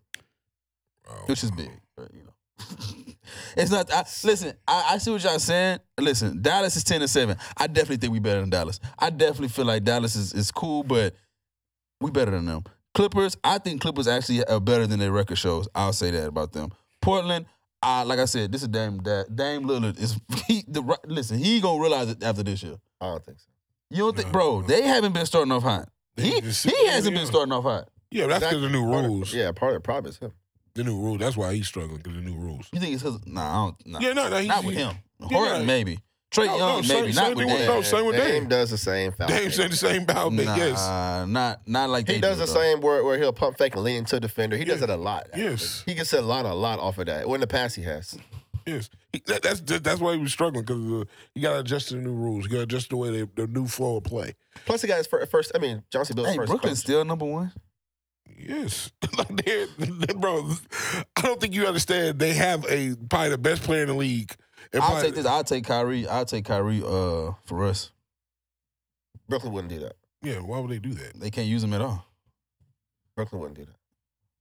Speaker 1: Oh,
Speaker 2: which is big. But, you know, it's not. I, listen, I, I see what y'all saying. Listen, Dallas is ten and seven. I definitely think we better than Dallas. I definitely feel like Dallas is is cool, but we better than them. Clippers, I think Clippers actually are better than their record shows. I'll say that about them. Portland, I like I said, this is Dame Da- Dame Lillard is he the right- listen. He gonna realize it after this year.
Speaker 3: I don't think so.
Speaker 2: You don't think,
Speaker 1: No,
Speaker 2: bro?
Speaker 1: no.
Speaker 2: They haven't been starting off hot.
Speaker 1: They
Speaker 2: He
Speaker 1: just-
Speaker 2: he hasn't
Speaker 1: yeah.
Speaker 2: been starting off hot.
Speaker 1: Yeah, that's because of the new
Speaker 3: Part of-
Speaker 1: rules.
Speaker 3: yeah, part of the problem is him.
Speaker 1: The new rule. That's why he's struggling because of the new rules.
Speaker 2: You think it's his? Nah, I don't, nah.
Speaker 1: Yeah, no, no, he's,
Speaker 2: not with him. Horton
Speaker 1: yeah.
Speaker 2: maybe. Trey
Speaker 1: No,
Speaker 2: Young
Speaker 1: no,
Speaker 2: maybe.
Speaker 1: same-
Speaker 2: not
Speaker 1: same
Speaker 2: with
Speaker 1: thing with-
Speaker 2: Dame.
Speaker 1: no, same with Dame.
Speaker 3: does the same foul.
Speaker 1: Dame
Speaker 3: thing.
Speaker 1: said the same about that.
Speaker 2: Nah,
Speaker 1: Yes,
Speaker 2: not not like
Speaker 3: He
Speaker 2: they
Speaker 3: does
Speaker 2: do,
Speaker 3: the
Speaker 2: though.
Speaker 3: same where, where he'll pump fake and lean into a defender. He does
Speaker 1: Yeah.
Speaker 3: it a lot. actually.
Speaker 1: Yes.
Speaker 3: He gets a lot, a lot off of that. Or in the past, he has.
Speaker 1: yes. He, that, that's that- that's why he was struggling because you got to adjust to the new rules. You got to adjust the way they, the new flow of play.
Speaker 3: Plus, he got his fir- first, I mean, Johnson Bill's
Speaker 2: Hey,
Speaker 3: first.
Speaker 2: Brooklyn's
Speaker 3: coach.
Speaker 2: still number one.
Speaker 1: Yes, like they're- bro. I don't think you understand. They have a probably the best player in the league. And
Speaker 2: I'll
Speaker 1: probably-
Speaker 2: take this. I'll take Kyrie. I'll take Kyrie. Uh, for us,
Speaker 3: Brooklyn wouldn't do that.
Speaker 1: Yeah, why would they do that?
Speaker 2: they can't use him at all.
Speaker 3: Brooklyn wouldn't do that.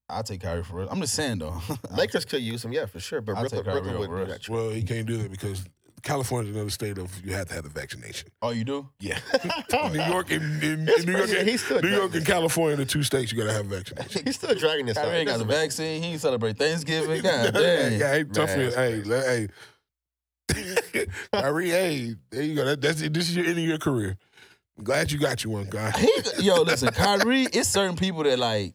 Speaker 2: I'll take Kyrie for us. I'm just saying though.
Speaker 3: Lakers could use him, yeah, for sure. But
Speaker 2: I'll
Speaker 3: Brooklyn,
Speaker 2: take Kyrie
Speaker 3: Brooklyn wouldn't
Speaker 2: over
Speaker 3: do
Speaker 2: us.
Speaker 3: that. Trey.
Speaker 1: Well, he can't do that because California's another state of you have to have the vaccination.
Speaker 2: oh, you do?
Speaker 1: Yeah, New York and, and-
Speaker 3: It's
Speaker 1: New York,
Speaker 3: crazy.
Speaker 1: and,
Speaker 3: He's still
Speaker 1: New York
Speaker 3: dragging
Speaker 1: and California, the two states you got to have vaccination.
Speaker 3: He's still dragging this
Speaker 2: Kyrie
Speaker 3: guy.
Speaker 2: ain't got the vaccine. He ain't celebrate Thanksgiving. God
Speaker 1: Yeah,
Speaker 2: damn.
Speaker 1: yeah, hey, tough
Speaker 3: Man,
Speaker 1: as- hey, le- hey. Kyrie, hey, there you go. That, that's it. this is your end of your career. I'm glad you got you one, guy.
Speaker 2: He, yo, listen, Kyrie. It's certain people that like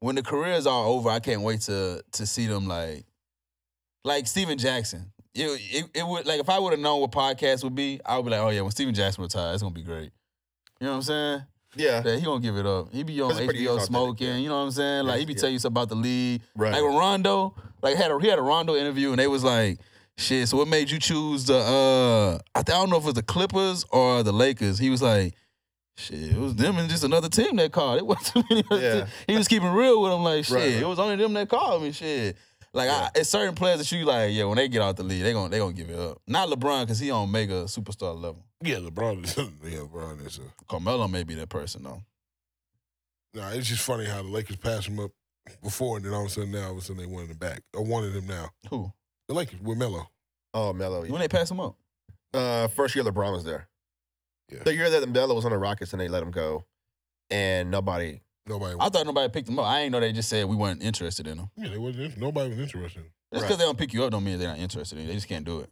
Speaker 2: when the careers are over. I can't wait to to see them like like Steven Jackson. It, it, it would like if I would have known what podcasts would be, I would be like, oh yeah, when Steven Jackson retires, it's gonna be great. You know what I'm saying?
Speaker 3: Yeah,
Speaker 2: Yeah, he gonna give it up. He be on
Speaker 3: That's pretty
Speaker 2: HBO
Speaker 3: authentic,
Speaker 2: smoking.
Speaker 3: yeah.
Speaker 2: You know what I'm saying? Like he be
Speaker 3: Yeah.
Speaker 2: telling you something about the league.
Speaker 3: right.
Speaker 2: Like with Rondo, like had a, he had a Rondo interview, and they was like, "Shit, so what made you choose the? uh I, th- I don't know if it was the Clippers or the Lakers." He was like, "Shit, it was them and just another team that called. It wasn't any other
Speaker 3: Yeah.
Speaker 2: team." He was keeping real with him, like, "Shit,
Speaker 3: Right, right.
Speaker 2: it was only them that called me." Shit. Like
Speaker 3: Yeah.
Speaker 2: I, it's certain players that you like, yeah. When they get out the league, they gonna they gonna give it up. Not LeBron because he on mega superstar level.
Speaker 1: Yeah, LeBron is. Yeah, LeBron is. A,
Speaker 2: Carmelo may be that person though.
Speaker 1: nah, it's just funny how the Lakers passed him up before, and then all of a sudden now, all of a sudden they wanted him back or wanted him now.
Speaker 2: Who?
Speaker 1: The Lakers with Melo.
Speaker 3: Oh, Melo.
Speaker 2: When they pass him up?
Speaker 3: Uh, first year LeBron was there.
Speaker 1: Yeah.
Speaker 3: The year that Melo was on the Rockets and they let him go, and nobody.
Speaker 1: Nobody.
Speaker 2: I thought nobody picked him up. I ain't know they just said we weren't interested in him.
Speaker 1: yeah, they wasn't. in- Nobody was interested.
Speaker 2: Just
Speaker 3: Right.
Speaker 2: because they don't pick you up don't mean they're not interested in you. They just can't do it.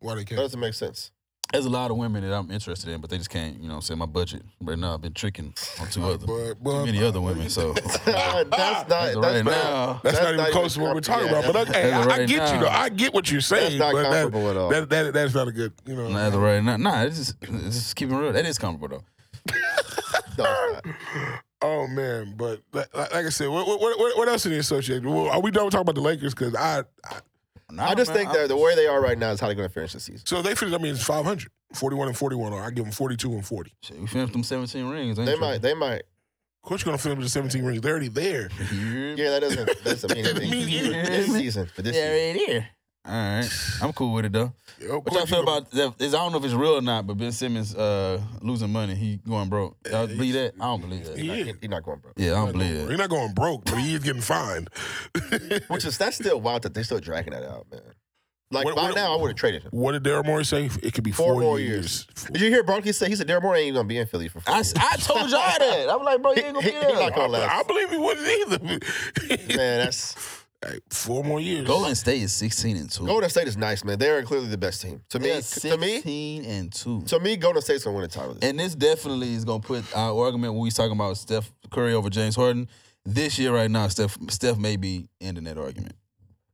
Speaker 1: Why they
Speaker 3: That
Speaker 1: can't?
Speaker 3: doesn't make sense.
Speaker 2: There's a lot of women that I'm interested in, but they just can't, you know, say my budget. Right now, I've been tricking on two other, too
Speaker 1: But, but
Speaker 2: many other women. So
Speaker 3: that's not.
Speaker 2: as
Speaker 3: That's
Speaker 2: of right
Speaker 3: not.
Speaker 2: now,
Speaker 1: that's,
Speaker 3: That's
Speaker 1: not even
Speaker 3: not
Speaker 1: close to
Speaker 3: even
Speaker 1: what we're talking
Speaker 3: comparable.
Speaker 1: about. But I, hey,
Speaker 2: As of
Speaker 1: I- I
Speaker 2: right
Speaker 1: get you
Speaker 2: now,
Speaker 1: though. I get what you're
Speaker 3: That's
Speaker 1: saying.
Speaker 3: not
Speaker 1: but that,
Speaker 3: comparable at all.
Speaker 1: that, that, that's not a good. You know.
Speaker 2: as of right now, nah, it's just, it's just keeping real. That is comfortable though.
Speaker 3: No, it's not.
Speaker 1: Oh man, but like, like I said, what what what, what else are they associated? Well, are we done talking about the Lakers? Because I, I
Speaker 2: Nah,
Speaker 3: I just
Speaker 2: man,
Speaker 3: think
Speaker 2: I'm-
Speaker 3: that the way they are right now is how they're going to finish the season.
Speaker 1: so they finished. I mean, it's 500, 41 and forty one. Or I give them forty two and forty.
Speaker 2: shit, we finished them 17 rings. Ain't
Speaker 3: They
Speaker 2: they
Speaker 3: might. They might.
Speaker 1: Of course, you're gonna film the 17 rings. They're already there.
Speaker 2: Yeah,
Speaker 3: Yeah, that doesn't that doesn't mean
Speaker 1: Doesn't mean
Speaker 3: anything.
Speaker 1: anything.
Speaker 3: this season, for this season.
Speaker 2: right here. All right, I'm cool with it though.
Speaker 1: Of
Speaker 2: What
Speaker 1: course
Speaker 2: y'all feel
Speaker 1: you gonna-
Speaker 2: about that? Is I don't know if it's real or not, but Ben Simmons uh, losing money, he going broke. Y'all believe that? I don't believe that.
Speaker 1: He
Speaker 3: You're
Speaker 1: is.
Speaker 3: not, you're not going, bro.
Speaker 2: Yeah, I
Speaker 1: He's
Speaker 2: don't
Speaker 1: not going
Speaker 2: believe
Speaker 1: broke.
Speaker 2: that.
Speaker 1: He's not going broke, but he is getting fined.
Speaker 3: Which is that's still wild that they're still dragging that out, man. Like
Speaker 1: What-
Speaker 3: by
Speaker 1: what-
Speaker 3: now, I would have traded him.
Speaker 1: what did Daryl Morey say? It could be four,
Speaker 3: Four more
Speaker 1: years.
Speaker 3: Did you hear Bronchi say he said Daryl Morey ain't even gonna be in Philly for four
Speaker 2: I,
Speaker 3: years.
Speaker 2: s- I told y'all that. I'm like, bro, you ain't gonna
Speaker 3: He-
Speaker 2: be
Speaker 3: he- he
Speaker 2: there.
Speaker 3: like-
Speaker 1: I,
Speaker 3: gonna last.
Speaker 1: I believe he wouldn't either.
Speaker 3: man, that's
Speaker 1: Like, four more years.
Speaker 2: Golden State is 16 and two.
Speaker 3: Golden State is nice, man. They are clearly the best team. To
Speaker 2: They
Speaker 3: me,
Speaker 2: are
Speaker 3: to me,
Speaker 2: 16 and two.
Speaker 3: to me, Golden State's gonna win a title. This.
Speaker 2: And this definitely is gonna put our argument when we talking about Steph Curry over James Harden this year right now. Steph Steph may be ending that argument.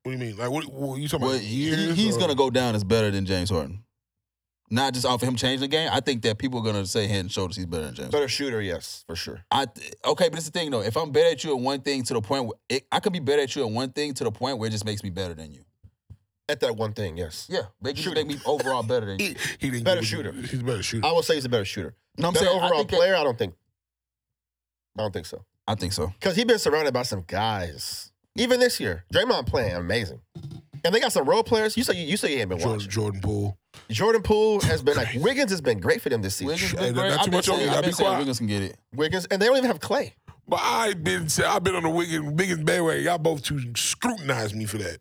Speaker 1: What do you mean? Like, what, what you talking
Speaker 2: Well,
Speaker 1: about?
Speaker 2: he-
Speaker 1: Years
Speaker 2: he's
Speaker 1: or-
Speaker 2: gonna go down as better than James Harden. Not just off of him changing the game. I think that people are gonna say head and shoulders he's better than James.
Speaker 3: Better shooter, yes, for sure.
Speaker 2: I th- okay, but it's the thing though. If I'm better at you at one thing to the point where it, I could be better at you at one thing to the point where it just makes me better than you.
Speaker 3: At that one thing, yes.
Speaker 2: Yeah, they can just make me overall better than you.
Speaker 1: He, he didn't
Speaker 3: Better
Speaker 1: give a-
Speaker 3: shooter.
Speaker 1: He's a better shooter.
Speaker 3: I would say he's a better shooter.
Speaker 2: No, I'm
Speaker 3: better
Speaker 2: saying I
Speaker 3: overall
Speaker 2: think, that-
Speaker 3: player, I don't think. I don't think so.
Speaker 2: I think so.
Speaker 3: Because he's been surrounded by some guys. Even this year, Draymond playing amazing. And they got some role players. You say you say you ain't been
Speaker 1: Jordan,
Speaker 3: watching.
Speaker 1: Jordan Poole.
Speaker 3: Jordan Poole has been like Wiggins has been great for them this season.
Speaker 2: Wiggins
Speaker 1: Hey,
Speaker 3: Wiggins,
Speaker 2: been
Speaker 1: not too
Speaker 2: great. I've been
Speaker 1: much on
Speaker 2: saying,
Speaker 1: you. I'll
Speaker 2: I've
Speaker 1: be
Speaker 2: been saying
Speaker 1: quiet.
Speaker 2: Wiggins can get it.
Speaker 3: and they don't even have Clay.
Speaker 1: But I've been I've been on the Wiggins Wiggins bandwagon. Y'all both two scrutinized me for that.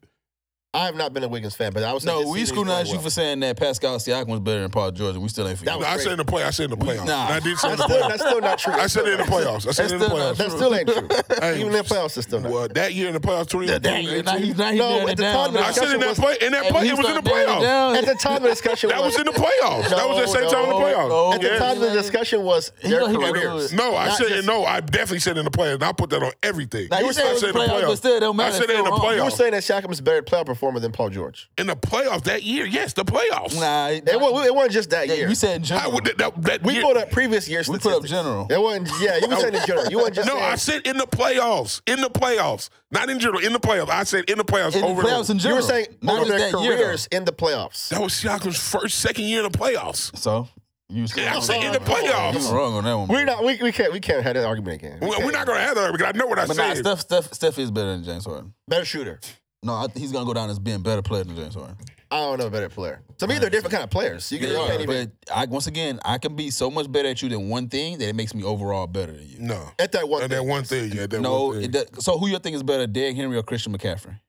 Speaker 3: I have not been a Wiggins fan, but I was
Speaker 2: No, we scrutinized you for saying that Pascal Siakam was better than Paul George, and we still ain't forget.
Speaker 3: That
Speaker 1: No, I
Speaker 3: great.
Speaker 1: said in the play. I said in the playoffs.
Speaker 2: nah.
Speaker 1: I did say in the
Speaker 3: That's still,
Speaker 1: playoffs.
Speaker 3: that's still not true.
Speaker 1: I said it in the playoffs. I said it
Speaker 2: That's
Speaker 1: in the
Speaker 2: still
Speaker 1: playoffs.
Speaker 2: not
Speaker 3: That still ain't true.
Speaker 1: Hey,
Speaker 3: even in the playoffs, it's still not.
Speaker 1: Well, that year in the playoffs, 2018.
Speaker 2: Now he's now he's
Speaker 3: No,
Speaker 2: narrowing
Speaker 3: at
Speaker 2: it
Speaker 3: the
Speaker 2: down.
Speaker 3: time, the
Speaker 1: I said in that
Speaker 3: was-
Speaker 1: play. In that
Speaker 2: Hey,
Speaker 1: play,
Speaker 2: he
Speaker 1: it was in the
Speaker 2: started narrowing it
Speaker 1: playoffs.
Speaker 2: down.
Speaker 3: At the time, the discussion
Speaker 1: That was in the playoffs. that was the same time in the
Speaker 2: no,
Speaker 1: playoffs.
Speaker 2: no.
Speaker 3: At the
Speaker 2: Yeah.
Speaker 3: time, the discussion was
Speaker 2: He
Speaker 3: their
Speaker 2: know he gonna do
Speaker 3: careers.
Speaker 2: it.
Speaker 1: No, I
Speaker 3: Not
Speaker 1: said
Speaker 3: just-
Speaker 1: no. I definitely said in the playoffs. And I put that on everything.
Speaker 2: Now, you
Speaker 1: I
Speaker 2: said it was
Speaker 1: said in the
Speaker 2: playoffs,
Speaker 1: playoffs.
Speaker 2: but still, it don't matter.
Speaker 1: I said
Speaker 2: It's
Speaker 1: it in the
Speaker 2: still wrong.
Speaker 1: playoffs.
Speaker 3: You were saying that Siakam is a better playoff performer than Paul George.
Speaker 1: in the playoffs that year. Yes, the playoffs.
Speaker 2: Nah,
Speaker 3: It, wa- it wasn't just that
Speaker 2: yeah,
Speaker 3: year.
Speaker 2: you said in
Speaker 1: I
Speaker 2: general.
Speaker 1: would that, that, that
Speaker 3: We
Speaker 1: year-
Speaker 3: pulled up previous years.
Speaker 2: We put up
Speaker 3: statistics.
Speaker 2: general.
Speaker 3: It wasn't. Yeah, you were saying in general. You weren't just.
Speaker 1: No,
Speaker 3: saying,
Speaker 1: I said in the playoffs. In the playoffs, not in general. In the playoffs, I said in the playoffs
Speaker 2: In the
Speaker 1: over. and
Speaker 2: playoffs
Speaker 1: over.
Speaker 2: in
Speaker 3: You
Speaker 2: general.
Speaker 3: were saying
Speaker 2: not
Speaker 3: over
Speaker 2: just
Speaker 3: their
Speaker 2: that year, though.
Speaker 3: careers in the playoffs.
Speaker 1: that was Siakam's first, second year in the playoffs.
Speaker 2: So you was
Speaker 1: Yeah, I said in the
Speaker 2: You
Speaker 1: playoffs.
Speaker 2: were wrong on that one.
Speaker 3: We're not. We, we can't. We can't have that argument again. We
Speaker 1: We- We're
Speaker 3: can't.
Speaker 1: not gonna have that because I know what I
Speaker 2: But nah,
Speaker 1: said.
Speaker 2: Steph, Steph, Steph is better than James Harden.
Speaker 3: better shooter.
Speaker 2: No, I, think he's gonna go down as being better player than James Harden.
Speaker 3: I don't know a better player. To me, they're different kind of players. You, can, you can't even.
Speaker 2: but I, once again, I can be so much better at you than one thing that it makes me overall better than you.
Speaker 1: no,
Speaker 3: At that one.
Speaker 1: At that one thing. Yeah, that
Speaker 2: No,
Speaker 1: one
Speaker 2: it,
Speaker 1: thing.
Speaker 2: does- so who you think is better, Derrick Henry or Christian McCaffrey,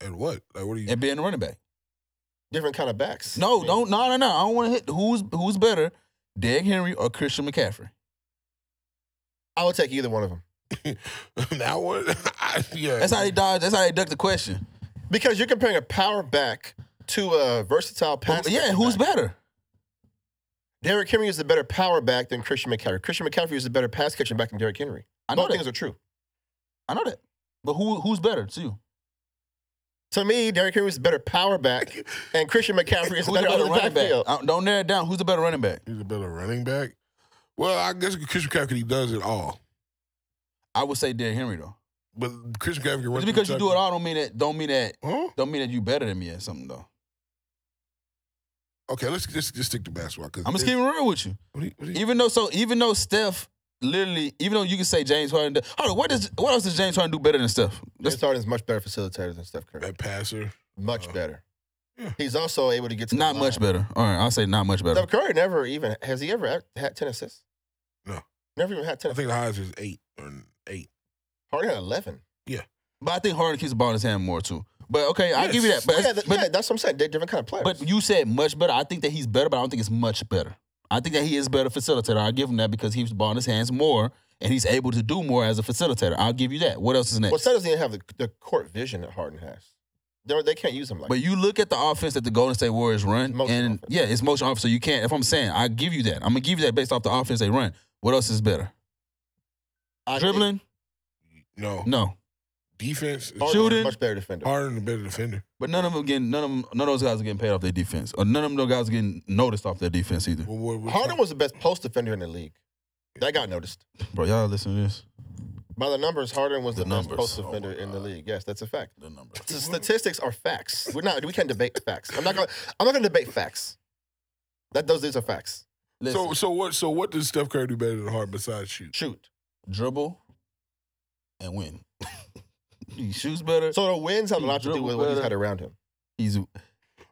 Speaker 1: and what? Like, what are you?
Speaker 2: and being a running back?
Speaker 3: different kind of backs. I
Speaker 2: No,
Speaker 3: mean,
Speaker 2: don't, no, no, no. I don't want to hit who's who's better, Derrick Henry or Christian McCaffrey.
Speaker 3: I would take either one of them
Speaker 1: now what? yeah,
Speaker 2: That's how they dodge. That's how they duck the question.
Speaker 3: because you're comparing a power back to a versatile pass.
Speaker 2: yeah,
Speaker 3: catching
Speaker 2: who's
Speaker 3: back.
Speaker 2: better?
Speaker 3: Derrick Henry is the better power back than Christian McCaffrey. Christian McCaffrey is the better pass catching back than Derrick Henry.
Speaker 2: I know
Speaker 3: Both
Speaker 2: that.
Speaker 3: things are true.
Speaker 2: I know that. But who who's better to you?
Speaker 3: To me, Derrick Henry is the better power back, and Christian McCaffrey
Speaker 2: Who's
Speaker 3: is
Speaker 2: the
Speaker 3: the better,
Speaker 2: better
Speaker 3: other
Speaker 2: running back?
Speaker 3: backfield.
Speaker 2: Uh, Don't narrow it down. Who's the better running back?
Speaker 1: he's a better running back. Well, I guess Christian McCaffrey does it all,
Speaker 2: I would say Derrick Henry though.
Speaker 1: but Christian McCaffrey runs
Speaker 2: Just because you
Speaker 1: Kentucky.
Speaker 2: do it all don't mean that don't mean that
Speaker 1: Huh?
Speaker 2: don't mean that you better than me at something though.
Speaker 1: Okay, let's just just stick to basketball. 'cause
Speaker 2: I'm just
Speaker 1: it-
Speaker 2: keeping real with you.
Speaker 1: what do you- what do you-
Speaker 2: Even though so even though Steph literally even though you can say James Harden do- hold on, what does what else does James Harden do better than Steph? That's-
Speaker 3: James Harden is much better facilitator than Steph Curry.
Speaker 1: That passer.
Speaker 3: Much
Speaker 1: Uh,
Speaker 3: better.
Speaker 1: yeah.
Speaker 3: He's also able to get to the
Speaker 2: not
Speaker 3: line.
Speaker 2: much better. All right, I'll say not much better.
Speaker 3: Steph Curry never even has he ever had- had ten assists.
Speaker 1: No.
Speaker 3: never even had ten.
Speaker 1: I think the highest is eight or eight.
Speaker 3: Harden had eleven.
Speaker 2: But I think Harden keeps the ball in his hand more too. But okay, I give you that. But,
Speaker 3: Oh, yeah, th-
Speaker 2: but,
Speaker 3: yeah, that's what I'm saying. They're different kind of players.
Speaker 2: but you said much better. I think that he's better, but I don't think it's much better. I think that he is better facilitator. I'll give him that because he keeps the ball in his hands more and he's able to do more as a facilitator. I'll give you that. What else is next?
Speaker 3: well, Steph doesn't even have the, the court vision that Harden has. They're, they can't use him like.
Speaker 2: But you look at the offense that the Golden State Warriors run,
Speaker 3: Motion
Speaker 2: and
Speaker 3: offense.
Speaker 2: yeah, it's motion offense. So you can't. If I'm saying, I give you that. I'm gonna give you that based off the offense they run. What else is better?
Speaker 3: that. I think
Speaker 2: Dribbling?
Speaker 1: No.
Speaker 2: No.
Speaker 1: Defense.
Speaker 3: Harden is
Speaker 2: Shooting?
Speaker 3: a much better defender.
Speaker 1: Harden the better defender.
Speaker 2: But none of them getting none of them, none of those guys are getting paid off their defense, or none of them those guys are getting noticed off their defense either.
Speaker 1: Well, what- what-
Speaker 3: Harden was the best post defender in the league. That got noticed
Speaker 2: Bro, y'all listen to this.
Speaker 3: by the numbers. Harden was
Speaker 2: The
Speaker 3: the, best
Speaker 2: numbers.
Speaker 3: post
Speaker 2: Oh my
Speaker 3: defender in the
Speaker 2: God.
Speaker 3: league. Yes, that's a fact.
Speaker 2: The number.
Speaker 3: The statistics are facts. We're not. We can't debate facts. I'm not gonna. I'm not gonna debate facts. That those these are facts.
Speaker 2: Listen,
Speaker 1: so so what so what does Steph Curry do better than Harden besides shoot?
Speaker 3: Shoot.
Speaker 2: dribble, and win. he shoots better.
Speaker 3: So the wins have a lot to do
Speaker 2: Dribble
Speaker 3: with what he's
Speaker 2: better.
Speaker 3: had around him.
Speaker 2: He's
Speaker 1: A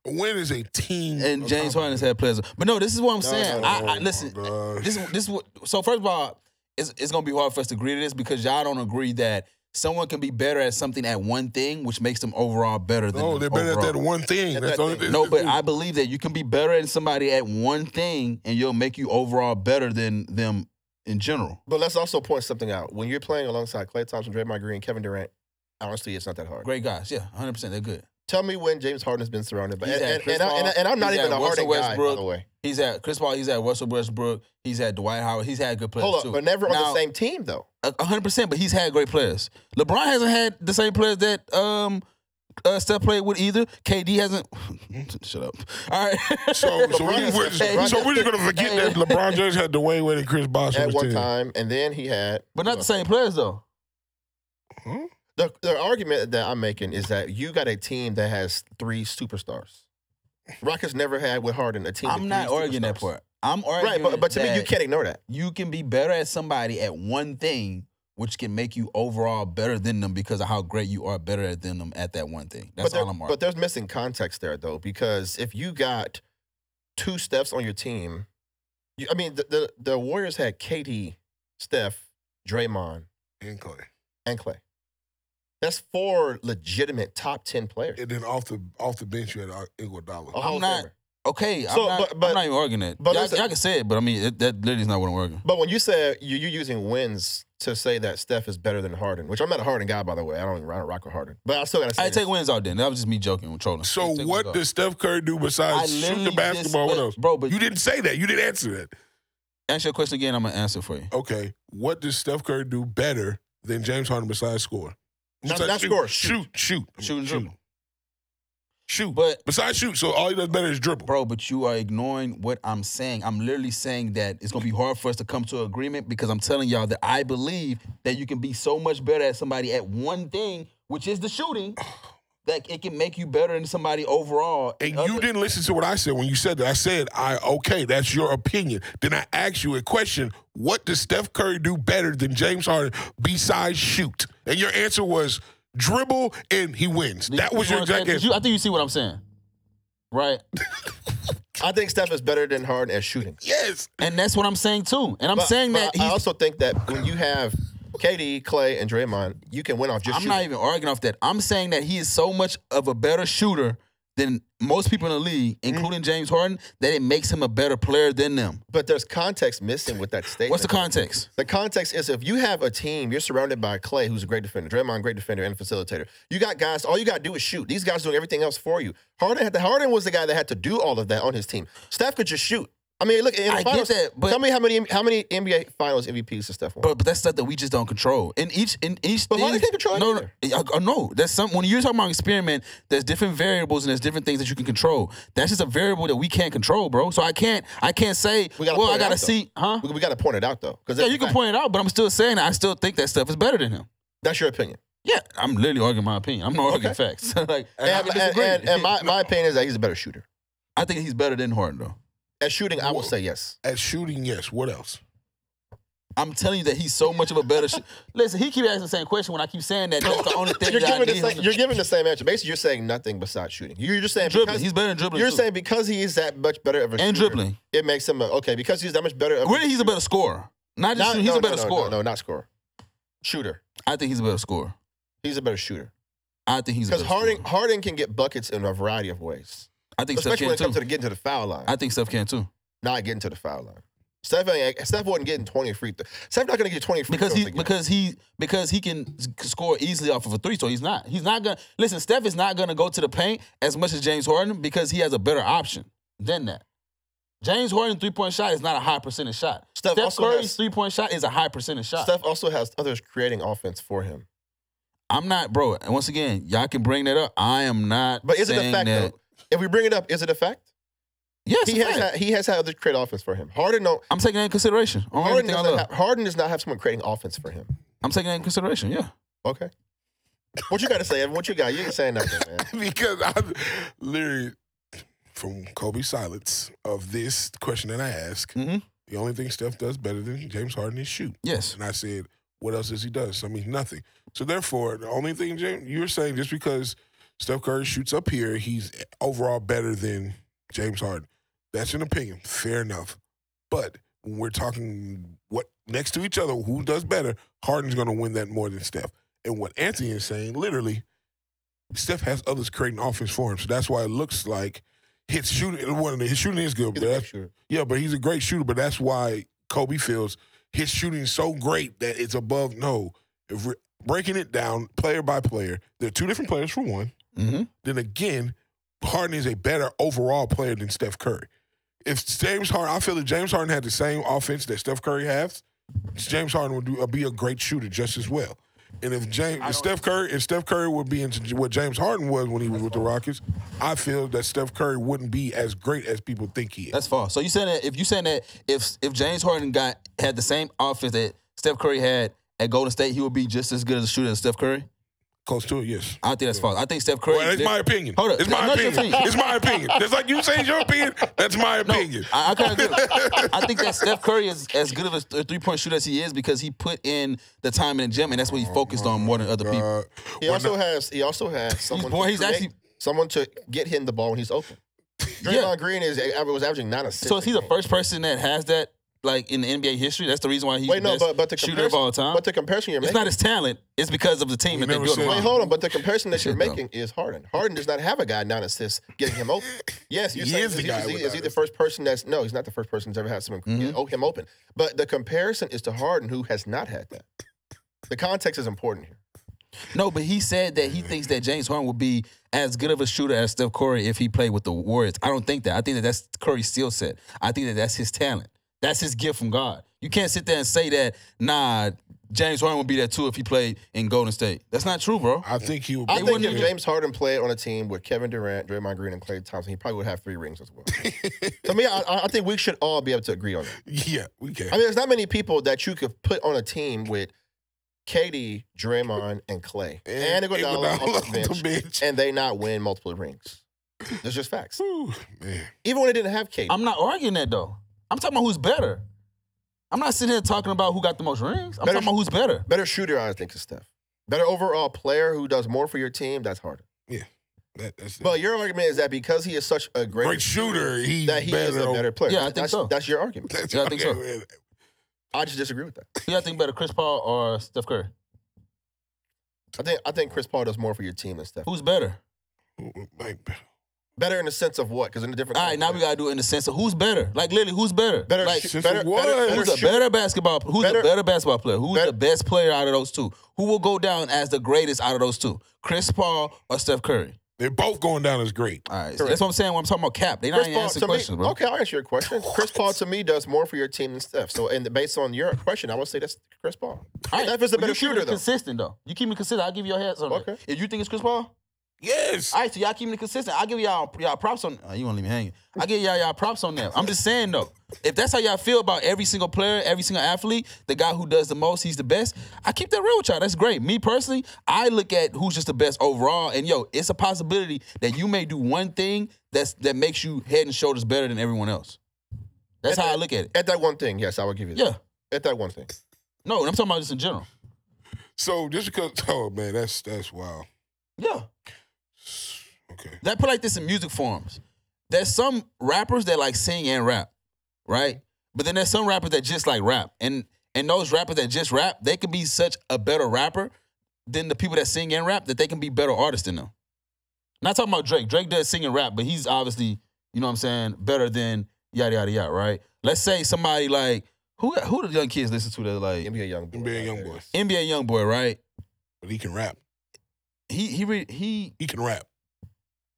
Speaker 1: win is a team.
Speaker 2: and James Harden's had players. But no, this is what I'm saying.
Speaker 1: Oh,
Speaker 2: I, I
Speaker 1: my
Speaker 2: listen.
Speaker 1: gosh.
Speaker 2: This is this is what. So first of all, it's it's gonna be hard for us to agree to this because y'all don't agree that someone can be better at something at one thing, which makes them overall better than.
Speaker 1: No,
Speaker 2: them
Speaker 1: Oh, they're better at
Speaker 2: overall.
Speaker 1: that one thing.
Speaker 3: At
Speaker 1: That's
Speaker 3: that
Speaker 1: only
Speaker 3: thing.
Speaker 2: No, but I believe that you can be better at somebody at one thing, and you'll make you overall better than them in general.
Speaker 3: But let's also point something out. When you're playing alongside Clay Thompson, Draymond Green, Kevin Durant, honestly, it's not that hard.
Speaker 2: Great guys, yeah, hundred percent, they're good.
Speaker 3: Tell me when James Harden has been surrounded by.
Speaker 2: He's
Speaker 3: And,
Speaker 2: had
Speaker 3: and,
Speaker 2: Chris
Speaker 3: and, I, and, I,
Speaker 2: Paul.
Speaker 3: am not
Speaker 2: He's
Speaker 3: even
Speaker 2: had
Speaker 3: a Harden
Speaker 2: Russell
Speaker 3: guy, by
Speaker 2: Westbrook.
Speaker 3: the way.
Speaker 2: He's at Chris Paul, he's at Russell Westbrook, he's at Dwight Howard, he's had good players
Speaker 3: Hold
Speaker 2: too.
Speaker 3: up, but never on
Speaker 2: Now-
Speaker 3: the same team though.
Speaker 2: A hundred percent, but he's had great players. LeBron hasn't had the same players that um uh, Steph played with either. KD hasn't. Shut up. All right.
Speaker 1: So, so,
Speaker 3: LeBron
Speaker 1: we,
Speaker 3: is
Speaker 1: we're,
Speaker 3: the best.
Speaker 1: so we're just gonna forget that LeBron James had Dwayne Wade and Chris Bosh on
Speaker 3: At
Speaker 1: his
Speaker 3: one
Speaker 1: team.
Speaker 3: time, and then he had.
Speaker 2: but not the same players though.
Speaker 3: The, the argument that I'm making is that you got a team that has three superstars. Rockets never had with Harden a team. with
Speaker 2: I'm not
Speaker 3: three
Speaker 2: arguing that
Speaker 3: superstars.
Speaker 2: part. I'm
Speaker 3: Right,
Speaker 2: arguing.
Speaker 3: but, but to me, you
Speaker 2: that-
Speaker 3: can't ignore that.
Speaker 2: you can be better at somebody at one thing, which can make you overall better than them because of how great you are better at than them at that one thing. That's
Speaker 3: but, there-
Speaker 2: all I'm arguing.
Speaker 3: but there's missing context there though, because if you got two steps on your team, you, I mean the, the the Warriors had KD, Steph, Draymond,
Speaker 1: And Clay.
Speaker 3: and Clay. That's four legitimate top ten players.
Speaker 1: And then off the off the bench you had uh, Iguodala.
Speaker 3: A Hall of
Speaker 2: not-
Speaker 3: Famer.
Speaker 2: okay, I'm,
Speaker 3: So,
Speaker 2: not,
Speaker 3: but- but-
Speaker 2: I'm not even arguing that.
Speaker 3: but
Speaker 2: y'all,
Speaker 3: listen-
Speaker 2: y'all can say it, but I mean it, that literally is not what I'm arguing.
Speaker 3: But when you say you, you're using wins to say that Steph is better than Harden, which I'm not a Harden guy by the way, I don't even I don't rock with Harden, but I still gotta say
Speaker 2: I
Speaker 3: this.
Speaker 2: take wins out then. That was just me joking, trolling.
Speaker 1: So
Speaker 2: I take
Speaker 1: what
Speaker 2: wins out.
Speaker 1: does Steph Curry do besides
Speaker 2: I
Speaker 1: shoot the
Speaker 2: literally
Speaker 1: basketball?
Speaker 2: just-
Speaker 1: What else?
Speaker 2: bro? But
Speaker 1: You didn't say that. You didn't answer that.
Speaker 2: ask your question again. I'm gonna answer for you.
Speaker 1: Okay. What does Steph Curry do better than James Harden besides score?
Speaker 3: Not-
Speaker 1: Besides
Speaker 3: not
Speaker 1: shoot,
Speaker 3: score,
Speaker 1: Shoot.
Speaker 3: shoot.
Speaker 1: Shoot.
Speaker 2: Shoot and dribble.
Speaker 1: Shoot.
Speaker 2: But
Speaker 1: besides shoot, so all he does better is dribble.
Speaker 2: Bro, but you are ignoring what I'm saying. I'm literally saying that it's gonna be hard for us to come to an agreement because I'm telling y'all that I believe that you can be so much better at somebody at one thing, which is the shooting, that it can make you better than somebody overall.
Speaker 1: And
Speaker 2: Other-
Speaker 1: you didn't listen to what I said when you said that. I said, I okay, that's your opinion. Then I asked you a question. What does Steph Curry do better than James Harden besides shoot? And your answer was dribble and he wins. that was your
Speaker 2: You understand?
Speaker 1: exact
Speaker 2: 'Cause
Speaker 1: answer.
Speaker 2: you- I think you see what I'm saying, right?
Speaker 3: I think Steph is better than Harden at shooting.
Speaker 1: yes.
Speaker 2: and that's what I'm saying too. And I'm
Speaker 3: But-
Speaker 2: saying
Speaker 3: but
Speaker 2: that
Speaker 3: I
Speaker 2: he's
Speaker 3: also think that when you have KD, Clay, and Draymond, you can win off just
Speaker 2: I'm
Speaker 3: shooting.
Speaker 2: not even arguing off that. I'm saying that he is so much of a better shooter than most people in the league,
Speaker 3: Mm.
Speaker 2: including James Harden, that it makes him a better player than them.
Speaker 3: But there's context missing with that statement.
Speaker 2: What's the context?
Speaker 3: The context is if you have a team, you're surrounded by Clay, who's a great defender, Draymond, great defender, and a facilitator. You got guys, all you gotta do is shoot. These guys doing everything else for you. Harden had to, Harden was the guy that had to do all of that on his team. Steph could just shoot. I mean, look, in the
Speaker 2: I get
Speaker 3: finals,
Speaker 2: that, but-
Speaker 3: tell me how many how many NBA finals MVPs does Steph won?
Speaker 2: But, but that's stuff that we just don't control. In each in each
Speaker 3: But
Speaker 2: thing,
Speaker 3: Harden can't control it
Speaker 2: no, no, I- I know. That's some when you're talking about experiment, there's different variables and there's different things that you can control. That's just a variable that we can't control, bro. So I can't I can't say
Speaker 3: We gotta
Speaker 2: well
Speaker 3: point
Speaker 2: I
Speaker 3: it
Speaker 2: gotta
Speaker 3: out, though.
Speaker 2: see huh?
Speaker 3: we, we gotta point it out though. Because
Speaker 2: Yeah, you can point it out, but I'm still saying I still think that stuff is better than him.
Speaker 3: that's your opinion.
Speaker 2: Yeah, I'm literally arguing my opinion. I'm not arguing facts. like and I
Speaker 3: And,
Speaker 2: can
Speaker 3: and,
Speaker 2: disagree.
Speaker 3: and, and my, my opinion is that he's a better shooter.
Speaker 2: I think he's better than Harden though.
Speaker 3: At shooting, I
Speaker 1: Whoa.
Speaker 3: would say yes.
Speaker 1: At shooting, yes. What else?
Speaker 2: I'm telling you that he's so much of a better. Sh- Listen, he keep asking the same question when I keep saying that. That's the only thing
Speaker 3: you're
Speaker 2: that I
Speaker 3: giving, the
Speaker 2: need him
Speaker 3: same,
Speaker 2: to-
Speaker 3: you're giving the same answer. Basically, you're saying nothing besides shooting. You're just saying
Speaker 2: dribbling.
Speaker 3: because-
Speaker 2: He's better than dribbling.
Speaker 3: you're
Speaker 2: too.
Speaker 3: saying because he is that much better of a
Speaker 2: and
Speaker 3: shooter,
Speaker 2: dribbling.
Speaker 3: It makes him a, okay because he's that much better. Of a,
Speaker 2: Really, he's a better scorer. Not just
Speaker 3: Not-
Speaker 2: shooter, he's
Speaker 3: no,
Speaker 2: a better
Speaker 3: no, no,
Speaker 2: scorer.
Speaker 3: No, no, not scorer. Shooter.
Speaker 2: I think he's a better scorer.
Speaker 3: He's a better shooter
Speaker 2: I think he's a
Speaker 3: because
Speaker 2: better
Speaker 3: Harden
Speaker 2: scorer.
Speaker 3: Harden can get buckets in a variety of ways,
Speaker 2: I think Steph
Speaker 3: especially when
Speaker 2: can
Speaker 3: it comes to
Speaker 2: too.
Speaker 3: the, getting to the foul line.
Speaker 2: I think Steph can too
Speaker 3: not getting to the foul line. Steph ain't, Steph wasn't getting twenty free. Th- Steph not gonna get twenty free
Speaker 2: because
Speaker 3: throws
Speaker 2: he
Speaker 3: again.
Speaker 2: because he because he can s- score easily off of a three. So he's not he's not gonna listen. Steph is not gonna go to the paint as much as James Harden because he has a better option than that. James Harden three point shot is not a high percentage shot.
Speaker 3: Steph
Speaker 2: Steph
Speaker 3: also
Speaker 2: Curry's
Speaker 3: has-
Speaker 2: three point shot is a high percentage shot.
Speaker 3: Steph also has others creating offense for him.
Speaker 2: I'm not, bro. And once again, y'all can bring that up. I am not.
Speaker 3: But is it a
Speaker 2: saying
Speaker 3: fact
Speaker 2: that,
Speaker 3: though? If we bring it up, is it a fact?
Speaker 2: Yes,
Speaker 3: he has had, he has had others create offense for him. Harden don't.
Speaker 2: I'm taking that in consideration. On
Speaker 3: Harden,
Speaker 2: everything I
Speaker 3: doesn't
Speaker 2: love,
Speaker 3: have, Harden does not have someone creating offense for him.
Speaker 2: I'm taking that in consideration. Yeah.
Speaker 3: Okay. What you got to say? Evan? What you got? You ain't saying nothing, man.
Speaker 1: because I literally from Kobe's silence of this question that I asked,
Speaker 2: Mm-hmm.
Speaker 1: the only thing Steph does better than James Harden is shoot.
Speaker 2: Yes.
Speaker 1: And I said, What else has he done? I mean, nothing. So therefore, the only thing Jay, you're saying just because Steph Curry shoots up here, he's overall better than James Harden. That's an opinion. Fair enough. But when we're talking what next to each other, who does better, Harden's going to win that more than Steph. And what Anthony is saying, literally, Steph has others creating offense for him. So that's why it looks like his shooting, well, his shooting is good, but
Speaker 3: He's a great
Speaker 1: that's,
Speaker 3: shooter.
Speaker 1: yeah, but he's a great shooter, but that's why Kobe feels his shooting is so great that it's above no. If we're breaking it down player by player, there are two different players for one.
Speaker 2: Mm-hmm.
Speaker 1: Then again, Harden is a better overall player than Steph Curry. If James Harden, I feel that James Harden had the same offense that Steph Curry has, James Harden would do, uh, be a great shooter just as well. And if James, if Steph Curry, if Steph Curry would be into what James Harden was when he was with the Rockets, I feel that Steph Curry wouldn't be as great as people think he is.
Speaker 2: That's false. So you saying that if you saying that if if James Harden got had the same offense that Steph Curry had at Golden State, he would be just as good as a shooter as Steph Curry.
Speaker 1: Close to it, yes.
Speaker 2: I think that's false. I think Steph Curry.
Speaker 1: Well, that's my opinion.
Speaker 2: Hold up.
Speaker 1: It's
Speaker 2: No,
Speaker 1: my
Speaker 2: not your
Speaker 1: opinion.
Speaker 2: opinion.
Speaker 1: It's my opinion. That's like you saying your opinion. That's my opinion.
Speaker 2: I, I kind of agree. I think that Steph Curry is as good of a three point shooter as he is because he put in the time in the gym and that's what he focused on more than other people.
Speaker 1: Uh,
Speaker 3: He also has he also has someone.
Speaker 2: boy,
Speaker 3: to
Speaker 2: he's
Speaker 3: create-
Speaker 2: actually-
Speaker 3: someone to get him the ball when he's open. Draymond Green is was averaging nine assists.
Speaker 2: So is he
Speaker 3: a
Speaker 2: the
Speaker 3: game.
Speaker 2: first person that has that like in the NBA history? That's the reason why he's
Speaker 3: Wait,
Speaker 2: the
Speaker 3: no,
Speaker 2: best
Speaker 3: but but the
Speaker 2: shooter of
Speaker 3: comparison,
Speaker 2: all time.
Speaker 3: But the comparison you're
Speaker 2: it's
Speaker 3: making.
Speaker 2: not his talent. It's because of the team
Speaker 1: We
Speaker 2: that they
Speaker 1: never
Speaker 2: built
Speaker 1: said-
Speaker 2: around.
Speaker 3: Wait,
Speaker 2: him.
Speaker 3: hold on. But the comparison that
Speaker 2: Shit,
Speaker 3: you're
Speaker 2: bro.
Speaker 3: making is Harden. Harden does not have a guy nine assists getting him open. Yes, you're
Speaker 1: He
Speaker 3: saying,
Speaker 1: is the
Speaker 3: he,
Speaker 1: guy
Speaker 3: Is he,
Speaker 1: with
Speaker 3: is he
Speaker 1: nine
Speaker 3: the first person that's no? He's not the first person that's ever had someone get oh,
Speaker 2: Mm-hmm.
Speaker 3: him open. But the comparison is to Harden, who has not had that. The context is important here.
Speaker 2: No, but he said that he thinks that James Harden would be as good of a shooter as Steph Curry if he played with the Warriors. I don't think that. I think that that's Curry's skill set. I think that that's his talent. That's his gift from God. You can't sit there and say that, nah, James Harden would be that too if he played in Golden State. That's not true, bro.
Speaker 1: I think he would.
Speaker 3: I think
Speaker 2: wouldn't
Speaker 3: if
Speaker 2: even-
Speaker 3: James Harden played on a team with Kevin Durant, Draymond Green, and Klay Thompson, he probably would have three rings as well. to me, I, I- I think we should all be able to agree on that.
Speaker 1: yeah, we can.
Speaker 3: I mean, there's not many people that you could put on a team with Katie, Draymond, and Clay,
Speaker 2: Eh,
Speaker 3: and, Iguodala off the bench, and they not win multiple rings. That's just facts.
Speaker 1: Ooh, man.
Speaker 3: Even when they didn't have Katie,
Speaker 2: I'm not arguing that though. I'm talking about who's better. I'm not sitting here talking about who got the most rings. I'm
Speaker 3: Better-
Speaker 2: talking about who's better.
Speaker 3: better shooter, I think, is Steph. Better overall player who does more for your team. That's harder.
Speaker 1: That, that's
Speaker 3: But your argument is that because he is such a great,
Speaker 1: great shooter. He's
Speaker 3: that he
Speaker 1: better
Speaker 3: is a
Speaker 1: over-
Speaker 3: better player.
Speaker 2: Yeah, I think
Speaker 3: that's,
Speaker 2: so.
Speaker 3: That's your argument.
Speaker 1: That's-
Speaker 2: Yeah, I think so.
Speaker 1: man.
Speaker 3: I just disagree with that.
Speaker 2: Who y'all think better, Chris Paul or Steph Curry?
Speaker 3: I think I think Chris Paul does more for your team than Steph.
Speaker 2: Who's better?
Speaker 1: Ooh, like,
Speaker 3: Better in the sense of what? Because in a different.
Speaker 2: All right, now we gotta do it in the sense of who's better. Like literally, who's better?
Speaker 3: better.
Speaker 2: like,
Speaker 3: shoot-
Speaker 1: since
Speaker 3: better,
Speaker 1: what?
Speaker 3: better, better
Speaker 2: Who's a
Speaker 3: shoot-
Speaker 2: better basketball player? Who's
Speaker 3: Better-
Speaker 2: the better basketball player? Who's
Speaker 3: Better-
Speaker 2: the best player out of those two? Who will go down as the greatest out of those two? Chris Paul or Steph Curry?
Speaker 1: They're both going down as great.
Speaker 2: All right, so
Speaker 3: Correct.
Speaker 2: that's what I'm saying. When I'm talking about cap, they not
Speaker 3: Chris
Speaker 2: even
Speaker 3: Paul
Speaker 2: answering
Speaker 3: to
Speaker 2: questions,
Speaker 3: me.
Speaker 2: bro.
Speaker 3: Okay, I'll answer your question. Chris Paul to me does more for your team than Steph. So, and based on your question, I would say that's Chris Paul.
Speaker 2: All right,
Speaker 3: Steph is a
Speaker 2: but
Speaker 3: better
Speaker 2: you keep
Speaker 3: shooter
Speaker 2: it
Speaker 3: though.
Speaker 2: Consistent though, you keep me consistent. I'll give you your heads on
Speaker 3: Okay.
Speaker 2: it. If you think it's Chris Paul,
Speaker 1: Yes.
Speaker 2: all right, so y'all keep me consistent. I'll give y'all y'all props on. Oh, you won't leave me hanging. I give y'all y'all props on that. I'm just saying though, if that's how y'all feel about every single player, every single athlete, the guy who does the most, he's the best. I keep that real with y'all. That's great. Me personally, I look at who's just the best overall, and yo, it's a possibility that you may do one thing that's that makes you head and shoulders better than everyone else. That's how I look at it.
Speaker 3: At that one thing, yes, I would give you that.
Speaker 2: Yeah.
Speaker 3: At that one thing.
Speaker 2: No, I'm talking about just in general.
Speaker 1: So just because, oh man, that's that's wild.
Speaker 2: Yeah.
Speaker 1: Okay.
Speaker 2: That put like this in music forms. There's some rappers that like sing and rap, right? But then there's some rappers that just like rap, and and those rappers that just rap, they can be such a better rapper than the people that sing and rap that they can be better artists than them. Not talking about Drake. Drake does sing and rap, but he's obviously you know what I'm saying better than yada yada yada, right? Let's say somebody like who who the young kids listen to that like
Speaker 3: NBA young boy.
Speaker 1: NBA young boy,
Speaker 2: NBA YoungBoy, right?
Speaker 1: but he can rap.
Speaker 2: He he re- he
Speaker 1: He can rap.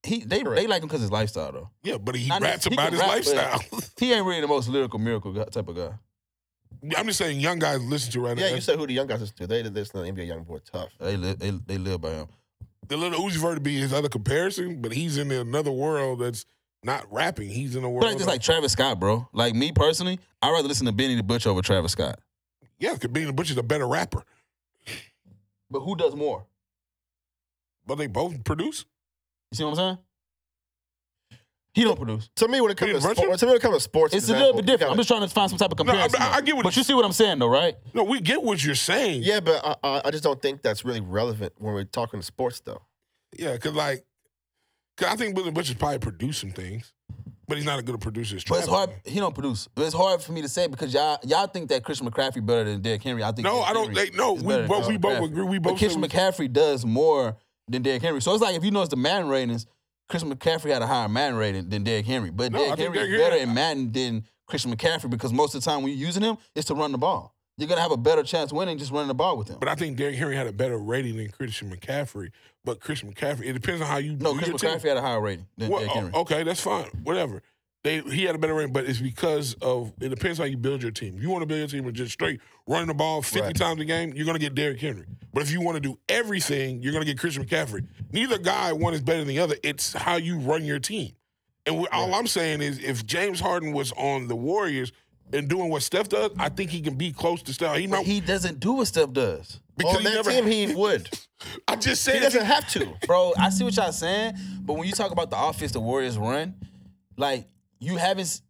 Speaker 2: he they they
Speaker 3: Correct.
Speaker 2: like him because his lifestyle though.
Speaker 1: Yeah, but he
Speaker 2: Not
Speaker 1: raps
Speaker 2: necess- he
Speaker 1: about
Speaker 2: can
Speaker 1: his
Speaker 2: rap,
Speaker 1: lifestyle.
Speaker 2: He ain't really the most lyrical miracle guy, type of guy.
Speaker 1: I'm just saying, young guys listen to right
Speaker 3: Yeah,
Speaker 1: now.
Speaker 3: you said who the young guys listen to. They did this and the NBA young boy tough.
Speaker 2: They live, they, they live by him.
Speaker 1: the little Uzi Vert be his other comparison, but he's in another world that's not rapping. He's in a world
Speaker 2: But like just like Travis Scott, bro. Like me personally, I'd rather listen to Benny the Butcher over Travis Scott.
Speaker 1: yeah, because Benny the Butcher's a better rapper,
Speaker 2: But who does more?
Speaker 1: but they both produce.
Speaker 2: You see what I'm saying? He don't produce.
Speaker 3: To me, when it comes to
Speaker 1: didn't rush
Speaker 3: sports,
Speaker 1: him?
Speaker 3: to me, when it comes to sports,
Speaker 2: It's a
Speaker 3: example,
Speaker 2: little bit
Speaker 3: you
Speaker 2: different. I'm
Speaker 3: gotta-
Speaker 2: just trying to find some type of
Speaker 1: No, I-
Speaker 2: comparison.
Speaker 1: I- I get what
Speaker 2: But
Speaker 1: you-
Speaker 2: you see what I'm saying, though, right?
Speaker 1: No, we get what you're saying.
Speaker 3: yeah, but I, I, I just don't think that's really relevant when we're talking sports, though.
Speaker 1: Yeah, because like, cause I think Billy Butcher's probably produced some things, but he's not as good a producer as
Speaker 2: But
Speaker 1: Travis.
Speaker 2: it's hard. He don't produce. But it's hard for me to say because y'all y'all think that Christian McCaffrey better than Derrick Henry. I think
Speaker 1: No,
Speaker 2: Derrick
Speaker 1: I don't.
Speaker 2: Henry
Speaker 1: They, no,
Speaker 2: is
Speaker 1: we
Speaker 2: better than
Speaker 1: both we
Speaker 2: Christian
Speaker 1: both
Speaker 2: McCaffrey.
Speaker 1: agree. We
Speaker 2: But
Speaker 1: both.
Speaker 2: Christian
Speaker 1: said we-
Speaker 2: McCaffrey does more than Derrick Henry. So it's like if you notice the Madden ratings, Christian McCaffrey had a higher Madden rating than Derrick Henry. But
Speaker 1: No, I
Speaker 2: Derrick
Speaker 1: think
Speaker 2: Henry is
Speaker 1: Derrick Henry-
Speaker 2: better in Madden than Christian McCaffrey because most of the time when you're using him, it's to run the ball. You're gonna have a better chance winning just running the ball with him.
Speaker 1: But I think Derrick Henry had a better rating than Christian McCaffrey. But Christian McCaffrey, it depends on how you.
Speaker 2: no,
Speaker 1: do
Speaker 2: Christian
Speaker 1: your team.
Speaker 2: McCaffrey had a higher rating than
Speaker 1: Well, oh,
Speaker 2: Derrick Henry.
Speaker 1: o- okay, that's fine. Whatever. They, he had a better rating, but it's because of it depends how you build your team. If you want to build your team with just straight running the ball 50
Speaker 3: Right.
Speaker 1: times a game, you're gonna get Derrick Henry. But if you want to do everything, you're gonna get Christian McCaffrey. Neither guy one is better than the other. It's how you run your team. And we, all I'm saying is, if James Harden was on the Warriors and doing what Steph does, I think he can be close to Steph. He
Speaker 2: But
Speaker 1: might
Speaker 2: he doesn't do what Steph does.
Speaker 1: because
Speaker 3: On
Speaker 1: he
Speaker 3: that
Speaker 1: never.
Speaker 3: team, he would.
Speaker 1: I just
Speaker 3: He
Speaker 1: said
Speaker 3: doesn't have to.
Speaker 2: bro. I see what y'all saying, but when you talk about the offense the Warriors run, like you haven't. s-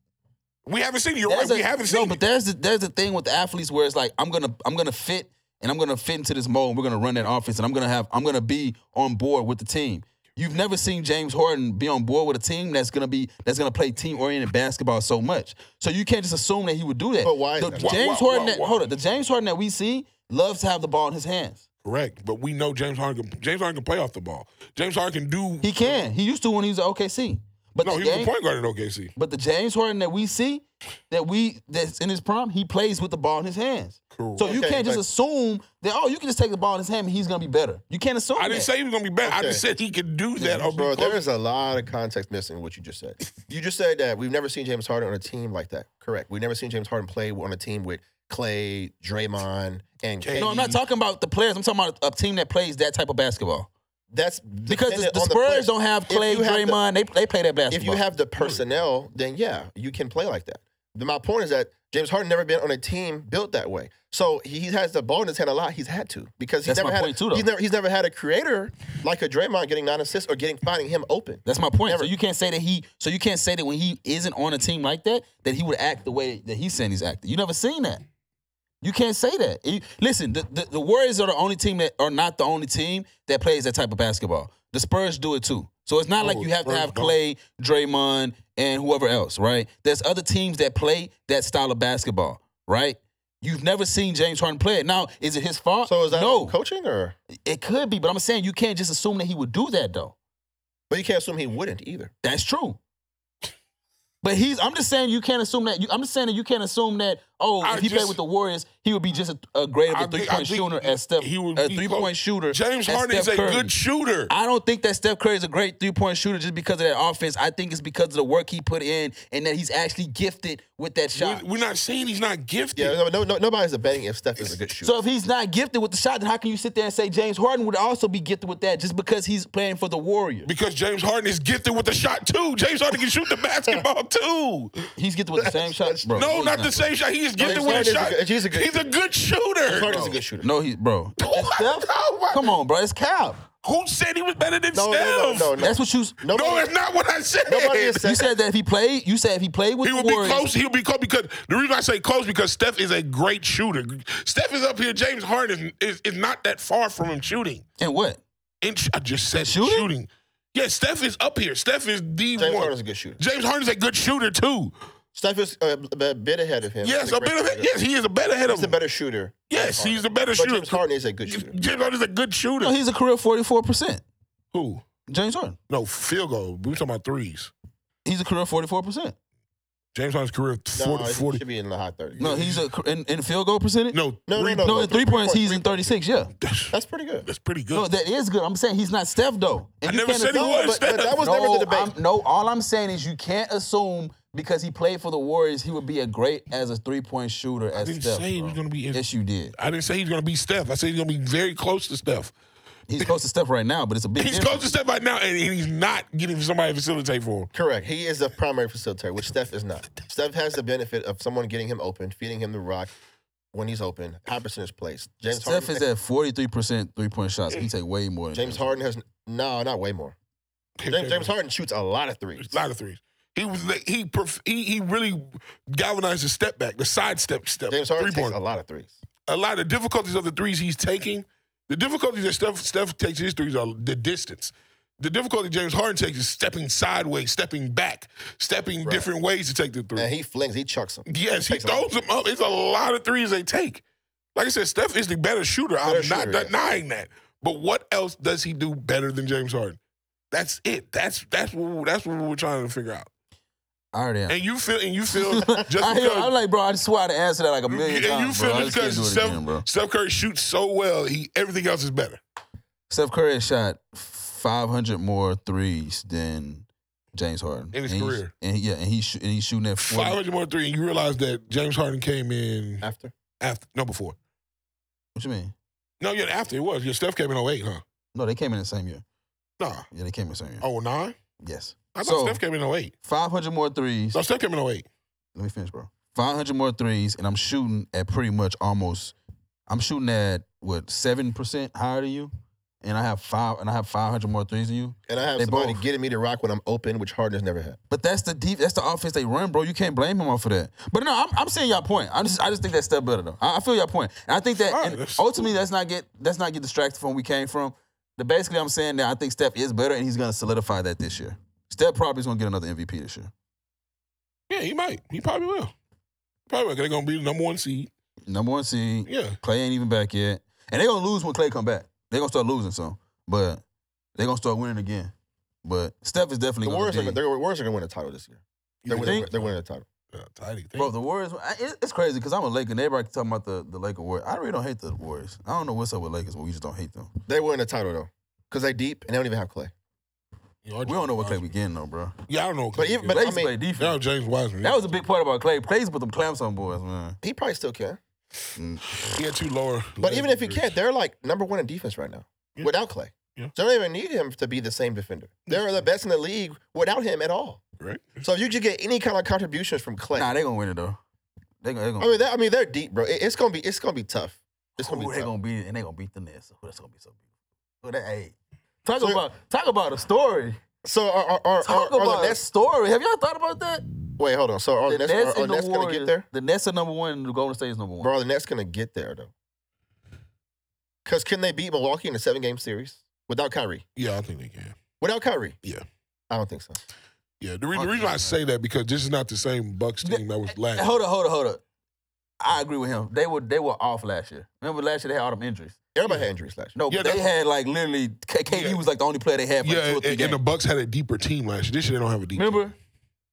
Speaker 1: we haven't seen it. You're right.
Speaker 2: there's
Speaker 1: We
Speaker 2: a-
Speaker 1: haven't
Speaker 2: no,
Speaker 1: seen
Speaker 2: but
Speaker 1: it.
Speaker 2: there's the, there's the thing with the athletes where it's like I'm gonna I'm gonna fit and I'm gonna fit into this mold. And we're gonna run that offense, and I'm gonna have I'm gonna be on board with the team. You've never seen James Harden be on board with a team that's gonna be that's gonna play team oriented basketball so much. So you can't just assume that he would do that.
Speaker 3: But why is
Speaker 2: The
Speaker 3: that?
Speaker 1: Why-
Speaker 2: James
Speaker 1: why-
Speaker 2: Harden,
Speaker 1: why-
Speaker 2: that,
Speaker 1: why?
Speaker 2: hold up, the James Harden that we see loves to have the ball in his hands.
Speaker 1: Correct, but we know James Harden. Can, James Harden can play off the ball. James Harden can do.
Speaker 2: He can. He used to when he was at OKC. But
Speaker 1: no,
Speaker 2: the
Speaker 1: he was a
Speaker 2: game-
Speaker 1: point guard at OKC.
Speaker 2: But the James Harden that we see, that we that's in his prime, he plays with the ball in his hands.
Speaker 1: Correct.
Speaker 2: So you
Speaker 3: Okay,
Speaker 2: can't just
Speaker 3: but-
Speaker 2: assume that oh, you can just take the ball in his hand and he's gonna be better. You can't assume.
Speaker 1: I didn't
Speaker 2: that.
Speaker 1: say he was gonna be bad. I just said he could do that. or be
Speaker 3: Bro,
Speaker 1: close.
Speaker 3: there is a lot of context missing in what you just said. You just said that we've never seen James Harden on a team like that. Correct. We've never seen James Harden play on a team with Clay, Draymond, and
Speaker 1: No, I'm
Speaker 3: KD.
Speaker 2: No, I'm not talking about the players. I'm talking about a team that plays that type of basketball.
Speaker 3: That's
Speaker 2: Because the,
Speaker 3: dependent
Speaker 2: the
Speaker 3: on player.
Speaker 2: Spurs don't have
Speaker 3: If
Speaker 2: Clay,
Speaker 3: you have the-
Speaker 2: Draymond. they they play that
Speaker 3: If
Speaker 2: basketball.
Speaker 3: you have the personnel, then yeah, you can play like that. But my point is that James Harden never been on a team built that way. So he he has the ball in his hand a lot. He's had to because he's
Speaker 2: That's
Speaker 3: never
Speaker 2: my
Speaker 3: had
Speaker 2: point
Speaker 3: a,
Speaker 2: too, though.
Speaker 3: he's never he's never had a creator like a Draymond getting nine assists or getting finding him open.
Speaker 2: That's my point.
Speaker 3: Never.
Speaker 2: So you can't say that he. So you can't say that when he isn't on a team like that, that he would act the way that he's saying he's acting. You never seen that. You can't say that. You- listen, the, the, the Warriors are the only team that are not the only team that plays that type of basketball. The Spurs do it too. So it's not like
Speaker 3: Oh,
Speaker 1: No,
Speaker 2: you have to
Speaker 1: Spurs
Speaker 2: have
Speaker 1: don't.
Speaker 2: Clay, Draymond, and whoever else, right? There's other teams that play that style of basketball, right? You've never seen James Harden play it. Now, is it his fault?
Speaker 3: So is that
Speaker 2: no?
Speaker 3: coaching or?
Speaker 2: it could be, but I'm saying you can't just assume that he would do that though.
Speaker 3: But you can't assume he wouldn't either.
Speaker 2: That's true. But he's. I'm just saying you can't assume that. You, I'm just saying that you can't assume that. Oh,
Speaker 1: I
Speaker 2: if he
Speaker 1: just-
Speaker 2: played with the Warriors, he would be just a, a great of
Speaker 1: I
Speaker 2: a three
Speaker 1: think- I
Speaker 2: point
Speaker 1: think
Speaker 2: shooter as Steph.
Speaker 1: he would
Speaker 2: a
Speaker 1: be
Speaker 2: three
Speaker 1: close.
Speaker 2: point shooter.
Speaker 1: James
Speaker 2: as
Speaker 1: Harden is a
Speaker 2: Steph Curry.
Speaker 1: good shooter.
Speaker 2: I don't think that Steph Curry is a great three point shooter just because of that offense. I think it's because of the work he put in and that he's actually gifted with that shot.
Speaker 1: We- we're not saying he's not gifted.
Speaker 3: Yeah, no, no, no nobody's debating if Steph is a good shooter.
Speaker 2: So if he's not gifted with the shot, then how can you sit there and say James Harden would also be gifted with that just because he's playing for the Warriors?
Speaker 1: Because James Harden is gifted with the shot too. James Harden can shoot the basketball too.
Speaker 2: He's gifted with the same shot, bro.
Speaker 1: No,
Speaker 2: he's
Speaker 1: not the same shot. He is gifted with a
Speaker 3: Harden is a
Speaker 1: shot.
Speaker 3: good- he's a good
Speaker 1: He's a good shooter.
Speaker 3: Harden's a good shooter.
Speaker 2: No, he's bro.
Speaker 1: What?
Speaker 2: Steph?
Speaker 1: Oh my-
Speaker 2: Come on, bro. It's Cap.
Speaker 1: Who said he was better than
Speaker 3: No,
Speaker 1: Steph?
Speaker 3: no, no, no, no.
Speaker 2: That's what you.
Speaker 1: No,
Speaker 3: Nobody-
Speaker 1: it's not what I said.
Speaker 3: Nobody is
Speaker 2: You said that if he played, you said if he played with
Speaker 1: He
Speaker 2: the
Speaker 1: will be
Speaker 2: Warriors,
Speaker 1: close. He'll be close because the reason I say close because Steph is a great shooter. Steph is up here. James Harden is, is, is not that far from him shooting.
Speaker 2: and what?
Speaker 1: And sh- I just said shooting.
Speaker 2: Shooting?
Speaker 1: Yeah, Steph is up here. Steph is the
Speaker 3: James
Speaker 1: one.
Speaker 3: Harden's a good shooter.
Speaker 1: James Harden's a good shooter too.
Speaker 3: Steph is a, a bit ahead of him.
Speaker 1: Yes,
Speaker 3: He's
Speaker 1: a
Speaker 3: great
Speaker 1: bit of
Speaker 3: shooter.
Speaker 1: yes, he is a better head of
Speaker 3: He's a
Speaker 1: him.
Speaker 3: better shooter.
Speaker 1: yes, he's a better
Speaker 3: But
Speaker 1: shooter.
Speaker 3: James Harden is a good shooter.
Speaker 1: James Harden is a good shooter.
Speaker 2: No, he's a career forty-four percent.
Speaker 1: Who?
Speaker 2: James Harden.
Speaker 1: No field goal. We were talking about threes.
Speaker 2: He's a career forty-four percent.
Speaker 1: James Harden's career 40,
Speaker 3: No, he
Speaker 1: 40
Speaker 3: should be in the high 30s.
Speaker 2: No, he's a in, in field goal percentage.
Speaker 1: no,
Speaker 3: No,
Speaker 1: three-
Speaker 3: no,
Speaker 2: no, in three points he's in thirty-six. Yeah,
Speaker 3: That's pretty good.
Speaker 1: That's pretty good.
Speaker 2: no, that is good. I'm saying he's not Steph though. And
Speaker 1: I
Speaker 2: you
Speaker 1: never
Speaker 2: can't
Speaker 1: said he
Speaker 2: assume-
Speaker 1: was.
Speaker 3: but- but
Speaker 1: Steph.
Speaker 3: that was- never the
Speaker 2: No,
Speaker 3: debate.
Speaker 2: I'm, no, all I'm saying is you can't assume because he played for the Warriors he would be a great as a three-point shooter as
Speaker 1: I didn't
Speaker 2: Steph.
Speaker 1: say he
Speaker 2: bro.
Speaker 1: was gonna be.
Speaker 2: Yes, you did.
Speaker 1: I didn't say he's gonna be Steph. I said he's gonna be very close to Steph.
Speaker 2: He's close to Steph right now, but it's a big.
Speaker 1: He's
Speaker 2: difference.
Speaker 1: close to Steph right now, and and he's not getting somebody to facilitate for him.
Speaker 3: Correct. He is the primary facilitator, which Steph is not. Steph has the benefit of someone getting him open, feeding him the rock when he's open, high percentage plays. James
Speaker 2: Steph
Speaker 3: Harden
Speaker 2: is at forty-three percent three-point shots. He take way more. Than
Speaker 3: James Harden has no, not way more. James, James Harden shoots a lot of threes.
Speaker 1: A lot of threes. He was like, he perf- he he really galvanized the step back, the sidestep step,
Speaker 3: James Harden
Speaker 1: three
Speaker 3: takes
Speaker 1: point.
Speaker 3: a lot of threes.
Speaker 1: A lot of the difficulties of the threes he's taking, the difficulties that Steph Steph takes his threes are the distance. The difficulty James Harden takes is stepping sideways, stepping back, stepping
Speaker 3: Right.
Speaker 1: different ways to take the three.
Speaker 3: And he flings, he chucks them.
Speaker 1: Yes, he
Speaker 3: Takes a lot.
Speaker 1: throws them up. It's a lot of threes they take. Like I said, Steph is the better shooter. I'm
Speaker 3: Better
Speaker 1: not
Speaker 3: shooter, yeah.
Speaker 1: denying that. But what else does he do better than James Harden? That's it. That's that's what that's what we're trying to figure out.
Speaker 2: I already am.
Speaker 1: And you feel and you feel just
Speaker 2: I hear, I'm
Speaker 1: because
Speaker 2: like, bro, I just swear I'd answer that like a million
Speaker 1: and you
Speaker 2: times.
Speaker 1: feel
Speaker 2: bro. I
Speaker 1: just
Speaker 2: just can't
Speaker 1: because
Speaker 2: do it
Speaker 1: Steph,
Speaker 2: again, bro.
Speaker 1: Steph Curry shoots so well, he everything else is better.
Speaker 2: Steph Curry has shot 500 more threes than James Harden
Speaker 1: In his
Speaker 2: and he's-
Speaker 1: career.
Speaker 2: and he- yeah, and he's and he's shooting at 40.
Speaker 1: Five hundred more three, and you realize that James Harden came in
Speaker 3: After
Speaker 1: after no before.
Speaker 2: What you mean?
Speaker 1: No, yeah, after it was. Yeah, Steph came in 08, huh?
Speaker 2: No, they came in the same year.
Speaker 1: Nah.
Speaker 2: Yeah, they came in the same year.
Speaker 1: Oh nine?
Speaker 2: Yes,
Speaker 1: I thought
Speaker 2: So-
Speaker 1: Steph came in 08.
Speaker 2: 500 more threes.
Speaker 1: No, Steph came in 08.
Speaker 2: Let me finish, bro. 500 more threes, and I'm shooting at pretty much almost. I'm shooting at what seven percent higher than you, and I have five, and I have 500 more threes than you.
Speaker 3: and I have
Speaker 2: They
Speaker 3: somebody
Speaker 2: both.
Speaker 3: getting me to rock when I'm open, which Harden has never had.
Speaker 2: But that's the deep. That's the offense they run, bro. You can't blame him off for that. But no, I'm, I'm saying y'all point. I just I just think that's step better though. I, I feel y'all point. And I think that
Speaker 1: Alright,
Speaker 2: and
Speaker 1: that's-
Speaker 2: ultimately that's not get that's not get distracted from where we came from. The basically I'm saying that I think Steph is better and he's gonna solidify that this year. Steph probably is gonna get another MVP this year.
Speaker 1: Yeah, he might. He probably will. Probably will. 'cause They're gonna be the number one seed.
Speaker 2: Number one seed.
Speaker 1: Yeah.
Speaker 2: Clay ain't even back yet. And they're gonna lose when Clay come back. They're gonna start losing some. But they're gonna start winning again. But Steph is
Speaker 3: The
Speaker 2: definitely
Speaker 3: Warriors, are,
Speaker 2: gonna
Speaker 3: gonna-
Speaker 2: be,
Speaker 3: the Warriors are gonna win the title this year. They're
Speaker 2: You
Speaker 3: winning,
Speaker 2: think?
Speaker 3: they're winning the title.
Speaker 1: Yeah, tidy thing.
Speaker 2: Bro, the Warriors I- it- it's crazy because I'm a Laker and everybody talking about the, the Laker Warriors. I really don't hate the Warriors. I don't know what's up with Lakers, but we just don't hate them.
Speaker 3: They win the title though, because they deep and they don't even have Clay.
Speaker 2: We don't know what Clay we getting though, bro.
Speaker 1: Yeah, I don't know. What
Speaker 3: But
Speaker 1: Clay
Speaker 3: even-
Speaker 1: but
Speaker 3: but-
Speaker 2: Clay
Speaker 3: I
Speaker 2: used to
Speaker 3: mean,
Speaker 2: play defense.
Speaker 1: that was James Wiseman.
Speaker 2: that was a big part about Clay. Clay used to put them clamps on boys, man. Mm.
Speaker 3: He probably still can.
Speaker 1: he had two lower.
Speaker 3: But even if he
Speaker 1: legs.
Speaker 3: can't, they're like number one in defense right now
Speaker 1: Yeah.
Speaker 3: without Clay.
Speaker 1: Yeah.
Speaker 3: So they don't even need him to be the same defender. They're the best in the league without him at all.
Speaker 1: right?
Speaker 3: So if you could get any kind of contributions from Clay,
Speaker 2: Nah, they gonna win it though. They gonna, they
Speaker 3: I
Speaker 2: gonna,
Speaker 3: mean, that, I mean, they're deep, bro. It- it's gonna be, it's gonna be tough. It's gonna
Speaker 2: Ooh,
Speaker 3: be
Speaker 2: they
Speaker 3: tough.
Speaker 2: gonna beat it and they gonna beat the Nets. Ooh, that's gonna be so beautiful. Ooh, that- hey. Talk
Speaker 3: So-
Speaker 2: about talk about a story.
Speaker 3: So are, are, are, are,
Speaker 2: Talk
Speaker 3: are
Speaker 2: about
Speaker 3: the
Speaker 2: that
Speaker 3: Nets?
Speaker 2: Oh, story. Have y'all thought about that?
Speaker 3: Wait, hold on. So
Speaker 1: Oh,
Speaker 3: are the, Nets, are- are,
Speaker 2: and
Speaker 3: Nets gonna get
Speaker 2: Warriors-
Speaker 3: there?
Speaker 2: The Nets are number one, and the Golden State is number one.
Speaker 3: Bro, are the Nets gonna get there though? Because can they beat Milwaukee in a seven-game series without Kyrie?
Speaker 1: Yeah, I think they can.
Speaker 3: Without Kyrie?
Speaker 1: Yeah.
Speaker 3: I don't think so.
Speaker 1: Yeah, the, re- the reason I say that because this is not the same Bucks team that was last.
Speaker 2: Hold up, hold up, hold up. I agree with him. They were they were off last year. Remember last year they had all them injuries.
Speaker 3: Everybody had injuries last year.
Speaker 2: No,
Speaker 1: Yeah,
Speaker 2: but they
Speaker 1: that's-
Speaker 2: had like literally K- KD
Speaker 1: Yeah.
Speaker 2: was like the only player they had for like,
Speaker 1: Yeah,
Speaker 2: two or
Speaker 1: and,
Speaker 2: three
Speaker 1: and
Speaker 2: games.
Speaker 1: the Bucks had a deeper team last year. This year they don't have a deep. team.
Speaker 2: Remember,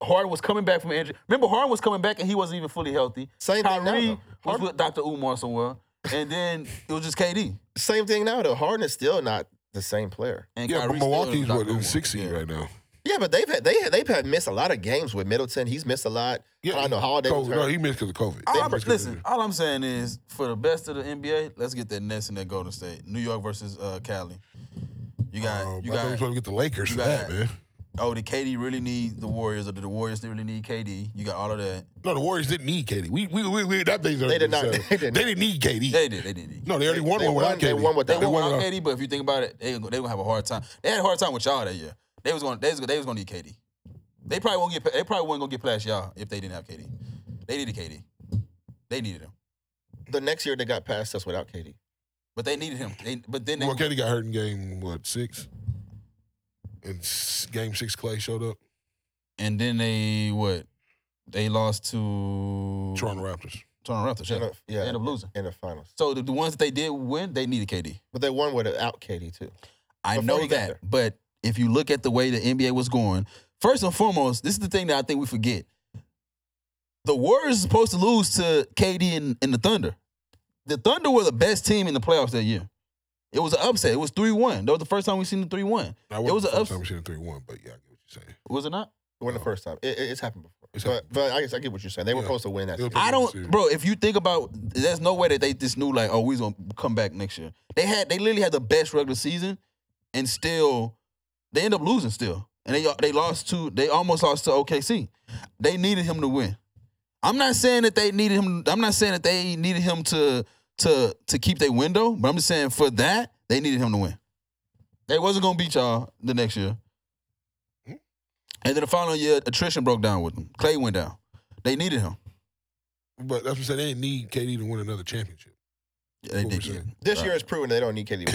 Speaker 2: Harden was coming back from injury. Remember, Harden was coming back and he wasn't even fully healthy.
Speaker 3: Same thing now,
Speaker 2: Kyrie
Speaker 3: though.
Speaker 2: was
Speaker 3: Harden-
Speaker 2: with Dr. Umar somewhere, and then it was just KD
Speaker 3: Same thing now though. Harden is still not the same player.
Speaker 2: and
Speaker 1: Yeah, but
Speaker 2: Kyrie still
Speaker 1: Milwaukee's
Speaker 2: Dr.
Speaker 1: what in
Speaker 2: Umar.
Speaker 1: six seed
Speaker 2: Yeah.
Speaker 1: right now.
Speaker 3: Yeah, but they've had they they've had missed a lot of games with Middleton. He's missed a lot.
Speaker 1: Yeah,
Speaker 3: I know Holiday was
Speaker 1: COVID, no,
Speaker 3: hurt.
Speaker 1: he missed because of COVID.
Speaker 2: All
Speaker 1: He
Speaker 2: I'm,
Speaker 1: missed 'cause of
Speaker 2: listen, all I'm saying is for the best of the NBA, let's get that Nets and that Golden State. New York versus uh, Cali. You got,
Speaker 1: Um, I
Speaker 2: you
Speaker 1: thought we were
Speaker 2: got.
Speaker 1: supposed to get the Lakers
Speaker 2: you
Speaker 1: for
Speaker 2: got-
Speaker 1: that, man.
Speaker 2: Oh, did KD really need the Warriors, or did the Warriors really need KD? You got all of that.
Speaker 1: No, the Warriors didn't need KD. We we we, we that thing's already
Speaker 3: did not-
Speaker 1: settled.
Speaker 3: they did
Speaker 1: They didn't need KD.
Speaker 2: They did, they did. need-
Speaker 1: no, they already won
Speaker 3: They
Speaker 1: one without
Speaker 3: won- they
Speaker 1: KD.
Speaker 3: won without-
Speaker 2: They
Speaker 3: They
Speaker 2: won without
Speaker 1: without-
Speaker 2: KD, but if you think about it, they gonna- they gonna have a hard time. They had a hard time with y'all that year. They was going, they was, they was gonna need KD. They probably won't get, they probably wouldn't gonna get past y'all if they didn't have KD. They needed KD. They needed him,
Speaker 3: The next year they got past us without KD.
Speaker 2: but they needed him. They, but then they,
Speaker 1: Well, Katie got hurt in game what six? And s- game six, Clay showed up.
Speaker 2: and then they what? They lost to
Speaker 3: Mm-hmm.
Speaker 1: Toronto Raptors.
Speaker 2: Toronto Raptors.
Speaker 3: In
Speaker 2: Yeah.
Speaker 3: the- yeah,
Speaker 2: They end up losing.
Speaker 3: in the finals.
Speaker 2: So the, the ones that they did win, they needed KD.
Speaker 3: But they won without KD too.
Speaker 2: I
Speaker 3: Before
Speaker 2: know
Speaker 3: he got
Speaker 2: that,
Speaker 3: there.
Speaker 2: but if you look at the way the NBA was going, first and foremost, this is the thing that I think we forget. The Warriors are supposed to lose to KD and, and the Thunder. The Thunder were the best team in the playoffs that year. It was an upset. It was 3 1. That was the first time we seen the 3 1.
Speaker 1: Now,
Speaker 2: It was an
Speaker 1: first time
Speaker 2: upset.
Speaker 1: we seen three one, but yeah, I get what you're saying.
Speaker 2: Was it not?
Speaker 3: It wasn't
Speaker 1: No.
Speaker 3: the first time. It, it- it's happened before.
Speaker 1: It's
Speaker 3: but
Speaker 1: happened.
Speaker 3: but I, guess I get what you're saying. They were
Speaker 1: Yeah.
Speaker 3: supposed to win that.
Speaker 1: It was
Speaker 3: series.
Speaker 1: pretty-
Speaker 2: I
Speaker 1: series.
Speaker 2: don't, bro. If you think about, there's no way that they just knew like, oh, we's gonna come back next year. They had, they literally had the best regular season, and still, they end up losing still, and they they lost to, they almost lost to OKC. They needed him to win. I'm not saying that they needed him. I'm not saying that they needed him to to to keep their window, but I'm just saying for that they needed him to win. They wasn't gonna beat y'all the next year. And then the following year, attrition broke down with him. Clay went down. They needed him.
Speaker 1: But that's what I said. They didn't need KD to win another championship.
Speaker 2: Yeah, they
Speaker 1: What
Speaker 2: did.
Speaker 1: we
Speaker 2: Yeah.
Speaker 1: saying.
Speaker 3: This
Speaker 2: Right.
Speaker 3: year is proven they don't need KD.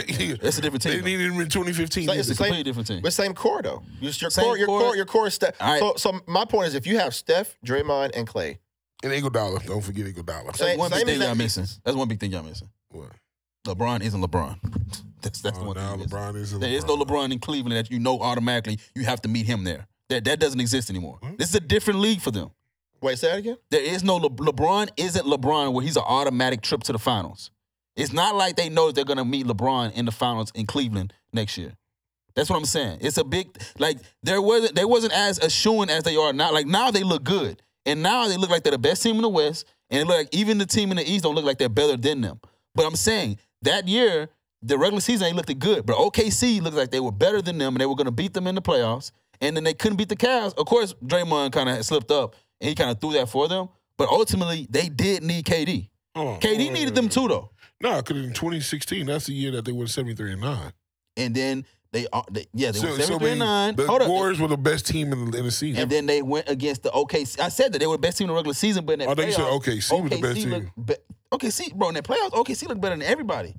Speaker 2: It's a different team.
Speaker 1: They
Speaker 2: though.
Speaker 1: needed him in 2015.
Speaker 3: It's like-
Speaker 1: either.
Speaker 2: It's a completely different team.
Speaker 3: But same core though. Just your
Speaker 2: Same
Speaker 3: core, your
Speaker 2: core.
Speaker 3: core, your core is Steph.
Speaker 2: All right.
Speaker 3: So, so my point is, if you have Steph, Draymond, and Clay,
Speaker 1: And Iguodala. Don't forget Iguodala.
Speaker 2: That's
Speaker 3: Same-
Speaker 2: one big
Speaker 3: same
Speaker 2: thing y'all
Speaker 3: exact
Speaker 2: missing. That's one big thing y'all missing.
Speaker 1: What?
Speaker 2: LeBron isn't LeBron. That's that's
Speaker 1: Oh,
Speaker 2: one thing.
Speaker 1: now
Speaker 2: you missing.
Speaker 1: LeBron is a LeBron.
Speaker 2: There is no LeBron in Cleveland that you know automatically you have to meet him there. That that doesn't exist anymore.
Speaker 1: Hmm?
Speaker 2: This is a different league for them.
Speaker 3: wait, say that again.
Speaker 2: There is no Le- LeBron isn't LeBron where he's an automatic trip to the finals. It's not like they know they're gonna meet LeBron in the finals in Cleveland next year. That's what I'm saying. It's a big like there wasn't they wasn't as assuring as they are now. Like now they look good. And now they look like they're the best team in the West. And it look like even the team in the East don't look like they're better than them. But I'm saying that year, the regular season they looked good. But OKC looked like they were better than them and they were gonna beat them in the playoffs. And then they couldn't beat the Cavs. Of course, Draymond kind of slipped up and he kind of threw that for them. But ultimately, they did need KD.
Speaker 1: Oh,
Speaker 2: KD needed them too though.
Speaker 1: No, because in 2016, that's the year that they went 73 and 9.
Speaker 2: And then they, uh, they yeah, they were
Speaker 1: So- so
Speaker 2: 73 and
Speaker 1: we-
Speaker 2: 9.
Speaker 1: The
Speaker 2: Hold up.
Speaker 1: Warriors were the best team in the, in the season.
Speaker 2: And then they went against the OKC. I said that they were the best team in the regular season, but in that
Speaker 1: I think you Oh, said
Speaker 2: playoffs,
Speaker 1: OKC was the best team.
Speaker 2: looked Be- OKC, bro, in that playoffs, OKC looked better than everybody.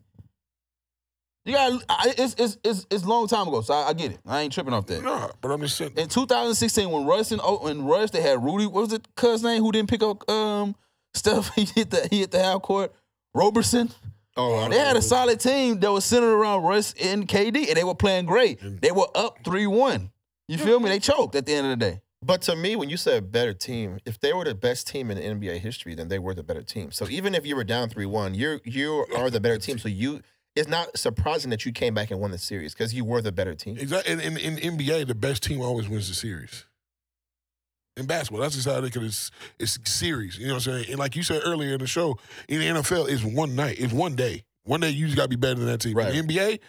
Speaker 2: You got I, it's, it's it's it's long time ago, so I, I get it. I ain't tripping off that.
Speaker 1: Nah, but I'm just saying.
Speaker 2: In 2016, when Russ and oh, when Russ, they had Rudy. What was it? Cuz name who didn't pick up um stuff. He hit the he hit the half court. Roberson.
Speaker 3: Oh, I
Speaker 2: They had a solid team that was centered around Russ and KD, and they were playing great.
Speaker 1: Mm.
Speaker 2: They were up three one. You feel me? They choked at the end of the day.
Speaker 3: But to me, when you said better team, if they were the best team in NBA history, then they were the better team. So even if you were down three one, you you are the better team. So you, it's not surprising that you came back and won the series because you were the better team.
Speaker 1: Exactly. In, in, in NBA, the best team always wins the series. In basketball, that's just how they because it's it's series. You know what I'm saying? And like you said earlier in the show, in the NFL, it's one night, it's one day. One day you just got to be better than that team.
Speaker 3: Right.
Speaker 1: In the NBA,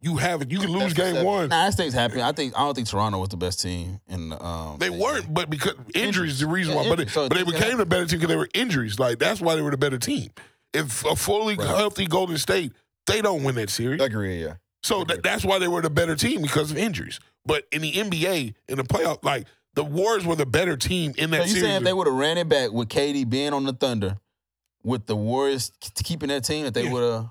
Speaker 1: you have it. You can lose
Speaker 3: That's what's
Speaker 1: game
Speaker 3: up.
Speaker 1: one.
Speaker 2: Nah, this thing's happening. I think I don't think Toronto was the best team in. the, Um,
Speaker 1: They
Speaker 2: thing.
Speaker 1: weren't, but because injuries is the reason
Speaker 2: Yeah,
Speaker 1: why. But,
Speaker 2: injuries. So
Speaker 1: but they
Speaker 2: things can
Speaker 1: became the better team because they were injuries. Like that's why they were the better team. If a fully
Speaker 2: Right.
Speaker 1: healthy Golden State, they don't win that series.
Speaker 3: Agree, yeah.
Speaker 1: So tha- that's why they were the better team because of injuries. But in the NBA, in the playoff, like the Warriors were the better team in
Speaker 2: So
Speaker 1: that
Speaker 2: you
Speaker 1: series.
Speaker 2: saying if they would have ran it back with KD being on the Thunder, with the Warriors k- keeping that team, that they
Speaker 1: Yeah.
Speaker 2: would have.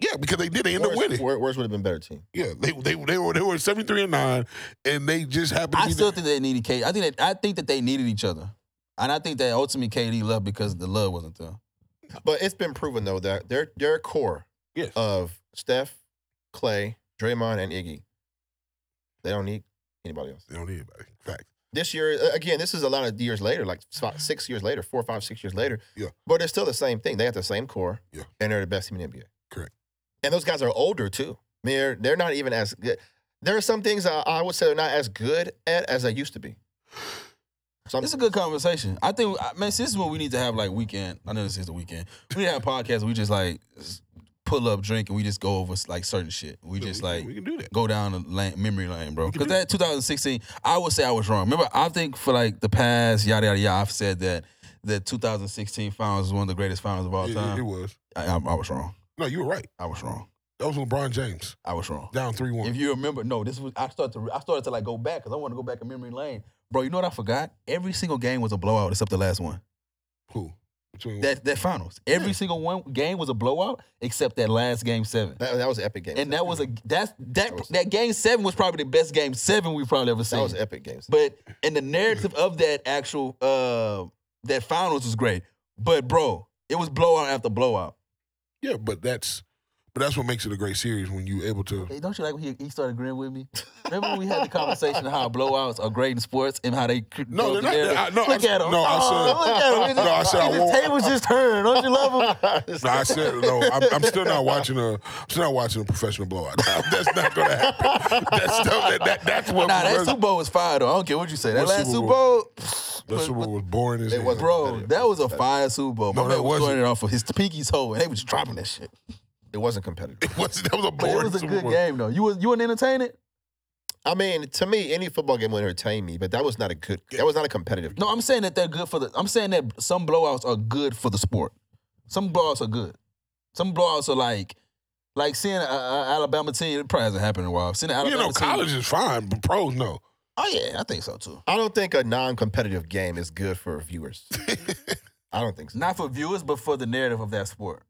Speaker 1: yeah, because they did. They ended up
Speaker 3: Warriors,
Speaker 1: winning.
Speaker 3: Warriors would have been better team.
Speaker 1: Yeah, they they they were they were seventy three and nine, and they just happened. To
Speaker 2: I
Speaker 1: be
Speaker 2: still
Speaker 1: the-
Speaker 2: think they needed KD. I think that I think that they needed each other, and I think that ultimately KD left because the love wasn't there.
Speaker 3: But it's been proven though that their their core
Speaker 1: Yes.
Speaker 2: uh,
Speaker 3: of Steph, Clay, Draymond, and Iggy, they don't need anybody else.
Speaker 1: they don't need anybody. Fact.
Speaker 3: This year, uh, again, this is a lot of years later, like s- about six years later, four, five, six years later.
Speaker 1: Yeah.
Speaker 3: But it's still the same thing. They have the same core.
Speaker 1: Yeah.
Speaker 3: And they're the best team in the NBA.
Speaker 1: Correct.
Speaker 3: And those guys are older too. I mean, they're, they're not even as good. There are some things I, I would say they're not as good at as they used to be. Some,
Speaker 2: It's a good conversation. I think, I- man, see, this is what we need to have like weekend. I know this is the weekend. We need to have podcasts. We just like s- pull up, drink, and we just go over like certain shit. We just
Speaker 1: we,
Speaker 2: like
Speaker 1: we can do that.
Speaker 2: go down a lane, memory lane, bro.
Speaker 1: can
Speaker 2: Because
Speaker 1: do
Speaker 2: that 2016, I would say I was wrong. Remember, I think for like the past yada yada yada, I've said that the 2016 finals is one of the greatest finals of all
Speaker 1: It, it- it
Speaker 2: time.
Speaker 1: was.
Speaker 2: I, I, I was wrong.
Speaker 1: No, you were right.
Speaker 2: I was wrong.
Speaker 1: That was LeBron James
Speaker 2: I was wrong.
Speaker 1: down three one.
Speaker 2: If you remember, no, this was I started to I started to like go back because I want to go back in memory lane, bro. You know what I forgot? Every single game was a blowout except the last one.
Speaker 1: Who? Between
Speaker 2: That that finals. Every single one game was a blowout except that last game seven.
Speaker 3: that, that was an epic game.
Speaker 2: and that was a that's that
Speaker 3: That was-
Speaker 2: that game seven was probably the best game seven we've probably ever seen.
Speaker 3: that was epic games.
Speaker 2: But and the narrative of that actual uh that finals was great. But bro, it was blowout after blowout.
Speaker 1: yeah, but that's but that's what makes it a great series when you able to.
Speaker 2: Hey, don't you like when he, he started agreeing with me? Remember when we had the conversation of how blowouts are great in sports and how they cr-
Speaker 1: No,
Speaker 2: broke
Speaker 1: they're not-
Speaker 2: the
Speaker 1: I- no,
Speaker 2: narrative?
Speaker 1: I
Speaker 2: look
Speaker 1: said-
Speaker 2: at him.
Speaker 1: no, I said-
Speaker 2: Oh, look at him.
Speaker 1: No, I said I
Speaker 2: the
Speaker 1: won't-
Speaker 2: tables just turned. Don't you love him?
Speaker 1: No, I said no. I'm, I'm still not watching a. I'm still not watching a professional blowout. That's not gonna happen. That's stuff that, that that's what.
Speaker 2: Nah, that Super Bowl was fire though. I don't care what you say. That
Speaker 1: What
Speaker 2: last
Speaker 1: Super
Speaker 2: Super
Speaker 1: Bowl?
Speaker 2: Bowl,
Speaker 1: That Super Bowl was boring as
Speaker 3: It
Speaker 1: hell.
Speaker 3: wasn't.
Speaker 2: bro, that was a fire Super Bowl. My
Speaker 1: No,
Speaker 2: man
Speaker 1: that
Speaker 2: was throwing
Speaker 1: wasn't.
Speaker 2: it off of his pinky's hole, and they was dropping that shit.
Speaker 3: it wasn't competitive.
Speaker 1: It was- that was a
Speaker 2: But
Speaker 1: boring
Speaker 2: it was a
Speaker 1: Super
Speaker 2: good
Speaker 1: Bowl.
Speaker 2: game though. You was you wasn't entertaining?
Speaker 3: I mean, to me, any football game would entertain me, but that was not a good. That was not a competitive.
Speaker 2: No, I'm saying that they're good for the. I'm saying that some blowouts are good for the sport. Some blowouts are good. Some blowouts are like, like seeing an Alabama team. It probably hasn't happened in a while. Seeing an
Speaker 1: You
Speaker 2: Alabama
Speaker 1: know,
Speaker 2: team.
Speaker 1: college is fine, but pros no.
Speaker 2: Oh yeah, I think so too.
Speaker 3: I don't think a non-competitive game is good for viewers. I don't think so.
Speaker 2: Not for viewers, but for the narrative of that sport.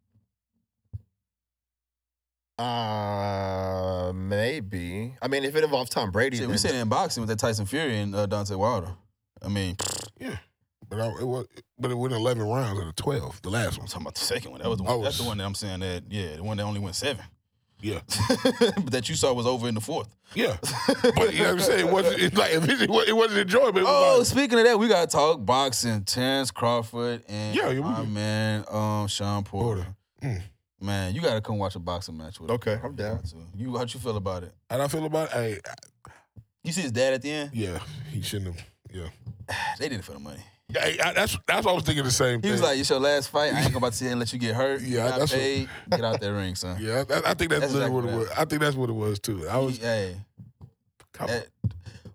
Speaker 3: Uh, maybe. I mean, if it involves Tom Brady,
Speaker 2: Shit,
Speaker 3: then
Speaker 2: we seen it in boxing with that Tyson Fury and uh, Dante Wilder. I mean,
Speaker 1: But I, it was, but it went eleven rounds out of twelve. The last
Speaker 2: I'm
Speaker 1: one.
Speaker 2: talking about the second one. That was the one.
Speaker 1: Oh,
Speaker 2: that's the
Speaker 1: it's-
Speaker 2: one that I'm saying that. Yeah, the one that only went seven.
Speaker 1: Yeah.
Speaker 2: but that you saw was over in the fourth.
Speaker 1: Yeah, but you know what I'm saying. It wasn't it's like it wasn't, it wasn't enjoyable. It
Speaker 2: Oh,
Speaker 1: was
Speaker 2: speaking of that, we gotta talk boxing. Terrence Crawford and
Speaker 1: Yeah, yeah, we
Speaker 2: our
Speaker 1: can-
Speaker 2: man, um, Sean Porter.
Speaker 1: Porter. Mm.
Speaker 2: Man, you gotta come watch a boxing match with. us,
Speaker 3: Okay,
Speaker 2: bro.
Speaker 3: I'm down.
Speaker 2: You, how'd you feel about it?
Speaker 1: like, how I feel about. Hey,
Speaker 2: You see his dad at the end?
Speaker 1: yeah, he shouldn't have. Yeah,
Speaker 2: They did it for the money.
Speaker 1: Yeah, hey, I, that's that's what I was thinking the same
Speaker 2: He
Speaker 1: thing.
Speaker 2: was like, "It's your last fight. I ain't gonna about to sit here and let you get hurt. You
Speaker 1: Yeah,
Speaker 2: got
Speaker 1: that's what-
Speaker 2: paid. Get out that ring, son."
Speaker 1: yeah, I, I think that's,
Speaker 2: That's
Speaker 1: literally what
Speaker 2: exactly
Speaker 1: it was.
Speaker 2: what
Speaker 1: I think that's what it was too. I was,
Speaker 2: He- hey,
Speaker 1: come on.
Speaker 2: that-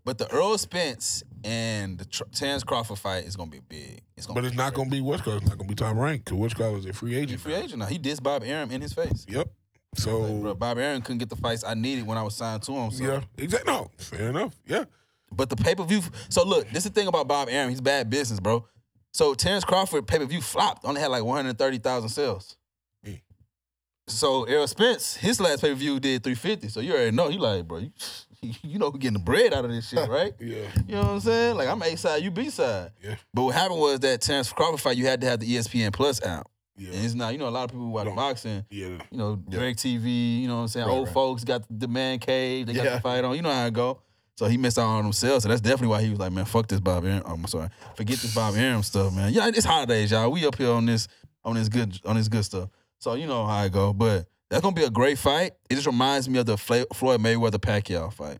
Speaker 2: but the Earl Spence and the Tr- Terrence Crawford fight is gonna be big. It's gonna
Speaker 1: but
Speaker 2: be
Speaker 1: it's not
Speaker 2: great.
Speaker 1: gonna be Westcott. It's not gonna be Tom Rank because Westcott was a free
Speaker 2: He
Speaker 1: agent.
Speaker 2: free agent now. He dissed Bob Arum in his face.
Speaker 1: Yep.
Speaker 2: Like, bro,
Speaker 1: So
Speaker 2: Bob Aaron couldn't get the fights I needed when I was signed to him. So.
Speaker 1: yeah, exactly. No, fair enough. Yeah,
Speaker 2: But the pay per view. So look, this is the thing about Bob Aaron. He's bad business, bro. So Terrence Crawford pay per view flopped. Only had like one hundred thirty thousand sales.
Speaker 1: Mm.
Speaker 2: So Errol Spence, his last pay per view did three fifty. So you already know. He like, bro, you, you know who getting the bread out of this shit, right?
Speaker 1: yeah,
Speaker 2: You know what I'm saying? Like I'm A side, you B side.
Speaker 1: Yeah.
Speaker 2: But what happened was that Terrence Crawford fight, you had to have the E ESPN Plus app. And
Speaker 1: yeah,
Speaker 2: it's not, you know, a lot of people who watch
Speaker 1: No.
Speaker 2: boxing,
Speaker 1: yeah.
Speaker 2: you know,
Speaker 3: Yeah.
Speaker 2: direct TV, you know what I'm saying?
Speaker 3: Right,
Speaker 2: Old
Speaker 3: right.
Speaker 2: folks got the man cave, they got
Speaker 3: Yeah.
Speaker 2: the fight on, you know how it go. So he missed out on himself. So that's definitely why he was like, man, fuck this Bob Arum. I'm sorry. Forget this Bob Arum stuff, man. Yeah, it's holidays, y'all. We up here on this, on this good, on this good stuff. So you know how it go. But that's gonna be a great fight. It just reminds me of the Fla- Floyd Mayweather Pacquiao fight.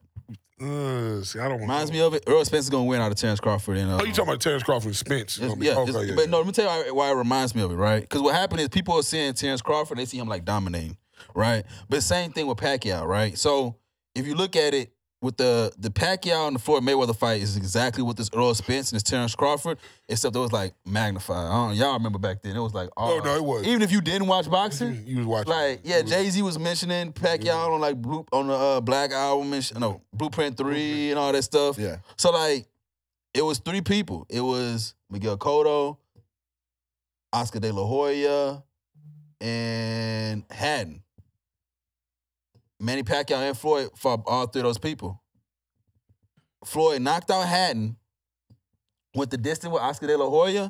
Speaker 1: Uh, see, I don't.
Speaker 2: Reminds me of it. Earl Spence is gonna win out of Terrence Crawford and uh,
Speaker 1: Oh, you talking about Terrence Crawford and Spence?
Speaker 2: it's-
Speaker 1: It's gonna be- Oh,
Speaker 2: yeah,
Speaker 1: okay,
Speaker 2: it's-
Speaker 1: yeah,
Speaker 2: but
Speaker 1: yeah.
Speaker 2: no, let me tell you why, why it reminds me of it, right? Because what happened is people are seeing Terrence Crawford, they see him like dominating, right? But same thing with Pacquiao, right? So if you look at it with the the Pacquiao and the Floyd Mayweather fight is exactly what this Earl Spence and this Terrence Crawford, except it was like magnified. I don't, y'all remember back then? It was like,
Speaker 1: Oh,
Speaker 2: all
Speaker 1: no, it was.
Speaker 2: even if you didn't watch boxing,
Speaker 1: You was watching.
Speaker 2: like yeah,
Speaker 1: It was-
Speaker 2: Jay Z was mentioning Pacquiao on like Blue, on the uh, Black album and sh- no Blueprint Three and all that stuff.
Speaker 3: Yeah.
Speaker 2: So like, it was three people. It was Miguel Cotto, Oscar De La Hoya, and Haddon. Manny Pacquiao and Floyd fought all three of those people. Floyd knocked out Haddon, went the distance with Oscar De La Hoya,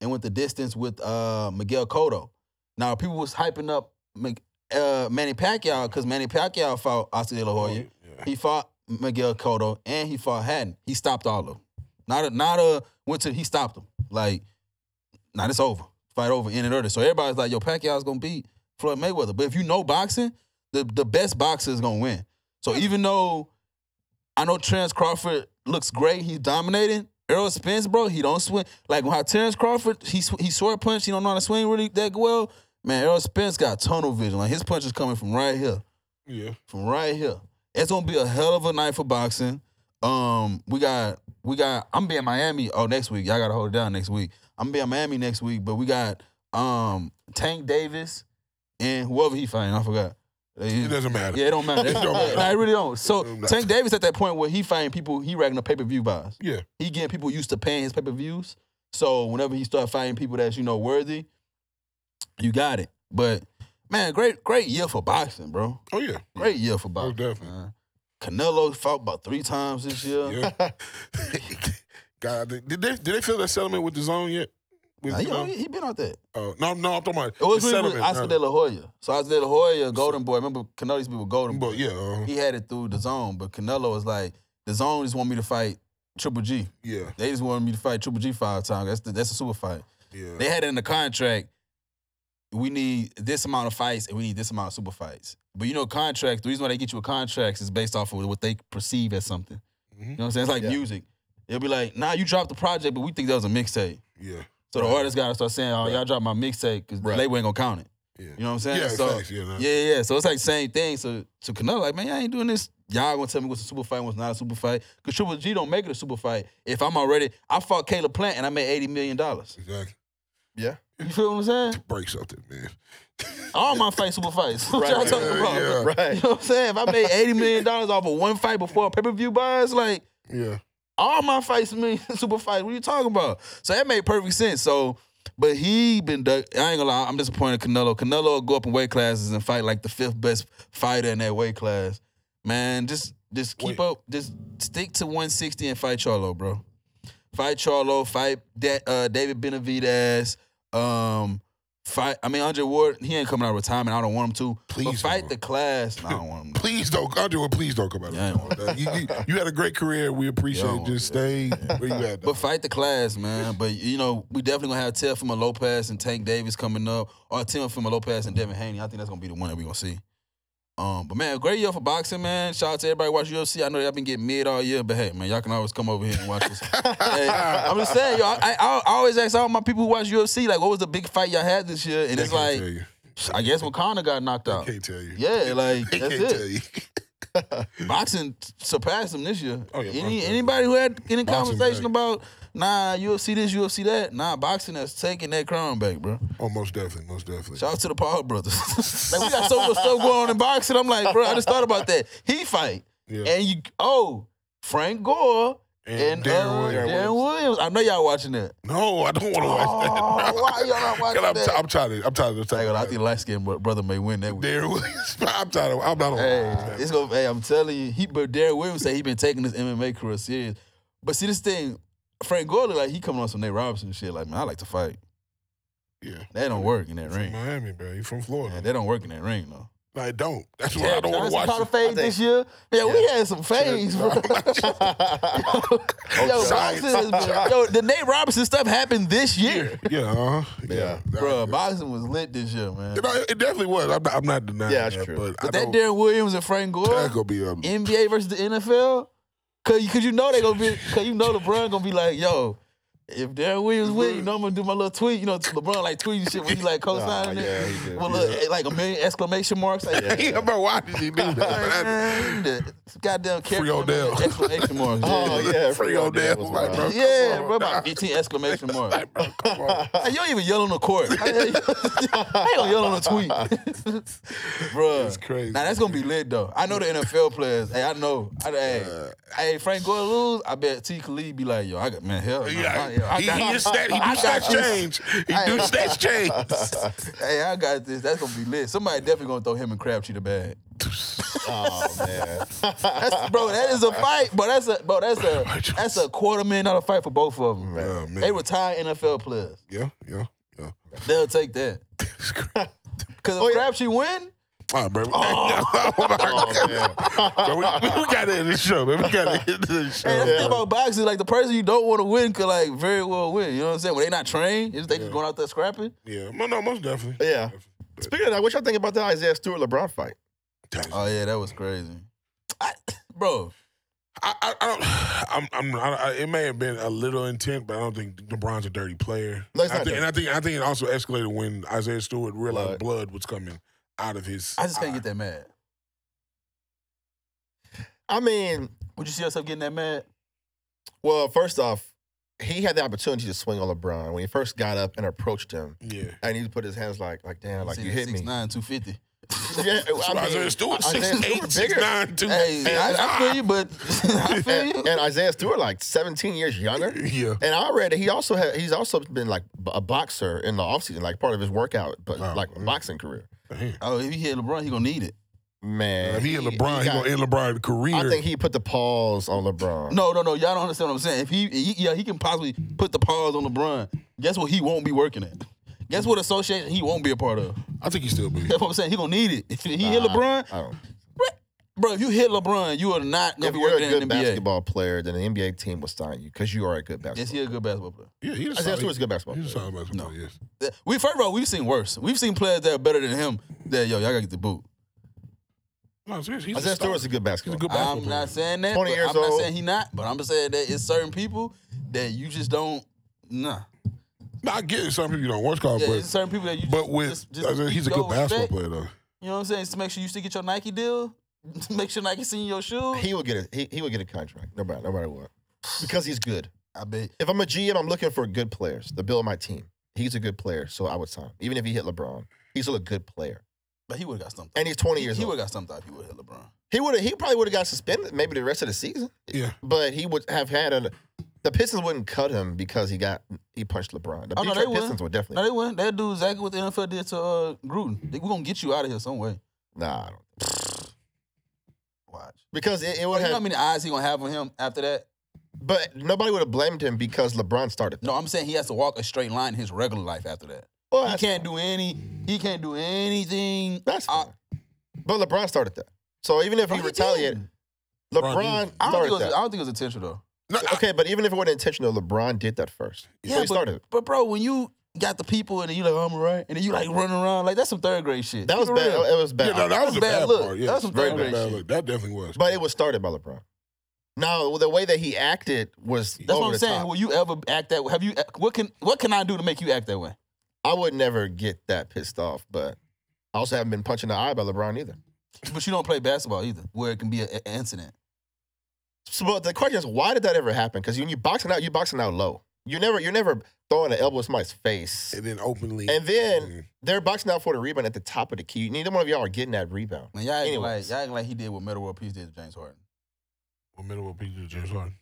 Speaker 2: and went the distance with uh, Miguel Cotto. Now people was hyping up Mc- uh, Manny Pacquiao because Manny Pacquiao fought Oscar De La
Speaker 1: Oh,
Speaker 2: Hoya.
Speaker 1: Yeah.
Speaker 2: He fought Miguel Cotto and he fought Haddon. He stopped all of them. Not a not a went to he stopped them. Like, now it's over. Fight over, in and early. So everybody's like, yo, Pacquiao's gonna beat Floyd Mayweather. But if you know boxing, the, the best boxer is gonna win. So even though I know Terrence Crawford looks great, he's dominating. Errol Spence, bro, he don't swing. Like how Terrence Crawford, he sw- he sword punch, he don't know how to swing really that well. Man, Errol Spence got tunnel vision. Like his punch is coming from right here
Speaker 1: Yeah.
Speaker 2: from right here. It's gonna be a hell of a night for boxing. Um, we got we got I'm be in Miami oh next week. Y'all gotta hold it down next week. I'm gonna be in Miami next week, but we got um Tank Davis and whoever he fighting, I forgot.
Speaker 1: It doesn't matter.
Speaker 2: yeah, it don't matter.
Speaker 1: It don't matter.
Speaker 2: Nah, it really don't. So
Speaker 1: It don't matter.
Speaker 2: Tank Davis at that point where he fighting people, he racking up pay per view buys.
Speaker 1: Yeah.
Speaker 2: He getting people used to paying his pay per views. So whenever he start fighting people that's you know worthy, you got it. But man, great great year for boxing, bro.
Speaker 1: Oh yeah.
Speaker 2: Great year for boxing.
Speaker 1: Oh, definitely.
Speaker 2: man. Canelo fought about three times this year.
Speaker 1: Yeah. God, did did they did they fill that settlement with the zone yet? With,
Speaker 2: Nah,
Speaker 1: you
Speaker 2: he,
Speaker 1: know?
Speaker 2: he, he been out there. It
Speaker 1: Oh, no, no, I'm talking about
Speaker 2: was
Speaker 1: the
Speaker 2: really
Speaker 1: settlement. uh,
Speaker 2: with Oscar De
Speaker 1: no.
Speaker 2: La Hoya. So Oscar De La Hoya, Golden Boy. Remember Canelo used to be with Golden Boy.
Speaker 1: But yeah, uh,
Speaker 2: He had it through the zone, but Canelo was like, the zone just want me to fight Triple G.
Speaker 1: uh, yeah,
Speaker 2: They just wanted me to fight Triple G five times. That's the, that's a super fight.
Speaker 1: yeah,
Speaker 2: They had it in the contract. We need this amount of fights and we need this amount of super fights. But you know, contracts, the reason why they get you a contract is based off of what they perceive as something. You
Speaker 1: Mhm.
Speaker 2: know what I'm saying? It's like
Speaker 3: Yeah.
Speaker 2: music. It'll be like, nah, you dropped the project, but we think that was a mixtape.
Speaker 1: yeah,
Speaker 2: So the
Speaker 1: Right.
Speaker 2: artist gotta start saying, oh, y'all dropped my mixtape because
Speaker 3: Right.
Speaker 2: they ain't gonna count it.
Speaker 1: yeah.
Speaker 2: You know what I'm saying?
Speaker 1: Yeah,
Speaker 2: so
Speaker 1: facts, yeah, nah.
Speaker 2: yeah, yeah. So it's like same thing. So to Canelo, like, man, I ain't doing this. Y'all gonna tell me what's a super fight, and what's not a super fight? Cause Triple G don't make it a super fight. If I'm already, I fought Caleb Plant and I made eighty million dollars.
Speaker 1: exactly.
Speaker 3: Yeah.
Speaker 2: You feel what I'm saying?
Speaker 1: Break something, man.
Speaker 2: All my fights super fights. What
Speaker 3: Right,
Speaker 2: y'all
Speaker 3: right,
Speaker 2: talking
Speaker 1: yeah,
Speaker 2: about?
Speaker 1: yeah.
Speaker 2: You
Speaker 3: Right.
Speaker 2: know what I'm saying? If I made eighty million dollars off of one fight before a pay per view buys, like
Speaker 1: Yeah.
Speaker 2: All my fights, me super fights. What are you talking about? So that made perfect sense. So, but he been. duck- I ain't gonna lie. I'm disappointed. in Canelo. Canelo will go up in weight classes and fight like the fifth best fighter in that weight class. Man, just just keep
Speaker 1: Wait.
Speaker 2: up. Just stick to 160 and fight Charlo, bro. Fight Charlo. Fight that uh, David Benavidez. Um, fight. I mean, Andre Ward. He ain't coming out of retirement. I don't want him to. but
Speaker 1: Please
Speaker 2: fight
Speaker 1: don't.
Speaker 2: the class. Nah, I don't want him. to.
Speaker 1: Please don't, Andre. Well, please don't come out.
Speaker 2: Yeah, I don't want
Speaker 1: Of you, you, you had a great career. We appreciate
Speaker 2: Yeah, I
Speaker 1: it.
Speaker 2: don't
Speaker 1: Just stay where you at.
Speaker 2: But fight the class, man. But you know, we definitely gonna have Ted from a Lopez and Tank Davis coming up, or Tim from a Lopez and Devin Haney. I think that's gonna be the one that we gonna see. Um, but man, great year for boxing, man. Shout out to everybody who watch UFC. I know y'all been getting mid all year, but hey, man, y'all can always come over here and watch us. Hey, I'm just saying, yo, I, I, I always ask all my people who watch UFC, like, what was the big fight y'all had this year? And
Speaker 1: They
Speaker 2: it's
Speaker 1: can't
Speaker 2: like,
Speaker 1: tell you.
Speaker 2: I guess when Conor got knocked
Speaker 1: They
Speaker 2: out.
Speaker 1: can't tell you.
Speaker 2: Yeah, like
Speaker 1: They
Speaker 2: that's
Speaker 1: can't tell
Speaker 2: it.
Speaker 1: you.
Speaker 2: Boxing surpassed him this year.
Speaker 1: Oh, yeah,
Speaker 2: any,
Speaker 1: boxing.
Speaker 2: anybody who had any
Speaker 1: Boxing
Speaker 2: conversation
Speaker 1: back.
Speaker 2: about nah UFC this UFC that nah boxing that's taking that crown back, bro.
Speaker 1: Oh, most definitely, most definitely.
Speaker 2: Shout out to the Paul brothers. like we got so much stuff going on in boxing. I'm like, bro, I just thought about that. He fight
Speaker 1: yeah.
Speaker 2: and you oh Frank Gore and,
Speaker 1: Darren
Speaker 2: uh,
Speaker 1: Williams.
Speaker 2: Darren Williams. I know y'all watching that.
Speaker 1: No, I don't want to watch that.
Speaker 2: Oh, why y'all not watching
Speaker 1: 'Cause I'm,
Speaker 2: that?
Speaker 1: i I'm tired. Of, I'm tired of talking.
Speaker 2: I, ain't gonna lie, I
Speaker 1: about
Speaker 2: think light skinned brother may win that. week.
Speaker 1: Darren Williams. I'm tired. Of, I'm not on.
Speaker 2: Hey, it's gonna. Hey, I'm telling you, he. But Darren Williams said he been taking this MMA career serious. But see, this thing, Frank Gore look like he coming on some Nate Robinson shit. Like, man, I like to fight.
Speaker 1: yeah.
Speaker 2: That don't work in that
Speaker 1: From
Speaker 2: ring.
Speaker 1: Miami, bro. You from
Speaker 2: Yeah,
Speaker 1: Florida?
Speaker 2: that don't work in that ring though.
Speaker 1: I don't. That's why I don't want to
Speaker 2: Johnson
Speaker 1: watch.
Speaker 2: caught a
Speaker 1: it.
Speaker 2: fade
Speaker 3: I
Speaker 2: this year. Yeah, we
Speaker 3: Yeah.
Speaker 2: had some fades, bro. yo,
Speaker 3: Oh,
Speaker 1: Giants.
Speaker 2: boxing is- yo, the Nate Robinson stuff happened this year,
Speaker 1: Yeah, uh-huh. yeah,
Speaker 2: bro.
Speaker 1: I-
Speaker 2: Boxing was lit this year, man.
Speaker 1: You know, it definitely was. I'm not, I'm not denying
Speaker 3: Yeah, that's
Speaker 1: that,
Speaker 3: true.
Speaker 1: but, I
Speaker 2: But that
Speaker 1: don't.
Speaker 2: Darren Williams and Frank Gore,
Speaker 1: that's gonna be um,
Speaker 2: NBA versus the NFL? Cause, cause you know they gonna be, cause you know LeBron gonna be like, yo, if Darren Williams win, you know I'm gonna do my little tweet. You know LeBron like tweeting shit when he like co-signing
Speaker 3: Nah, yeah,
Speaker 2: it,
Speaker 3: he do.
Speaker 2: with little- like a million exclamation marks. Like,
Speaker 1: yeah, but why did he do that? That's-
Speaker 2: man, the goddamn
Speaker 1: Free
Speaker 2: character with
Speaker 1: Odell.
Speaker 2: the exclamation marks.
Speaker 3: Oh,
Speaker 2: yeah.
Speaker 3: yeah,
Speaker 1: free
Speaker 3: free
Speaker 1: Odell.
Speaker 3: Odell was
Speaker 1: Like,
Speaker 3: wild.
Speaker 1: bro,
Speaker 2: Yeah,
Speaker 1: come
Speaker 2: bro,
Speaker 1: on,
Speaker 2: about
Speaker 1: nah.
Speaker 2: 15 exclamation marks.
Speaker 1: Like, bro, come on.
Speaker 2: Hey, you don't even yell on the court. I ain't gonna yell on a tweet. Bruh.
Speaker 1: It's crazy.
Speaker 2: Now that's gonna be lit though. I know the NFL players. Hey, I know. I, hey, hey, Frank Gore lose. I bet T Khalid be like, yo, I got man, hell. no. I, yo,
Speaker 1: Yeah,
Speaker 2: I
Speaker 1: he,
Speaker 2: got
Speaker 1: he is
Speaker 2: this.
Speaker 1: that. He
Speaker 2: Oh, I
Speaker 1: do
Speaker 2: got
Speaker 1: stats
Speaker 2: you.
Speaker 1: change. He do
Speaker 2: Hey.
Speaker 1: stats change.
Speaker 2: Hey, I got this. That's gonna be lit. Somebody definitely gonna throw him and Crabtree the bag.
Speaker 3: Oh man.
Speaker 2: That's, bro, that is a fight, but that's a bro, that's a that's a quarter million dollar fight for both of them.
Speaker 1: Oh, man.
Speaker 2: They retired NFL players.
Speaker 1: yeah, yeah, yeah.
Speaker 2: They'll take that. Cause if
Speaker 3: yeah.
Speaker 2: Crabtree win,
Speaker 1: All right, bro. Oh, my God. Bro, we, we got to end the show, man. We got to end the show.
Speaker 2: Hey, that's the
Speaker 1: bro.
Speaker 2: thing about boxing. Like the person you don't want to win could like very well win. You know what I'm saying? When they not trained, it's, they just going out there scrapping.
Speaker 1: Yeah, well, no, most definitely.
Speaker 3: Yeah. Speaking of that, what y'all think about the Isaiah Stewart LeBron fight?
Speaker 2: Oh yeah, that was crazy, I, bro.
Speaker 1: I, I, I don't. I'm, I'm, I, I, it may have been a little intent, but I don't think LeBron's a dirty player.
Speaker 3: No, he's
Speaker 1: I
Speaker 3: not
Speaker 1: think, and I think I think it also escalated when Isaiah Stewart realized
Speaker 3: Blood.
Speaker 1: blood was coming out of his.
Speaker 2: I just can't
Speaker 1: eye.
Speaker 2: get that mad.
Speaker 3: I mean,
Speaker 2: Would you see yourself getting that mad?
Speaker 3: well, first off, he had the opportunity to swing on LeBron when he first got up and approached him,
Speaker 1: Yeah,
Speaker 3: and he put his hands like, like, damn, like
Speaker 2: Seen
Speaker 3: you
Speaker 2: that
Speaker 3: hit me.
Speaker 2: 6'9", 250.
Speaker 3: Yeah,
Speaker 1: That's
Speaker 3: I
Speaker 1: why
Speaker 3: mean,
Speaker 1: Isaiah Stewart
Speaker 3: Isaiah
Speaker 1: six
Speaker 3: Stewart
Speaker 1: eight six
Speaker 3: bigger.
Speaker 1: nine two.
Speaker 2: Hey, I, I feel you, but I feel
Speaker 3: and,
Speaker 2: you.
Speaker 3: and Isaiah Stewart like 17 years younger.
Speaker 1: Yeah,
Speaker 3: And I read that he also had he's also been like b- a boxer in the offseason, like part of his workout, but
Speaker 1: Wow.
Speaker 3: like boxing career.
Speaker 1: Damn.
Speaker 2: Oh, if he hit LeBron, he gonna need it.
Speaker 3: Man,
Speaker 1: If he and LeBron, he,
Speaker 3: got-
Speaker 1: gonna end LeBron's career.
Speaker 3: I think he put the pause on LeBron.
Speaker 2: No, no, no. Y'all don't understand what I'm saying. If he, he yeah, he can possibly put the pause on LeBron. Guess what? He won't be working at. Guess what association he won't be a part of.
Speaker 1: I think he still be.
Speaker 2: That's what I'm saying. He gonna need it. If he hit LeBron,
Speaker 3: I don't.
Speaker 2: Bro, if you hit LeBron, you are not gonna
Speaker 3: If
Speaker 2: be
Speaker 3: you're a
Speaker 2: working in
Speaker 3: good
Speaker 2: the NBA.
Speaker 3: basketball player, then an NBA team will sign you because you are a good
Speaker 2: Is
Speaker 3: basketball.
Speaker 2: he a good basketball player?
Speaker 1: Yeah, he's
Speaker 3: Isaiah Stewart's a good basketball
Speaker 1: He's
Speaker 3: player.
Speaker 1: talking about somebody. Yes.
Speaker 2: That- We first of all, we've seen worse. We've seen players that are better than him. That yo, y'all gotta get the boot.
Speaker 1: No, seriously, he's
Speaker 3: Isaiah
Speaker 1: a star.
Speaker 3: Stewart's a good
Speaker 1: He's a
Speaker 3: basketball.
Speaker 1: good basketball
Speaker 2: I'm
Speaker 1: player.
Speaker 2: not saying that.
Speaker 3: 20
Speaker 2: but
Speaker 3: years
Speaker 2: I'm not
Speaker 3: old.
Speaker 2: saying he not, but I'm just saying that it's certain people that you just don't. Nah,
Speaker 1: Nah, I get it. Some people don't watch college,
Speaker 2: yeah,
Speaker 1: Oh, but
Speaker 2: it's certain people that you.
Speaker 1: but
Speaker 2: just,
Speaker 1: with
Speaker 2: just, just
Speaker 1: Isaiah, he's a
Speaker 2: don't
Speaker 1: good basketball
Speaker 2: respect.
Speaker 1: player though.
Speaker 2: You know what I'm saying? Just make sure you still get your Nike deal. make sure Nike seeing your shoes.
Speaker 3: He will get a he, he will get a contract. No matter no matter what, because he's good.
Speaker 2: I bet.
Speaker 3: If I'm a GM, I'm looking for good players to build my team. He's a good player, so I would sign him. Even if he hit LeBron, he's still a good player.
Speaker 2: But he would have got stumped.
Speaker 3: and he's 20
Speaker 2: He-
Speaker 3: years
Speaker 2: He
Speaker 3: old.
Speaker 2: would have got stumped out if he would have hit LeBron.
Speaker 3: He would have. He probably would have got suspended maybe the rest of the season.
Speaker 1: Yeah.
Speaker 3: But he would have had a. The Pistons wouldn't cut him because he got he punched LeBron. The
Speaker 2: Oh, no, they
Speaker 3: Detroit
Speaker 2: would.
Speaker 3: Pistons would definitely.
Speaker 2: No, they wouldn't. They'd do exactly what the NFL did to uh, Gruden. They, we're going to get you out of here some way.
Speaker 3: Nah, I don't-
Speaker 2: Watch.
Speaker 3: because it, it
Speaker 2: But
Speaker 3: would
Speaker 2: Oh, you know how
Speaker 3: have.
Speaker 2: many eyes he going to have on him after that?
Speaker 3: But nobody would have blamed him because LeBron started.
Speaker 2: No, I'm saying he has to walk a straight line in his regular life after that.
Speaker 3: Well,
Speaker 2: He
Speaker 3: that's,
Speaker 2: can't do any. He can't do anything.
Speaker 3: that's
Speaker 2: I-
Speaker 3: fine. but LeBron started that. So even if
Speaker 2: Oh,
Speaker 3: he
Speaker 2: he
Speaker 3: retaliated,
Speaker 2: did.
Speaker 1: LeBron
Speaker 3: LeBron
Speaker 1: did.
Speaker 2: I don't, think it
Speaker 3: started
Speaker 2: was, I
Speaker 3: that.
Speaker 2: don't think it was intentional though.
Speaker 1: No, I-
Speaker 3: Okay, but even if it wasn't intentional, LeBron did that first. Yeah, so he
Speaker 2: but,
Speaker 3: started. it.
Speaker 2: But bro, when you got the people and then you like I'm alright, and then you like running around like that's some third grade shit.
Speaker 3: That
Speaker 2: Keep
Speaker 3: was
Speaker 2: it
Speaker 3: bad.
Speaker 2: real.
Speaker 3: It was bad.
Speaker 1: Yeah, no, that was a
Speaker 2: bad
Speaker 1: bad
Speaker 2: look.
Speaker 1: part. Yeah,
Speaker 2: That's some
Speaker 1: very
Speaker 2: third grade
Speaker 1: bad
Speaker 2: shit.
Speaker 1: look. That definitely was.
Speaker 3: But it was started by LeBron. No, the way that he acted was
Speaker 2: That's
Speaker 3: over
Speaker 2: what I'm
Speaker 3: the
Speaker 2: saying.
Speaker 3: top.
Speaker 2: Will you ever act that? way? Have you? What can what can I do to make you act that way?
Speaker 3: I would never get that pissed off, but I also haven't been punched in the eye by LeBron either.
Speaker 2: But you don't play basketball either, where it can be an incident.
Speaker 3: So, but the question is, why did that ever happen? Because when you're boxing out, you're boxing out low. You're never, you're never throwing an elbow in somebody's face.
Speaker 1: and then openly.
Speaker 3: And then they're boxing out for the rebound at the top of the key. Neither one of y'all are getting that rebound.
Speaker 2: Man, y'all acting like
Speaker 3: Anyways.
Speaker 2: y'all acting like he did what Metal World Peace did to James Harden.
Speaker 1: Well, middle of PG James Harden.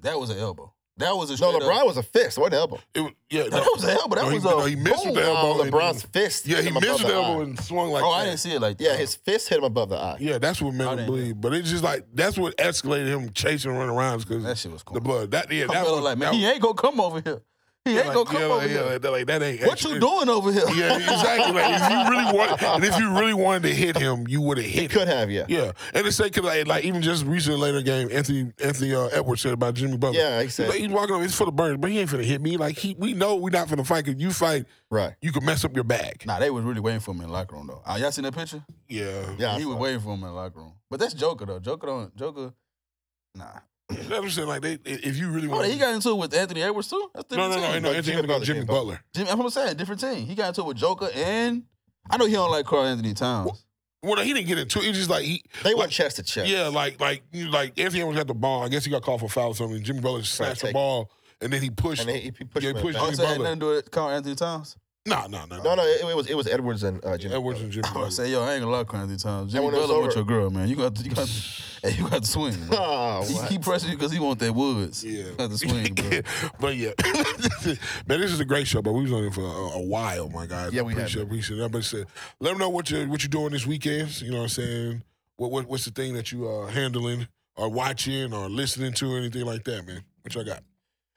Speaker 2: That was an elbow. That was a
Speaker 3: No,
Speaker 2: straight
Speaker 3: LeBron
Speaker 2: Up,
Speaker 3: was a fist, wasn't an elbow.
Speaker 1: It was, yeah, no.
Speaker 2: that was an elbow. That
Speaker 1: No, he-
Speaker 2: was a
Speaker 1: no, he missed with the
Speaker 2: boom.
Speaker 1: elbow.
Speaker 3: Wow,
Speaker 1: and
Speaker 3: LeBron's
Speaker 1: then-
Speaker 3: fist.
Speaker 1: Yeah,
Speaker 3: hit
Speaker 1: he
Speaker 3: him
Speaker 1: missed
Speaker 3: above
Speaker 1: the elbow
Speaker 3: eye.
Speaker 1: and swung like.
Speaker 2: Oh,
Speaker 1: that.
Speaker 2: I didn't see it like that.
Speaker 3: Yeah, his fist hit him above the eye.
Speaker 1: Yeah, that's what
Speaker 2: I
Speaker 1: made him
Speaker 2: didn't-
Speaker 1: bleed. But it's just like that's what escalated him chasing and running around because
Speaker 2: that shit was cool.
Speaker 1: the blood. That yeah, that
Speaker 2: Carmelo
Speaker 1: was
Speaker 2: like,
Speaker 1: that
Speaker 2: man, he
Speaker 1: was-
Speaker 2: ain't gonna come over here. He ain't
Speaker 1: like,
Speaker 2: gonna come
Speaker 1: yeah,
Speaker 2: over
Speaker 1: like, yeah,
Speaker 2: here.
Speaker 1: like, that, like that ain't.
Speaker 2: what you
Speaker 1: actually-
Speaker 2: doing over here?
Speaker 1: Yeah, exactly. Like if you really want, and if you really wanted to hit him, you would have
Speaker 3: He
Speaker 1: hit him.
Speaker 3: could have, yeah.
Speaker 1: Yeah, and it's like, like, like even just recently later game, Anthony Anthony uh, Edwards said about Jimmy Butler.
Speaker 3: Yeah, he
Speaker 1: he's,
Speaker 3: said-
Speaker 1: like, he's walking over, he's for the birds, but he ain't finna hit me. Like he, we know we not finna fight. Cause you fight,
Speaker 3: Right.
Speaker 1: you can mess up your bag.
Speaker 2: Nah, they was really waiting for him in the locker room though. Uh, y'all seen that picture?
Speaker 1: Yeah,
Speaker 3: Yeah. I
Speaker 2: he was
Speaker 3: saw it.
Speaker 2: waiting for him in the locker room. But that's Joker though. Joker don't Joker. Nah.
Speaker 1: that's what I'm saying. Like they, if you really
Speaker 2: Oh,
Speaker 1: want,
Speaker 2: he got into it with Anthony Edwards too. That's
Speaker 1: no,
Speaker 2: different
Speaker 1: no, no, no,
Speaker 2: team.
Speaker 1: no.
Speaker 3: Jimmy
Speaker 1: Anthony Butler,
Speaker 3: Butler,
Speaker 1: Jimmy
Speaker 3: Jimmy
Speaker 1: Butler.
Speaker 2: Jimmy, that's what I'm saying. Different team. He got into it with Joker and I know he don't like Carl Anthony Towns.
Speaker 1: Well, no, he didn't get into it. It's just like he,
Speaker 3: They
Speaker 1: like,
Speaker 3: went chest to chest.
Speaker 1: Yeah, like like you like Anthony Edwards got the ball. I guess he got called for a foul or something. Jimmy Butler just
Speaker 3: Right,
Speaker 1: snatched
Speaker 3: take
Speaker 1: the
Speaker 3: it.
Speaker 1: ball and then he pushed.
Speaker 3: And they, he pushed
Speaker 1: Yeah,
Speaker 3: him
Speaker 1: he pushed
Speaker 3: back.
Speaker 2: Oh,
Speaker 1: Jimmy
Speaker 2: so it had
Speaker 1: Butler.
Speaker 2: nothing to do with Carl Anthony Towns.
Speaker 1: No, no, no,
Speaker 3: No, no, it, it was it was Edwards and uh, Jimmy.
Speaker 1: Edwards and Jimmy
Speaker 2: I'm gonna
Speaker 1: Butler.
Speaker 2: say, yo, I ain't gonna lie, Carl Anthony Towns. Jimmy
Speaker 3: when it was
Speaker 2: Butler with your
Speaker 3: over-
Speaker 2: girl, man. You got to, you got to, hey, you got to swing. bro.
Speaker 3: Oh,
Speaker 2: He
Speaker 3: what?
Speaker 2: keep pressing you because he want that woods.
Speaker 1: Yeah.
Speaker 2: Got the swing, bro.
Speaker 1: but yeah, man, this is a great show. But we was on it for a, a while, my guys.
Speaker 3: Yeah, we have
Speaker 1: appreciate, appreciate that. But said, let them know what you what you're doing this weekend. You know what I'm saying? What, what what's the thing that you uh, handling or watching or listening to or anything like that, man? What y'all got?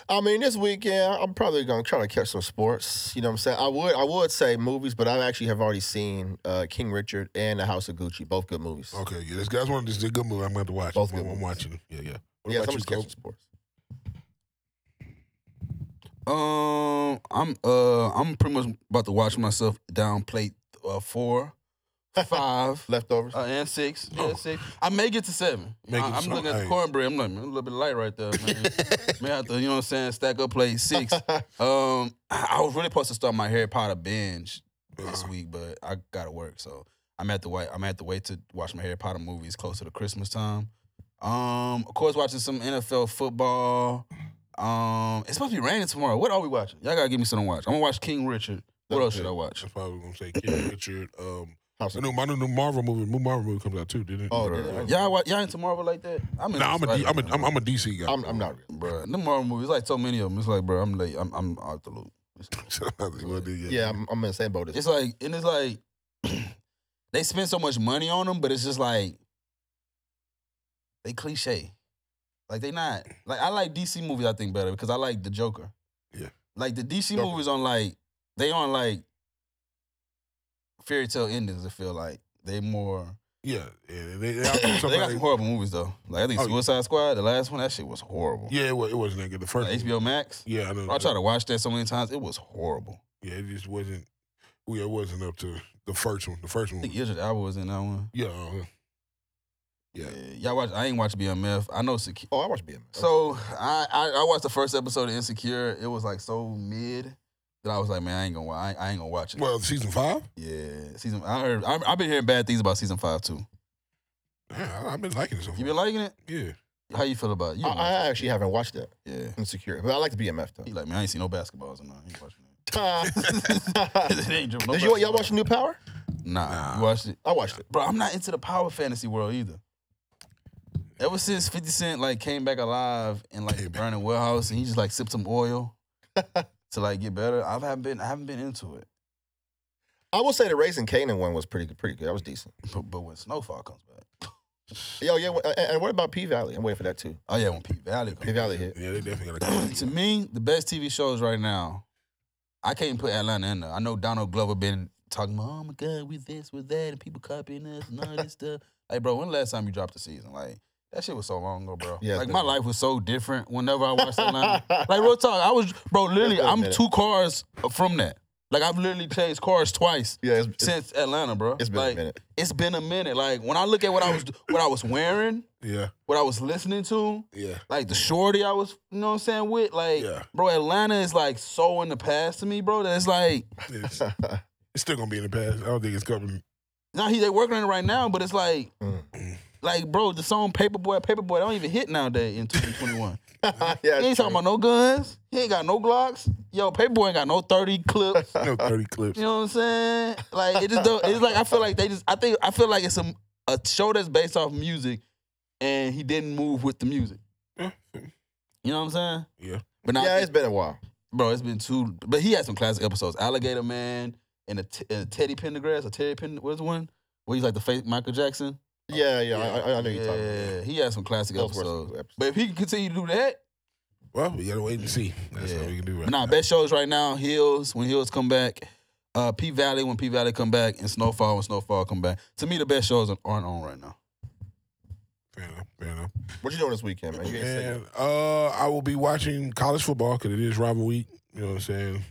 Speaker 3: I mean, this weekend I'm probably gonna try to catch some sports. You know what I'm saying? I would I would say movies, but I actually have already seen uh, King Richard and The House of Gucci, both good movies.
Speaker 1: Okay, yeah, that's, that's one. This is a good movie. I'm gonna have to watch.
Speaker 3: Both
Speaker 1: I'm,
Speaker 3: good
Speaker 1: I'm
Speaker 3: movies.
Speaker 1: watching. it. Yeah, yeah. What
Speaker 3: yeah, so
Speaker 1: about
Speaker 3: I'm
Speaker 1: you,
Speaker 3: just catching
Speaker 1: Cole?
Speaker 3: sports.
Speaker 2: Um, I'm uh, I'm pretty much about to watch myself down plate uh, four, five,
Speaker 3: Leftovers.
Speaker 2: uh, and six. Yeah, six. I may get to seven.
Speaker 1: Make
Speaker 2: I,
Speaker 1: it
Speaker 2: am
Speaker 1: some-
Speaker 2: looking at the
Speaker 1: hey.
Speaker 2: cornbread. I'm like, man, a little bit light right there. Man. may have to, you know what I'm saying, stack up plate six.
Speaker 1: Uh,
Speaker 2: Um, I I was really supposed to start my Harry Potter binge this
Speaker 1: Uh-huh.
Speaker 2: week, but I gotta work, so I'm at the wait. I'm at the wait to watch my Harry Potter movies closer to Christmas time. Um, of course, watching some NFL football. Um, it's supposed to be raining tomorrow. What are we watching? Y'all gotta give me something to watch. I'm gonna watch King Richard. What else should I watch?
Speaker 1: That's probably gonna say King Richard. Um,
Speaker 3: House
Speaker 1: I
Speaker 3: of
Speaker 1: know my new, new Marvel movie. New Marvel movie comes out too, didn't it? uh,
Speaker 3: Oh, did it?
Speaker 2: Y'all, wa- y'all into Marvel like that? I'm
Speaker 1: Nah, I'm a, D, I'm, a, I'm,
Speaker 2: a,
Speaker 1: I'm a DC guy.
Speaker 3: I'm, I'm not real.
Speaker 2: bro. The Marvel movies, like so many of them. It's like, bro, I'm late. I'm, I'm out the loop.
Speaker 1: Well, dude,
Speaker 3: Yeah, I'm, I'm in the same boat as
Speaker 2: It's like, and it's like, they spend so much money on them, but it's just like, they cliche. Like they not like I like DC movies. I think better because I like the Joker.
Speaker 1: Yeah.
Speaker 2: Like the DC
Speaker 3: Joker.
Speaker 2: movies on like they on like fairy tale endings. I feel like they more.
Speaker 1: yeah, yeah. They, they,
Speaker 2: they
Speaker 1: I,
Speaker 2: got some
Speaker 1: somebody,
Speaker 2: horrible movies though. Like I think
Speaker 1: Oh, yeah.
Speaker 2: Suicide Squad, the last one, that shit was horrible.
Speaker 1: yeah, it was, it was nigga. The first
Speaker 2: Like,
Speaker 1: one.
Speaker 2: HBO Max.
Speaker 1: Yeah, I know.
Speaker 2: I tried to watch that so many times. It was horrible.
Speaker 1: Yeah, it just wasn't. Yeah, it wasn't up to the first one. The first
Speaker 2: I
Speaker 1: one.
Speaker 2: think Idris Elba was in that one.
Speaker 1: Yeah, uh, yeah.
Speaker 2: Y'all watch? I ain't watch BMF. I know Secure.
Speaker 3: Oh, I watch BMF.
Speaker 2: So I, I I watched the first episode of Insecure. It was like so mid that I was like, man, I ain't gonna wa- I, ain't- I ain't gonna watch it.
Speaker 1: Well, season five.
Speaker 2: Yeah, season. I heard. I, I've been hearing bad things about season five too.
Speaker 1: Yeah, I, I've been liking it so far.
Speaker 2: You been liking it?
Speaker 1: yeah,
Speaker 2: How you feel about it? You
Speaker 3: I,
Speaker 2: don't like
Speaker 3: I actually haven't watched that.
Speaker 2: it. yeah.
Speaker 3: Insecure, but I like the BMF
Speaker 2: He like, man, I ain't seen no basketballs. I'm not I ain't watching it.
Speaker 3: though.
Speaker 2: It ain't dribble, no
Speaker 3: Did you
Speaker 2: basketball.
Speaker 3: y'all watch New Power?
Speaker 2: Nah.
Speaker 1: Nah.
Speaker 2: You watched it?
Speaker 3: I watched it.
Speaker 2: Bro, I'm not into the power fantasy world either. Ever since 50 Cent like came back alive in like the
Speaker 1: Came back.
Speaker 2: burning warehouse and he just like sipped some oil to like get better, I haven't been I haven't been into it.
Speaker 3: I will say the Raising Canaan one was pretty pretty good. That was decent.
Speaker 2: But, but when Snowfall comes back.
Speaker 3: Yo, yeah. wh- And and what about P Valley? I'm waiting for that too.
Speaker 2: Oh yeah, when P Valley comes
Speaker 3: P Valley hit.
Speaker 1: Yeah, they definitely got
Speaker 2: to me, the best TV shows right now, I can't put Atlanta in there. I know Donald Glover been talking about, oh my God, we this, we that, and people copying us and all this stuff. Like, bro, when the last time you dropped a season? Like, that shit was so long ago, bro.
Speaker 3: Yeah, it's
Speaker 2: like,
Speaker 3: been
Speaker 2: my
Speaker 3: a minute.
Speaker 2: life was so different whenever I watched Atlanta. like, real talk, I was, bro, literally,
Speaker 3: been a
Speaker 2: I'm
Speaker 3: minute.
Speaker 2: two cars from that. Like, I've literally changed cars twice
Speaker 3: Yeah, it's, it's,
Speaker 2: since Atlanta, bro.
Speaker 3: it's been
Speaker 2: like,
Speaker 3: a minute.
Speaker 2: It's been a minute. Like, when I look at what I was, what I was wearing,
Speaker 1: Yeah,
Speaker 2: what I was listening to,
Speaker 1: yeah.
Speaker 2: like the shorty I was, you know what I'm saying, with. Like,
Speaker 1: Yeah.
Speaker 2: bro, Atlanta is like so in the past to me, bro, that it's like,
Speaker 1: It's, it's still gonna be in the past. I don't think it's coming.
Speaker 2: now he they working on it right now, but it's like,
Speaker 3: Mm.
Speaker 2: like, bro, the song Paperboy, Paperboy, they don't even hit nowadays in 2021.
Speaker 3: yeah,
Speaker 2: he ain't
Speaker 3: it's
Speaker 2: talking
Speaker 3: true.
Speaker 2: about no guns. He ain't got no Glocks. Yo, Paperboy ain't got no 30 clips.
Speaker 1: No thirty clips.
Speaker 2: You know what I'm saying? Like it just don't, it's like I feel like they just I think I feel like it's a a show that's based off music and he didn't move with the music.
Speaker 1: Yeah.
Speaker 2: You know what I'm saying?
Speaker 1: Yeah.
Speaker 2: But now
Speaker 3: yeah, it's been a while.
Speaker 2: bro, it's been two. But he had some classic episodes: Alligator Man and a, t- a Teddy Pendergrass, or Teddy Pendergrass. What's one where he's like the fake Michael Jackson?
Speaker 3: Yeah, yeah, I, I, I know you're
Speaker 2: yeah,
Speaker 3: talking. about.
Speaker 2: he had some classic
Speaker 3: Those were
Speaker 2: episodes.
Speaker 3: some episodes.
Speaker 2: But if he can continue to do that,
Speaker 1: Well, we gotta wait and see. That's
Speaker 2: Yeah.
Speaker 1: all we can do right
Speaker 2: but nah,
Speaker 1: now.
Speaker 2: best shows right now: Hills when Hills come back, uh, P Valley when P Valley come back, and Snowfall when Snowfall come back. To me, the best shows aren't on right now.
Speaker 1: Fair enough. Fair enough.
Speaker 3: What you doing this weekend, man? You ain't said
Speaker 1: And uh, I will be watching college football because it is rival week. You know what I'm saying?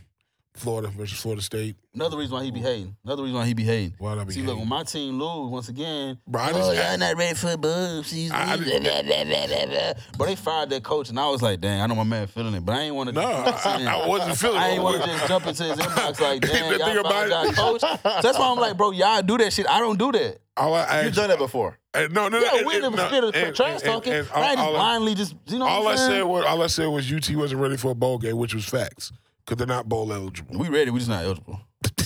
Speaker 1: Florida versus Florida State.
Speaker 2: Another reason why he be hating. Another reason why he be hating.
Speaker 1: Why would I be?
Speaker 2: See, look,
Speaker 1: hating?
Speaker 2: when my team lose once again,
Speaker 1: Bro, I
Speaker 2: oh,
Speaker 1: just-
Speaker 2: y'all not ready for boobs. She's
Speaker 1: I- I
Speaker 2: leaving, blah, blah, blah, blah, blah. But they fired that coach, and I was like, dang, I know my man feeling it, but I ain't want to.
Speaker 1: no, I, I- I wasn't feeling.
Speaker 2: I ain't
Speaker 1: it.
Speaker 2: want to just jump into his inbox like,
Speaker 1: The thing
Speaker 2: damn, y'all
Speaker 1: about
Speaker 2: fired y'all
Speaker 1: it-
Speaker 2: coach. So that's why I'm like, bro, y'all do that shit. I don't do that.
Speaker 1: All I
Speaker 3: that.
Speaker 1: asked-
Speaker 3: You've done that before.
Speaker 1: and no, no, no.
Speaker 2: Yeah,
Speaker 1: and-
Speaker 2: we're
Speaker 1: and-
Speaker 2: in the
Speaker 1: no,
Speaker 2: spirit
Speaker 1: and-
Speaker 2: of trash
Speaker 1: and- and-
Speaker 2: talking.
Speaker 1: and
Speaker 2: but I ain't just
Speaker 1: all I-
Speaker 2: blindly just, you know what
Speaker 1: All I
Speaker 2: I'm saying?
Speaker 1: said was all I said was UT wasn't ready for a bowl game, which was facts, because they're not bowl eligible.
Speaker 2: we ready. We just not eligible.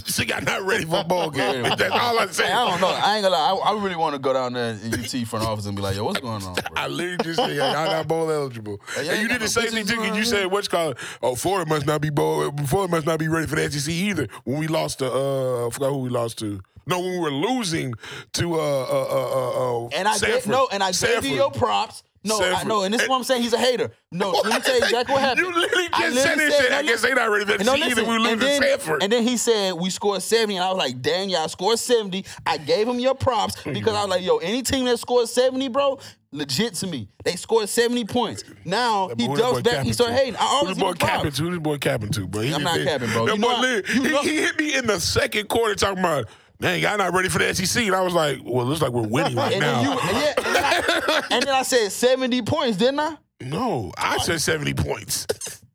Speaker 1: she got not ready for a bowl game. That's all I said.
Speaker 2: Hey, I don't know. I ain't gonna lie. I, I really want to go down there in UT front office and be like, yo, what's going on, bro?
Speaker 1: I literally just said y'all not bowl eligible.
Speaker 2: y'all
Speaker 1: and you
Speaker 2: ain't
Speaker 1: did
Speaker 2: got no
Speaker 1: the same thing,
Speaker 2: bitches
Speaker 1: Jiggy.
Speaker 2: around
Speaker 1: You
Speaker 2: here?
Speaker 1: said what's called oh Florida must not be bowl Florida must not be ready for the SEC either. When we lost to uh I forgot who we lost to. No, when we were losing to uh uh uh uh, uh
Speaker 2: And I
Speaker 1: Sanford.
Speaker 2: gave, no, and I gave
Speaker 1: Sanford.
Speaker 2: you your props. No, I,
Speaker 1: Sanford.
Speaker 2: no, and this is what I'm saying. He's a hater. No, let me tell you exactly what happened.
Speaker 1: You literally
Speaker 2: I
Speaker 1: just said
Speaker 2: literally
Speaker 1: this shit.
Speaker 2: no,
Speaker 1: I guess
Speaker 2: listen.
Speaker 1: they not ready for the
Speaker 2: And no,
Speaker 1: SEC either.
Speaker 2: listen,
Speaker 1: We losing
Speaker 2: and
Speaker 1: to
Speaker 2: then,
Speaker 1: Sanford.
Speaker 2: And then he said we scored 70, and I was like, dang, y'all scored 70. I gave him your props because I was like, yo, any team that scores 70, bro, legit to me. They scored 70 points. Now
Speaker 1: But
Speaker 2: he
Speaker 1: who this
Speaker 2: ducks
Speaker 1: boy
Speaker 2: back,
Speaker 1: capping
Speaker 2: he start
Speaker 1: to?
Speaker 2: hating. I
Speaker 1: Who
Speaker 2: always
Speaker 1: this
Speaker 2: give
Speaker 1: boy
Speaker 2: him
Speaker 1: capping
Speaker 2: props.
Speaker 1: to? Who this boy capping to, bro? He
Speaker 2: I'm
Speaker 1: just
Speaker 2: not
Speaker 1: did-
Speaker 2: capping, bro.
Speaker 1: That
Speaker 2: You
Speaker 1: boy
Speaker 2: know I-
Speaker 1: lit.
Speaker 2: you
Speaker 1: he,
Speaker 2: know-
Speaker 1: he hit me in the second quarter talking about, dang, y'all not ready for the SEC. And I was like, well, it looks like we're winning right
Speaker 2: And
Speaker 1: now.
Speaker 2: then, you, and, yeah, and, then I, and then I said 70 points, didn't I?
Speaker 1: no, I said 70 points.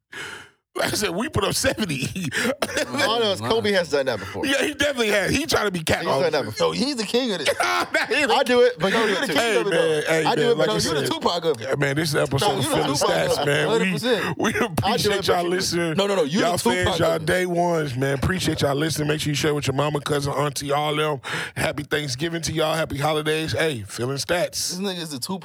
Speaker 1: I said, we put up 70.
Speaker 3: Oh no, it's Kobe has done that before.
Speaker 1: yeah, he definitely had. He trying to be cat.
Speaker 3: He's done that before.
Speaker 2: So he's the king of this.
Speaker 3: I do it, but you do
Speaker 2: You're
Speaker 3: it
Speaker 2: the
Speaker 3: too.
Speaker 2: king
Speaker 1: Hey,
Speaker 2: of it,
Speaker 1: man,
Speaker 2: though.
Speaker 1: hey,
Speaker 2: I
Speaker 1: man,
Speaker 2: do it, but
Speaker 1: like
Speaker 2: no,
Speaker 1: I
Speaker 2: you're the
Speaker 1: said-
Speaker 2: Tupac of it.
Speaker 1: Yeah, man, this is an episode
Speaker 2: No,
Speaker 1: of
Speaker 2: you the
Speaker 1: Philly
Speaker 2: Tupac,
Speaker 1: Stats, man.
Speaker 2: though.
Speaker 1: We, we
Speaker 3: I
Speaker 1: appreciate
Speaker 3: do it,
Speaker 1: y'all
Speaker 3: but you-
Speaker 1: listening.
Speaker 2: No, no, no, you the
Speaker 1: y'all fans,
Speaker 2: Tupac
Speaker 1: y'all
Speaker 2: of it.
Speaker 1: day ones, man. Appreciate y'all listening. Make sure you share with your mama, cousin, auntie, all them. Happy Thanksgiving to y'all. Happy holidays. Hey, feeling stats.
Speaker 2: This nigga is the Tupac.